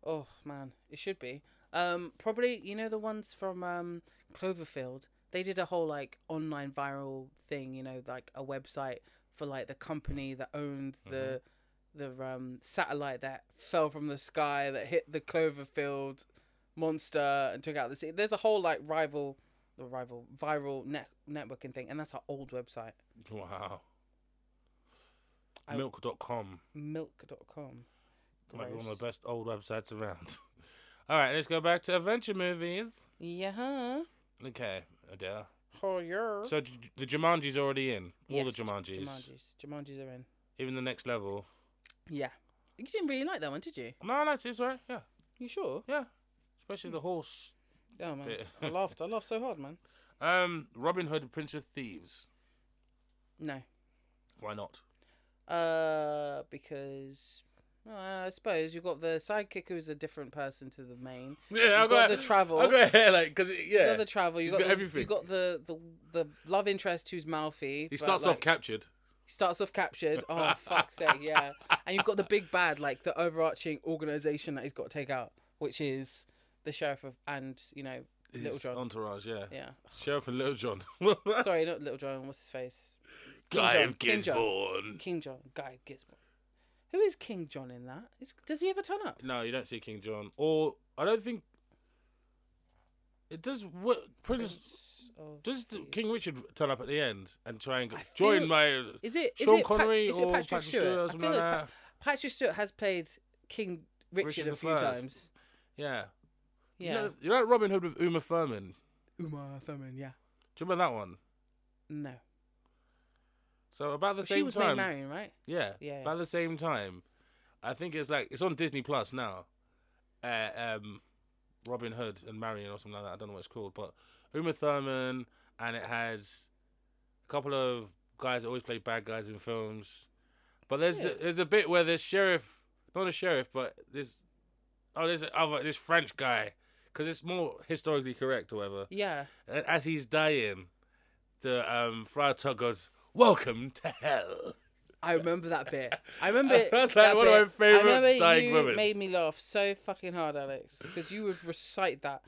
Oh man, it should be. Um, probably you know the ones from um Cloverfield. They did a whole like online viral thing. You know, like a website for like the company that owned the
Mm-hmm.
the um satellite that fell from the sky that hit the Cloverfield monster and took out the sea. There's a whole like rival, the rival viral net networking thing, and that's our old website,
Wow.
I-
Milk.com.
milk.com.
Might be one of
Gross.
the best old websites around. All right, let's go back to adventure movies.
Yeah.
Okay, Adele.
Oh, yeah.
So J- the Jumanji's already in. All
Yes,
the
J-
Jumanjis.
Jumanjis. Jumanjis are in.
Even the next level.
Yeah. You didn't really like that one, did you?
No, I liked it. It's all right. Yeah,
You sure?
yeah. Especially the horse.
Oh man,
Bit.
I laughed. I laughed so hard, man.
Um, Robin Hood, Prince of Thieves.
No.
Why not?
Uh, because uh, I suppose you've got the sidekick who's a different person to the main.
Yeah,
You've got the travel.
I
You've
got hair like because yeah.
got the travel. You've
He's
got,
got
the,
everything.
You've got the, the the love interest who's Malfi.
he
but,
starts off
like,
captured.
he starts off captured. Oh fuck's sake, yeah. And you've got the big bad, like the overarching organization that he's got to take out, which is the sheriff of and you know
His
Little John.
entourage. Yeah.
yeah.
Sheriff and Little John.
Sorry, not Little John. What's his face?
Guy
John,
of
King John.
Gisborne.
King John, Guy Gizmo. Who is King John in that? Is, does he ever turn up?
No, you don't see King John. Or I don't think it does. What Prince?
Prince of
Does the,
Thieves.
King Richard turn up at the end and try and go,
I
join
feel-
my?
Is it is
Sean
it Pat-
Connery
is it
or
Patrick,
Patrick
Stewart?
Stewart or
I feel
something like
it's Pa- Patrick Stewart has played King Richard,
Richard
a
the
few
First.
times.
Yeah.
Yeah.
You know, you know Robin Hood with Uma Thurman.
Uma Thurman. Yeah.
Do you remember that one?
No.
So about the
But
same
she was
time.
named Marion, right?
Yeah.
Yeah.
By the same time, I think it's like it's on Disney Plus now. Uh, um, Robin Hood and Marion or something like that. I don't know what it's called, but Uma Thurman and it has a couple of guys that always play bad guys in films. But there's
Shit.
there's a bit where this sheriff, not a sheriff, but this oh there's other this French guy because it's more historically correct or whatever.
Yeah.
And as he's dying, the um, Friar Tuck goes, "Welcome to hell."
I remember that bit. I remember
That's like
that
one of
bit.
my favourite
I remember
dying
you
moments.
made me laugh so fucking hard, Alex, because you would recite that.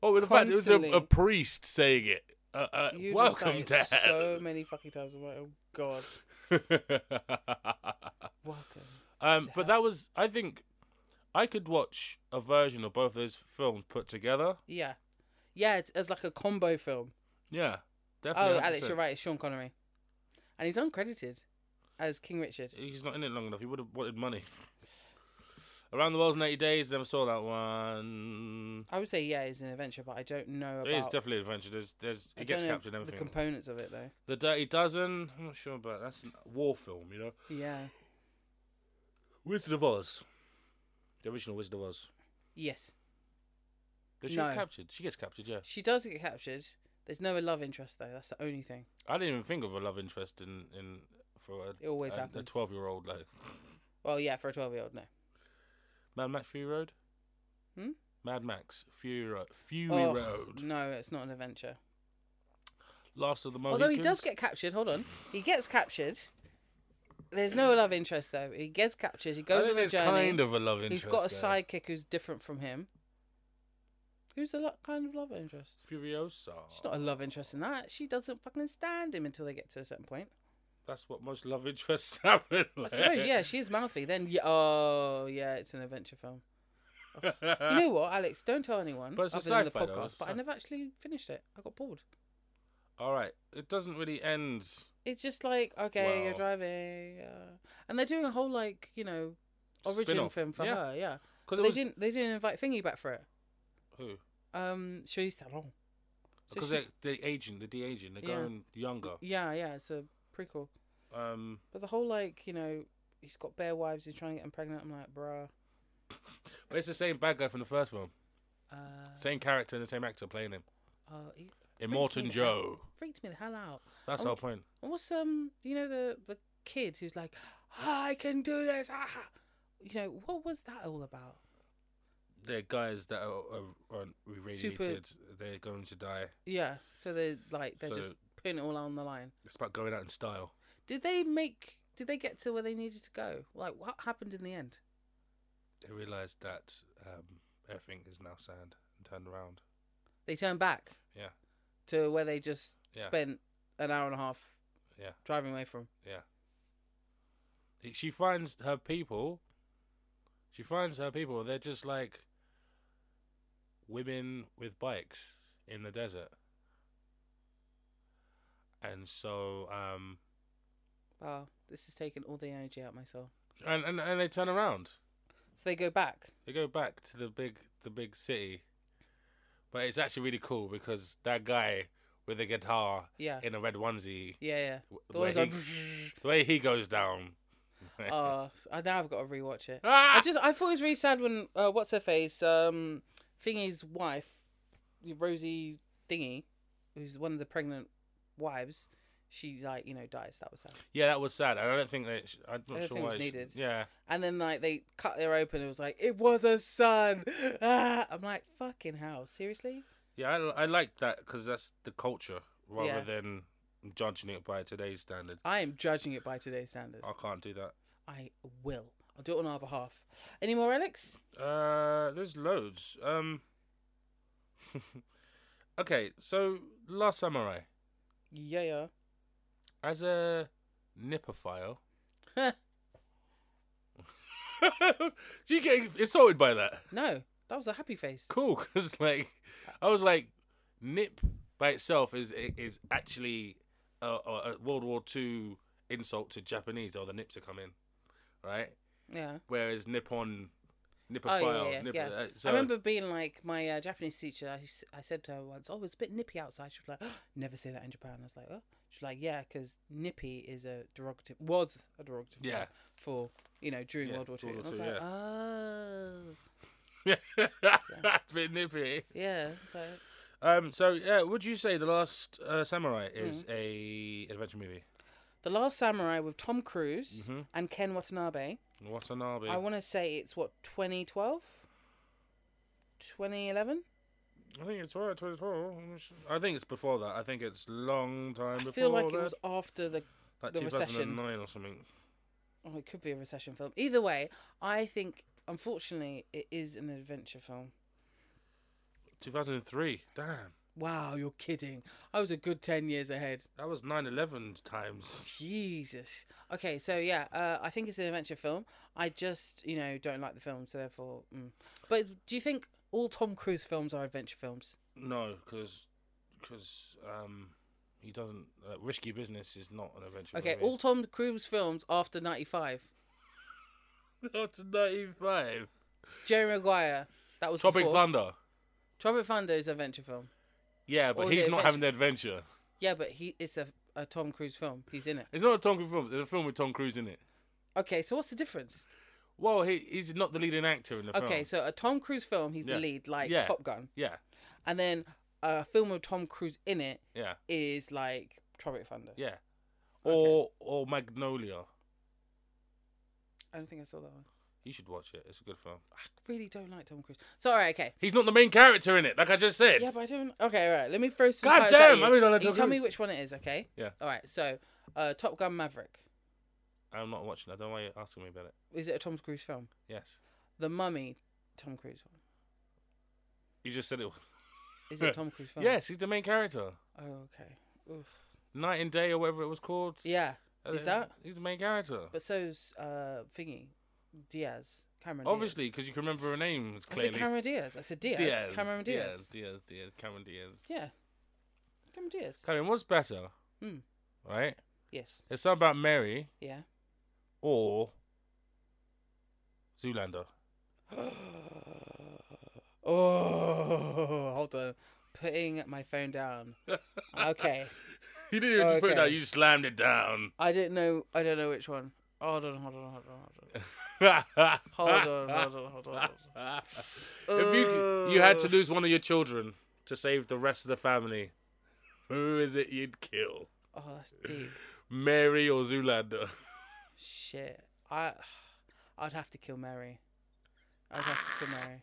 Oh, with the fact it was a,
Constantly.
a priest saying it. Uh, uh,
You
welcome
recite
to
it
hell.
so many fucking times. I'm like, oh god, welcome.
um,
to
but that was, I think, I could watch a version of both those films put together.
Yeah. Yeah, it's, it's like a combo film.
Yeah, definitely.
Oh, Alex,
100%.
you're right. It's Sean Connery. And he's uncredited as King Richard.
He's not in it long enough. He would have wanted money. Around the World's 90 Days, never saw that one.
I would say yeah, it's an adventure, but I don't know about.
It is definitely an adventure. There's, there's,
I
it gets
don't know
captured and
The
everything.
components of it though.
the Dirty Dozen, I'm not sure about That's a war film, you know.
Yeah.
Wizard of Oz. The original Wizard of Oz.
Yes,
Does she get
No.
captured? She gets captured, yeah.
she does get captured. There's no love interest though. That's the only thing.
I didn't even think of a love interest in, in for a,
It always
a, a
happens.
12 year old. Like
Well, yeah, for a twelve-year-old, no.
Mad Max Fury Road?
Hmm?
Mad Max Fury Road. Fury
Oh,
Road.
No, it's not an adventure.
Last of the Mohicans.
Although he does get captured. Hold on, he gets captured. There's no love interest though. He gets captured. He
I
goes
think
on a
there's
journey.
kind of a love interest.
He's got a
there.
sidekick who's different from him. Who's the lo- kind of love interest?
Furiosa.
She's not a love interest in that. She doesn't fucking stand him until they get to a certain point.
That's what most love interests happen.
I
Like.
suppose, yeah, she is mouthy. Then, yeah, oh, yeah, it's an adventure film. You know what, Alex? Don't tell anyone
Uh, But it's a
other than the
sci-fi though,
podcast.
it's
but I
sci-
never actually finished it. I got bored.
All right. It doesn't really end.
It's just like, okay, you're
Wow.
driving, uh, and they're doing a whole like, you know, origin
Spin-off.
film for
Yeah.
her. Yeah,
Because
they
it was.
didn't. They didn't invite Thingy back for it.
Who?
Um, Shui Salon. So
Because
she-
they're, they're aging. They're de aging. They're
Yeah.
going younger.
yeah, yeah, it's a prequel.
Um,
But the whole like, you know, he's got bare wives. He's trying to get him pregnant. I'm like, bruh.
but it's the same bad guy from the first film.
Uh,
Same character and the same actor playing him.
oh, he
Immortan
freaked me the hell-
Joe.
freaked me the hell out.
That's
I
the whole
want-
point.
And what's um, you know the the kid who's like, I can do this. Ah, you know what was that all about?
They're guys that are, are, are irradiated. They're going to die.
Yeah, so they're like they're
So-
just putting it all on the line.
It's about going out in style.
Did they make? Did they get to where they needed to go? Like what happened in the end?
They realised that um, everything is now sand and turned around.
They turned back.
Yeah.
To where they just
Yeah.
spent an hour and a half.
Yeah.
Driving away from.
she finds her people. She finds her people. They're just like women with bikes in the desert. And so, um,
Wow, this is taking all the energy out of my soul.
and, and and they turn around.
So they go back.
They go back to the big the big city. But it's actually really cool because that guy with the guitar
Yeah.
in a red onesie,
Yeah, yeah.
w-
The
the, way
ones like,
he, the way he goes down.
oh, s- I- now I've got to rewatch it.
Ah!
I just I thought it was really sad when uh, what's her face um Thingy's wife, Rosie Thingy, who's one of the pregnant wives, she like you know dies. That was sad.
yeah, that was sad. and I don't think that. sh- I'm
I
not
don't
sure
think it
why.
was
she-
needed.
Yeah.
And then like they cut her open. It was like it was a son. Ah! I'm like fucking hell. Seriously?
Yeah, I, I like that because that's the culture rather
Yeah.
than judging it by today's standard.
I am judging it by today's standards.
I can't do that.
I will. I'll do it on our behalf. Any more, Alex?
Uh, there's loads. Um, okay, so Last Samurai
Yeah, yeah.
as a nippophile. do you get insulted by that?
No, that was a happy face.
Cool, because like I was like, nip by itself is is actually a, a a World War Two insult to Japanese. Oh, the nips are coming, right?
Yeah.
whereas Nippon,
Oh
Nippophile,
yeah, yeah,
Nip-
yeah.
uh, so-
I remember being like my uh, Japanese teacher. I, s- I said to her once, "Oh, it's a bit nippy outside." She was like, "Never say that in Japan." I was like, "Oh," she's like, "Yeah, because nippy is a derogative, was a derogative, term
Yeah.
for you know during
Yeah,
World War Two.
World
And I
War
was
Two,
like, "Oh,
that's a bit nippy.
yeah." So
Um, so yeah, would you say the last uh, Samurai is
Mm-hmm.
a adventure movie?
the Last Samurai with Tom Cruise
Mm-hmm.
and Ken Watanabe.
Watanabe.
I want to say it's what 2012, 2011.
I think it's right. 2012. I think it's before that. I think it's long time
I
before
feel like
that.
it was after the
like
the
2009
recession.
or something.
Oh, it could be a recession film. Either way, I think unfortunately it is an adventure film.
2003. Damn,
Wow, you're kidding. I was a good 10 years ahead.
that was 9/11 times.
Jesus. Okay, so yeah, uh, I think it's an adventure film. I just, you know, don't like the film, so therefore. Mm. But do you think all Tom Cruise films are adventure films?
No, because because um, he doesn't. Uh, risky business is not an adventure.
Okay,
movie.
all Tom Cruise films after 95.
Not 95.
Jerry Maguire. That was
Tropic
before.
Thunder.
Tropic Thunder is an adventure film.
Yeah, but
Or the
he's not
adventure-
having the adventure.
Yeah, but he it's a, a Tom Cruise film. He's in it.
It's not a Tom Cruise film. It's a film with Tom Cruise in it.
Okay, so what's the difference?
Well, he, he's not the leading actor in the film.
Okay, so a Tom Cruise film, he's
Yeah.
the lead, like
Yeah.
Top Gun,
Yeah,
and then a film with Tom Cruise in it
yeah,
is like Tropic Thunder.
yeah. Or or Magnolia.
I don't think I saw that one.
You should watch it. It's a good film.
I really don't like Tom Cruise. So all right, okay.
He's not the main character in it, like I just said.
Yeah, but I don't. Okay, all right. Let me throw some.
God
titles at
damn,
you.
I really don't like
You
Tom
tell me
Cruise.
which one it is, okay?
Yeah.
All right. So, uh, Top Gun Maverick.
I'm not watching. I don't know why you're asking me about it.
Is it a Tom Cruise film?
Yes,
The Mummy, Tom Cruise one.
you just said it. was-
Is it a Tom Cruise film?
Yes, he's the main character.
Oh, okay. Oof.
Night and Day or whatever it was called.
Yeah.
Uh,
Is that?
He's the main character.
But so's uh thingy, Diaz, Cameron.
Obviously,
Diaz.
because you can remember her name
I
clearly.
said Cameron Diaz. I said Diaz. Cameron
Diaz.
Diaz.
Diaz. Diaz. Cameron Diaz.
Yeah. Cameron Diaz.
Cameron, what's better?
Hmm.
Right?
yes.
It's something about Mary
Yeah.
or Zoolander.
oh, hold on. Putting my phone down. Okay.
You didn't even just put it down.
Okay.
You slammed it down.
I don't know. I don't know which one. Hold on. Hold on. Hold on. Hold on. Hold on, hold on, Uh. hold on. hold on.
if you you had to lose one of your children to save the rest of the family, who is it you'd kill?
Oh, that's deep.
Mary or Zoolander?
Shit. I, I'd have to kill Mary. I'd have to kill Mary.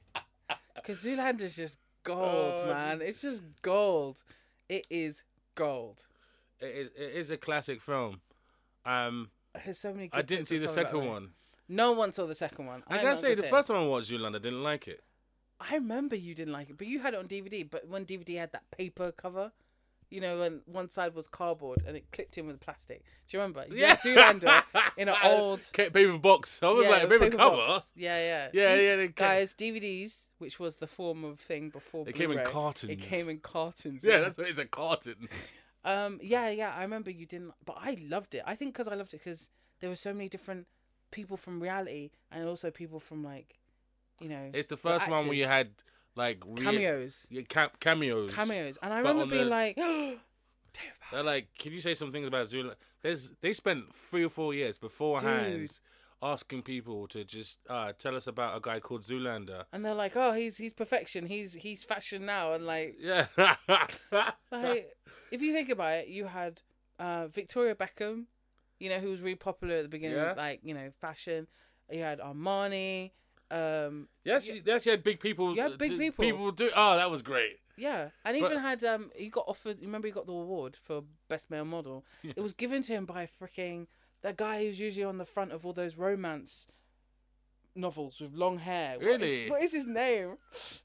Because Zoolander's just gold,
Oh,
man. It's just gold. It is gold.
It is, it is a classic film. Um,
There's so many. Good
I didn't
bits
see
of
the
songs out
second
there.
one.
No one saw the second one.
I
I'm
gotta
not
say,
gonna
the
it.
first time I watched Zoolander, I didn't like it.
I remember you didn't like it, but you had it on DVD. But when DVD had that paper cover, you know, and one side was cardboard and it clipped in with plastic. Do you remember? You had Zoolander in an old
Ca- paper box. I was
Yeah,
like,
with
paper, cover.
box. Yeah, yeah.
Yeah,
D-
yeah, they ca-
Guys, DVDs, which was the form of thing before
It came in
Blu-ray,
cartons.
It came in cartons.
Yeah, that's what it's a carton.
um, yeah, yeah. I remember you didn't, but I loved it. I think because I loved it because there were so many different people from reality and also people from like, you know,
It's the
the
first one where you
actors.
had like real
cameos,
Yeah, ca- cameos.
cameos, and I
But
remember
on
being
the-
like,
They're like, can you say some things about Zoolander? There's they spent three or four years beforehand
Dude.
asking people to just uh, tell us about a guy called Zoolander.
and they're like, oh, he's he's perfection. He's he's fashion now, and like,
Yeah.
Like, if you think about it, you had uh, Victoria Beckham, you know, who was really popular at the beginning,
Yeah.
like you know, fashion. You had Armani. Um,
yeah, actually, they actually had big people.
You had big
d-
people.
People do. Oh, that was great.
yeah, and
But-
even had um, he got offered. Remember, he got the award for best male model. It was given to him by freaking that guy who's usually on the front of all those romance novels with long hair. What is-
Really?
what is his name?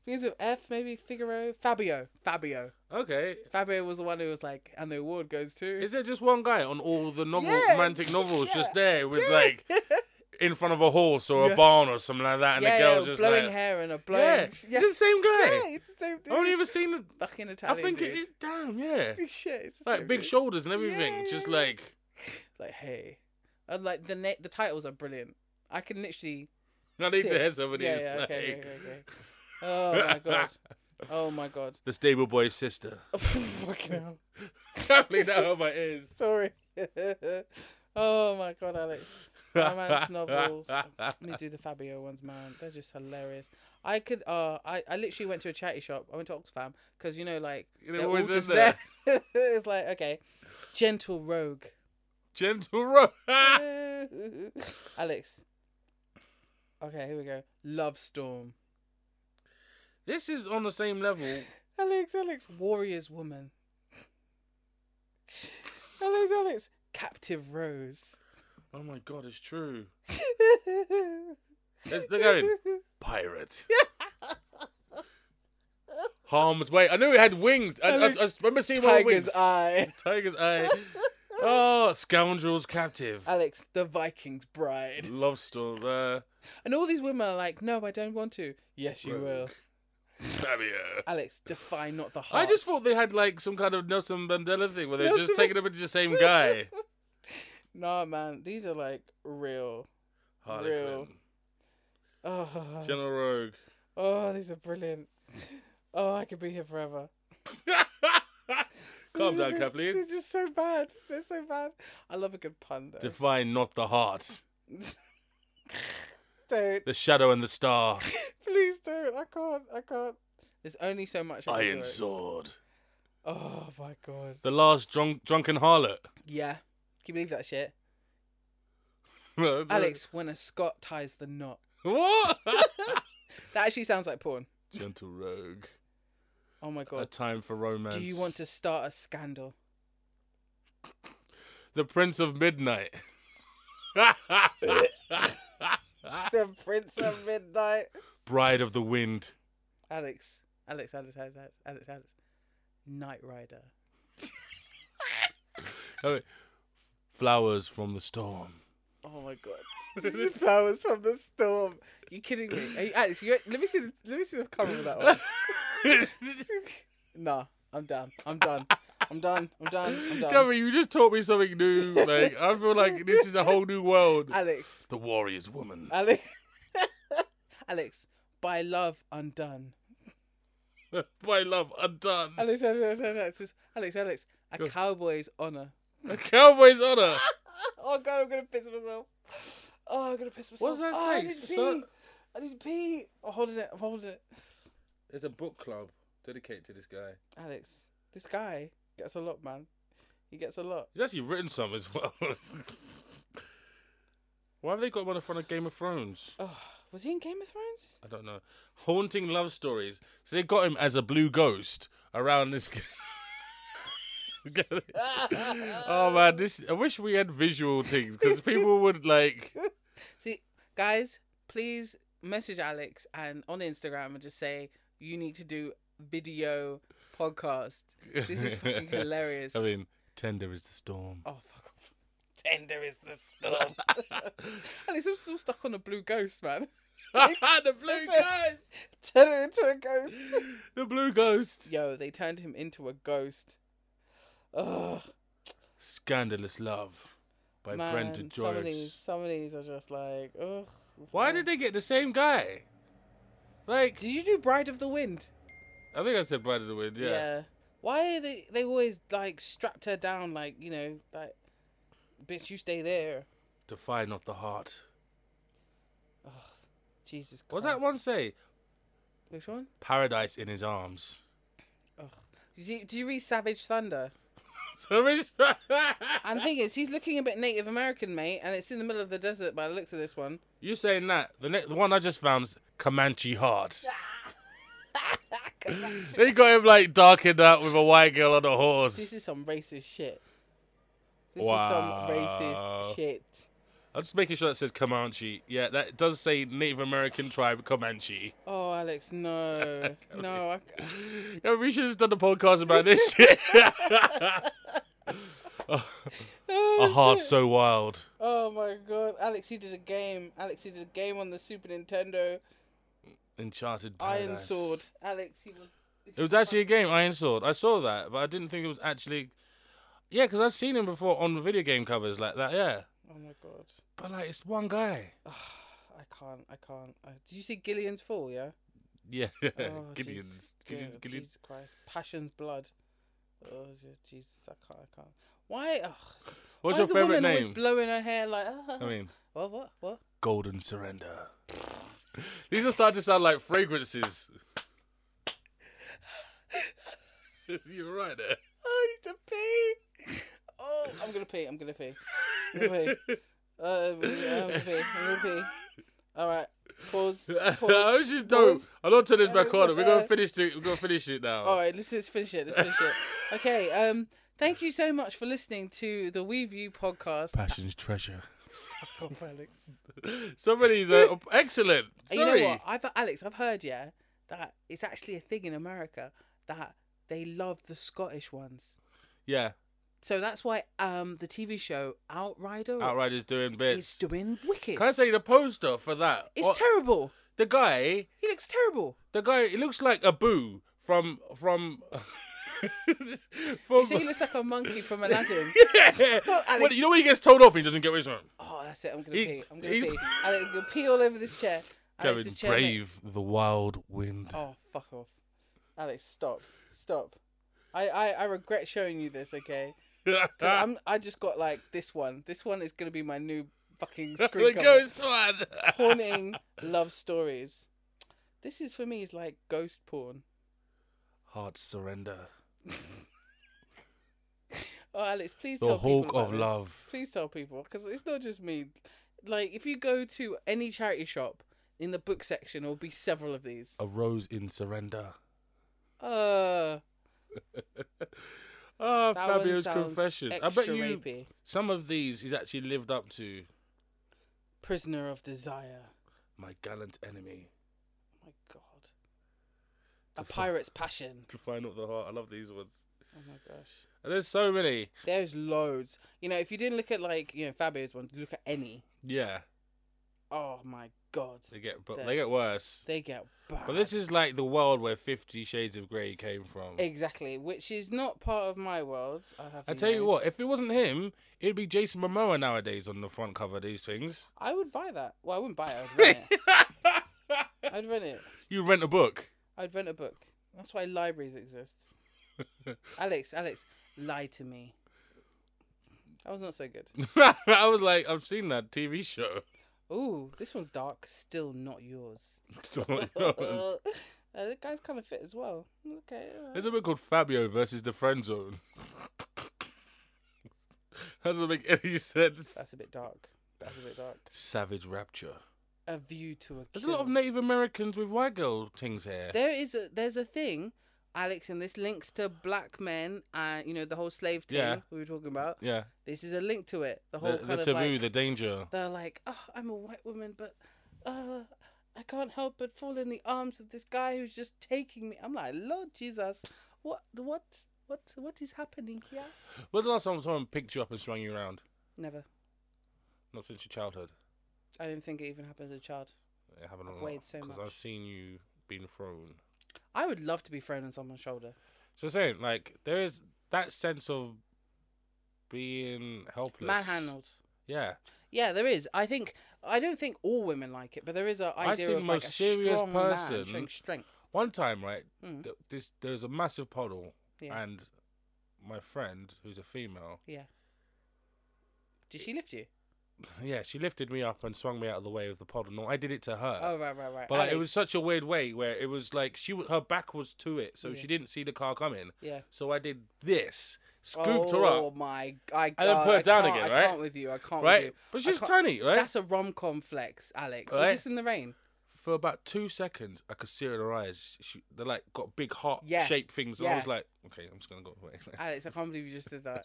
Begins with F, maybe Figaro. Fabio. Fabio.
Okay.
Fabio was the one who was like, and the award goes to.
Is there just one guy on all the novel
Yeah,
romantic novels
yeah,
just there with like in front of a horse or
Yeah.
a barn or something like that, and
yeah,
the girl's
yeah,
just
blowing
like,
hair and a blowing.
yeah,
yeah,
it's the same guy.
yeah, it's the same dude.
I've only ever seen the.
Fucking
I
Italian.
think
dude.
it is. Damn, yeah.
Shit, it's the
Like
same
big
dude.
shoulders and everything,
Yeah,
just
yeah, yeah.
like
Like hey, and like the na- the titles are brilliant. I can literally.
I need to
Sick.
hear somebody.
yeah,
is
yeah,
like,
okay, okay, okay, okay. Oh my god. Oh my god.
The stable boy's sister.
Fucking hell.
Can't believe that hurt my ears.
Sorry. oh my god, Alex. Romance novels. Let me do the Fabio ones, man. They're just hilarious. I could. Uh, I I literally went to a charity shop. I went to Oxfam because you know, like
They're
they're all
always in
just
there.
there. it's like okay, gentle rogue.
Gentle Ro.
Alex. Okay, here we go. Love Storm.
this is on the same level.
Alex, Alex. Warriors Woman. Alex, Alex. Captive Rose.
Oh my god, it's true. Let's look at it. Pirate. Harm's way. I knew it had wings. I, I, I remember seeing one with wings.
Tiger's Eye.
Tiger's eye. Oh, scoundrel's captive.
Alex, the Viking's bride.
Love storm. Uh,
And all these women are like, no, I don't want to. Yes, you
Rogue.
will.
Fabio.
Alex, defy not the heart.
I just thought they had like some kind of Nelson Mandela thing where they're
Nelson
just taking them into the same guy.
Nah, man. These are like real.
Harley
Real.
Quinn.
Oh,
General Rogue.
oh, these are brilliant. Oh, I could be here forever.
Calm
These are
down,
br-
Kathleen.
They're just so bad. They're so bad. I love a good pun though.
Define not the heart,
don't
the shadow and the star.
please don't. I can't. I can't. There's only so much. I can do
Iron
it.
sword.
Oh my god.
The last drunk, drunken harlot.
Yeah. Can you believe that shit? Alex, when a Scot ties the knot.
What?
That actually sounds like porn.
Gentle rogue.
Oh my
A
god.
time for romance.
Do you want to start a scandal?
The Prince of Midnight.
The Prince of Midnight.
Bride of the Wind.
Alex. Alex, Alex, Alex, Alex, Alex, Alex. Knight Rider.
Flowers from the storm.
Oh my god. This is flowers from the storm. You kidding me? Are you, Alex, you, let me see the let me see the cover of that one. Nah, I'm done. I'm done. I'm done. I'm done. I'm done.
Gary, you just taught me something new. Like I feel like this is a whole new world.
Alex.
The warrior's woman.
Alex. Alex. By love undone.
By love undone.
Alex, Alex, Alex, Alex, Alex, Alex. A
Go.
cowboy's honor.
A cowboy's honor.
Oh god, I'm gonna piss myself. Oh, I'm gonna piss
does
myself.
that
oh, I
say?
didn't pee.
Son-
I didn't pee. I'm holding it. I'm holding it.
There's a book club dedicated to this guy.
Alex, this guy gets a lot, man. He gets a lot.
He's actually written some as well. Why have they got him on the front of Game of Thrones?
Oh, was he in Game of Thrones?
I don't know. Haunting love stories. So they got him as a blue ghost around this. oh man, this. I wish we had visual things because people would like.
See, guys, please message Alex and on Instagram and just say you need to do video podcast. This is fucking hilarious.
I mean, tender is the storm.
oh fuck off. Tender is the storm. Alex, I'm still stuck on a blue ghost, man.
the blue ghost.
Turn him into a ghost.
The blue ghost.
Yo, they turned him into a ghost. Ugh.
Scandalous love by
Man,
Brenda
some of
Joyce.
these, some of these are just like, ugh.
Why did they get the same guy? Like,
Did you do Bride of the Wind?
I think I said Bride of the Wind. Yeah.
Why are they? They always like strapped her down, like you know, like, bitch, you stay there.
Defy not the heart.
Jesus. Christ.
What does that one say?
Which one?
Paradise in his arms.
Ugh. Did you, did you read Savage Thunder?
So it's-
And the thing is, he's looking a bit Native American, mate, and it's in the middle of the desert by the looks of this one.
you saying that? The next, the one I just found's Comanche Heart. they got him like darkened up with a white girl on a
This
horse.
is some racist shit. This
Wow.
is some racist shit.
I'm just making sure that says Comanche. Yeah, that does say Native American tribe Comanche.
Oh, Alex, no, no, I, c-
Yeah, we should have done a podcast about this. shit.
Oh,
a heart
shit.
so wild.
Oh my god, Alex, he did a game. Alex, he did a game on the Super Nintendo.
Enchanted
Iron
paradise.
Sword. Alex, he was.
It was actually a game, Iron Sword. I saw that, but I didn't think it was actually. Yeah, because I've seen him before on video game covers like that. Yeah,
Oh my god, Ah,
but like it's one guy.
I can't, I can't. Uh, did you see Gillian's Fall? Yeah.
Yeah,
Oh,
Gideon's.
Jesus,
Gideon,
God,
Gideon.
Jesus Christ, Passion's blood. Oh Je- Jesus, I can't, I can't. Why? Oh,
What's
why
your
is a
favorite
woman always
name?
blowing her hair like? "Ah,
I mean,
what? What? What?
Golden Surrender. These are starting to sound like fragrances. You're right there.
I need to pee. Oh, I'm gonna pee. I'm gonna pee. I'm gonna pee. Uh, I'm gonna pee. I'm gonna pee. All right. Pause.
I
Pause.
just don't.
pause.
I'm not turning this back on. We're gonna
Uh,
finish it. We're gonna finish it now.
All right. Let's, let's finish it. Let's finish it. Okay. Um. Thank you so much for listening to the We View podcast.
Passion's treasure.
Alex.
Somebody's uh, excellent. Sorry.
You know what? I've Alex. I've heard yeah that it's actually a thing in America that they love the Scottish ones.
Yeah,
So that's why um the TV show Outrider
Outriders doing bits.
is doing wicked.
Can I say the poster for that?
It's
Or-
terrible.
the guy,
He looks terrible.
the guy. He looks like a boo from from.
You
from
say he looks like a monkey from Aladdin.
yeah.
Alex.
Well, you know when he gets told off, and he doesn't get what he's on.
oh, that's it. I'm gonna
He-
pee. I'm gonna
he's-
pee. Alex, I'm gonna pee all over this chair. Alex
Going
is chairman-
brave the wild wind.
Oh, fuck off. Alex, stop. Stop. I, I, I regret showing you this, okay? 'Cause
Ah.
I'm, I just got like this one. This one is going to be my new fucking
There
screen cover.
goes one.
Porning love stories. This is for me is like ghost porn.
Heart surrender.
Oh, Alex, please
The
tell
Hulk
people about
of
this.
love.
Please tell people because it's not just me. Like if you go to any charity shop in the book section, there'll be several of these.
A rose in surrender.
Uh,
Ah,
that one
Fabio's
sounds
confessions. I
Extra
bet you
rapey.
some of these he's actually lived up to.
Prisoner of Desire.
My gallant enemy.
Oh my god. A pirate's passion.
To find out the heart. I love these ones.
Oh my gosh.
And there's so many.
There's loads. You know, if you didn't look at like you know Fabio's one, look at any.
Yeah,
Oh my god.
they get but
They-
they get worse.
They get bad.
But this is like the world where Fifty Shades of Grey came from.
exactly, which is not part of my world. I have.
I tell you
know.
what, if it wasn't him, it'd be Jason Momoa nowadays on the front cover of these things.
I would buy that. Well, I wouldn't buy it. I'd rent it. I'd rent it.
You rent a book.
I'd rent a book. That's why libraries exist. Alex, Alex, lie to me. That was not so good.
I was like, I've seen that TV show.
Ooh, this one's dark. Still not yours.
Still not yours.
uh, the guy's kind of fit as well. Okay. alright.
There's a book called Fabio versus the Friend Zone. Doesn't make any sense.
That's a bit dark. That's a bit dark.
Savage Rapture.
A view to a.
There's a lot of
kill.
Native Americans with white girl things here.
There is a there's a thing, Alex, and this links to black men and you know the whole slave thing
Yeah.
we were talking about.
Yeah,
This is a link to it. The whole
the, the
kind of
taboo,
like,
the danger.
they're like, oh, I'm a white woman, but uh, I can't help but fall in the arms of this guy who's just taking me. I'm like, Lord Jesus, what, what, what, what is happening here?
When's the last time someone picked you up and swung you around?
Never.
Not since your childhood.
I don't think it even happened as a child.
It happened a
I've
lot.
weighed so
Because
much.
I've seen you being thrown.
I would love to be thrown on someone's shoulder.
So I'm saying, like, there is that sense of being helpless.
Manhandled.
Yeah.
Yeah, there is. I think I don't think all women like it, but there is an
I've
idea
seen
of
the
like
most
a
serious
strong man
person-
showing strength.
One time, right,
Mm.
th- this there was a massive puddle,
Yeah.
and my friend, who's a female,
Did she lift you?
yeah, she lifted me up and swung me out of the way of the puddle. No, I did it to her.
oh right, right, right.
Uh, But like, it
Alex.
was such a weird way where it was like she w- her back was to it, so
Yeah.
she didn't see the car coming.
yeah.
So I did this, scooped
oh,
her up,
my! I
And then
uh,
put her
I
down
can't-
again,
I
right?
can't with you. I can't with you.
right? But
I
she's
can't-
tiny, right?
That's a rom com flex, Alex. Was
Right?
this in the rain?
For about two seconds, I could see her in her eyes. She, they're like got big heart
Yeah.
shaped things. And
Yeah.
I was like, okay, I'm just gonna go away.
Alex, I can't believe you just did that.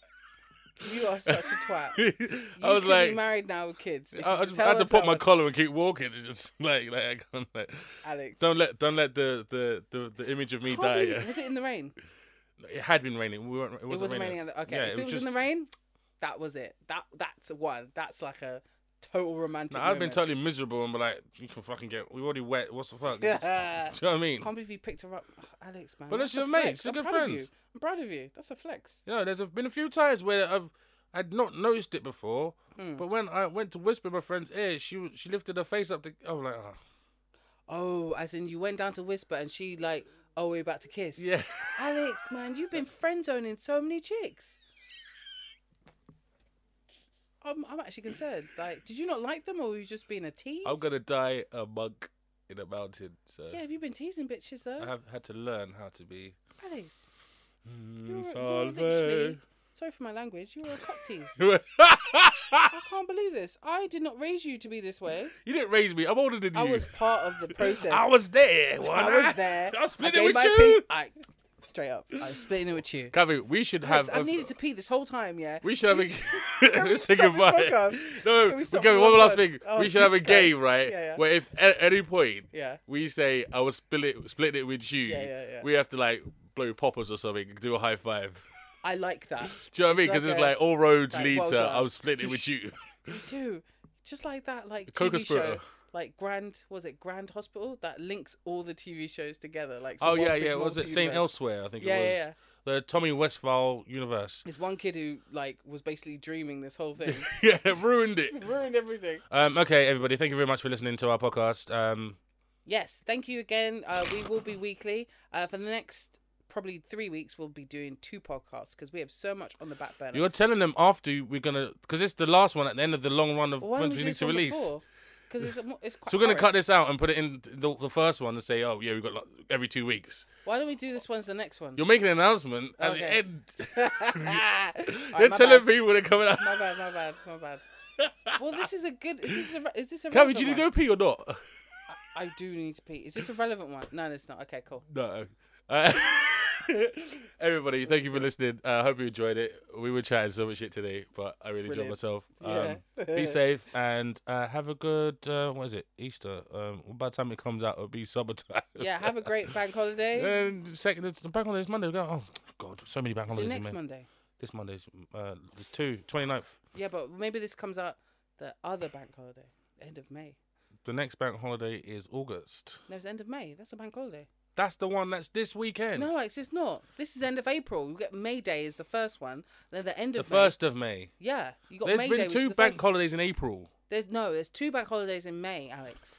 You are such a twat. You
I was
could
like,
be married now with kids. If
I,
you
I
just
just
tell
had to
her
put my
someone-
collar and keep walking. It's just like, like, I can't, like
Alex.
don't let don't let the the the, the image of me
Can't
die.
believe-
Yeah.
Was it in the rain?
It had been raining. We weren't. It
It
wasn't
wasn't
raining.
raining. at the- Okay,
Yeah,
if it was
just,
in the rain, that was it. That that's one. That's like a total romantic.
Nah, I'd been
moment.
totally miserable and be like, you can fucking get. We already wet. What's the fuck? Just- Do you know what I mean?
Can't believe you picked her up, Alex, man.
But
that's
it's your
a
mate,
flex.
it's a
I'm
good
proud Of you.
friend.
I'm proud of you. That's a flex.
You know, there's been a few times where I've I'd not noticed it before,
Hmm.
but when I went to whisper in my friend's ear, she w- she lifted her face up. To, I was like, oh.
Oh, as in you went down to whisper and she like, oh, we're about to kiss.
yeah.
Alex, man, you've been friend zoning so many chicks. I'm, I'm actually concerned. Like, did you not like them, or were you just being a tease?
I'm gonna die a monk in a mountain. So
Yeah, have you been teasing bitches though,
I have had to learn how to be.
Alex?
Mm,
You're, you're
Salve.
literally- sorry for my language. You were a cock tease. I can't believe this. I did not raise you to be this way.
you didn't raise me. I'm older than
I
you.
was part of the process.
I was there.
I
wasn't
was there.
I split
gave
it with
my
you.
opinion- I straight up. I was splitting it with you.
Gabby, we should have.
Alex, I
a-
needed to pee this whole time. Yeah.
We should have a.
Can we
Let's say
stop this
goodbye.
podcast?
No,
Can we
we
stop
Gabby,
for
one
one
last
word?
thing.
Oh,
we should have a
Jesus
game,
Christ.
right?
Yeah, yeah.
Where if at any point
Yeah.
we say I will split it, split it with you,
Yeah, yeah, yeah.
we have to like blow poppers or something, do a high five.
I like that.
Do you know what I mean? Because
Like
it's
a-
like all roads
like,
lead
well
to
done.
I'll split it with you.
You do. Just like that, like
Coca
TV show,
Spruta.
like Grand, was it Grand Hospital that links all the TV shows together? Like so
oh
one
yeah,
big
yeah. What was it Saint
multi-universe.
Elsewhere? I think
Yeah,
it was.
yeah, yeah.
the Tommy Westphal universe.
There's one kid who like was basically dreaming this whole thing,
yeah, ruined it.
ruined everything.
Um, okay, everybody, thank you very much for listening to our podcast. Um,
Yes, thank you again. Uh, we will be weekly uh, for the next probably three weeks. We'll be doing two podcasts because we have so much on the back burner.
you're telling them after we're gonna, because it's the last one at the end of the long run of
Why
when
didn't
we
do
need
this
to
one
release.
before? 'Cause it's, a- it's quite
So we're gonna
horrid.
cut this out and put it in the, the first one and say, oh yeah, we got like, every two weeks.
Why don't we do this one's the next one?
You're making an announcement at the
Okay.
end.
Ah!
They're
Alright, my
telling
bad.
people they're coming out.
My bad, my bad, my bad. Well, this is a good. Is this a? re- Is this a?
Cammy,
relevant
do you need
one?
to go pee or not?
I do need to pee. Is this a relevant one? No, it's not. Okay, cool.
No. Uh, everybody, thank you for listening. I uh, hope you enjoyed it. We were chatting so much shit today, but I really enjoyed
Brilliant.
myself.
Yeah.
Um, be safe and uh, have a good, uh, what is it, Easter? Um, by the time it comes out, it'll be summertime.
Yeah, have a great bank holiday.
And second, it's the bank holiday is Monday. We go, oh, God, so many bank
See you
holidays. in
next
May.
Monday.
This Monday's uh, there's two, 29th.
Yeah, but maybe this comes out the other bank holiday, end of May.
The next bank holiday is August.
No, it's end of May. That's a bank holiday.
That's the one that's this weekend.
No, it's just not. This is end of April. You get May Day is the first one. Then the end
the
of
first of May.
May. Yeah, you got
There's
May Day.
been
which is
two
the
bank
first-
holidays in April.
There's no. There's two bank holidays in May, Alex.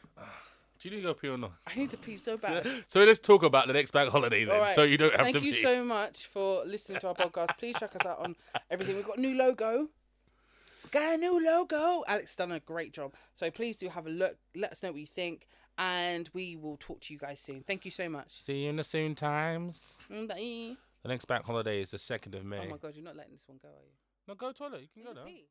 Do you need to go pee or not?
I need to pee so bad.
So let's talk about the next bank holiday then,
All right.
so you don't have
Thank
to.
you
pee.
so much for listening to our podcast. Please check us out on everything. We've got a new logo. Got a new logo. Alex done a great job. So please do have a look. Let us know what you think. And we will talk to you guys soon. Thank you so much.
See you in the soon times.
Bye.
The next bank holiday is the second of May.
Oh my god, you're not letting this one go, are you?
No, go toilet. You can go
Is it
now.
pee?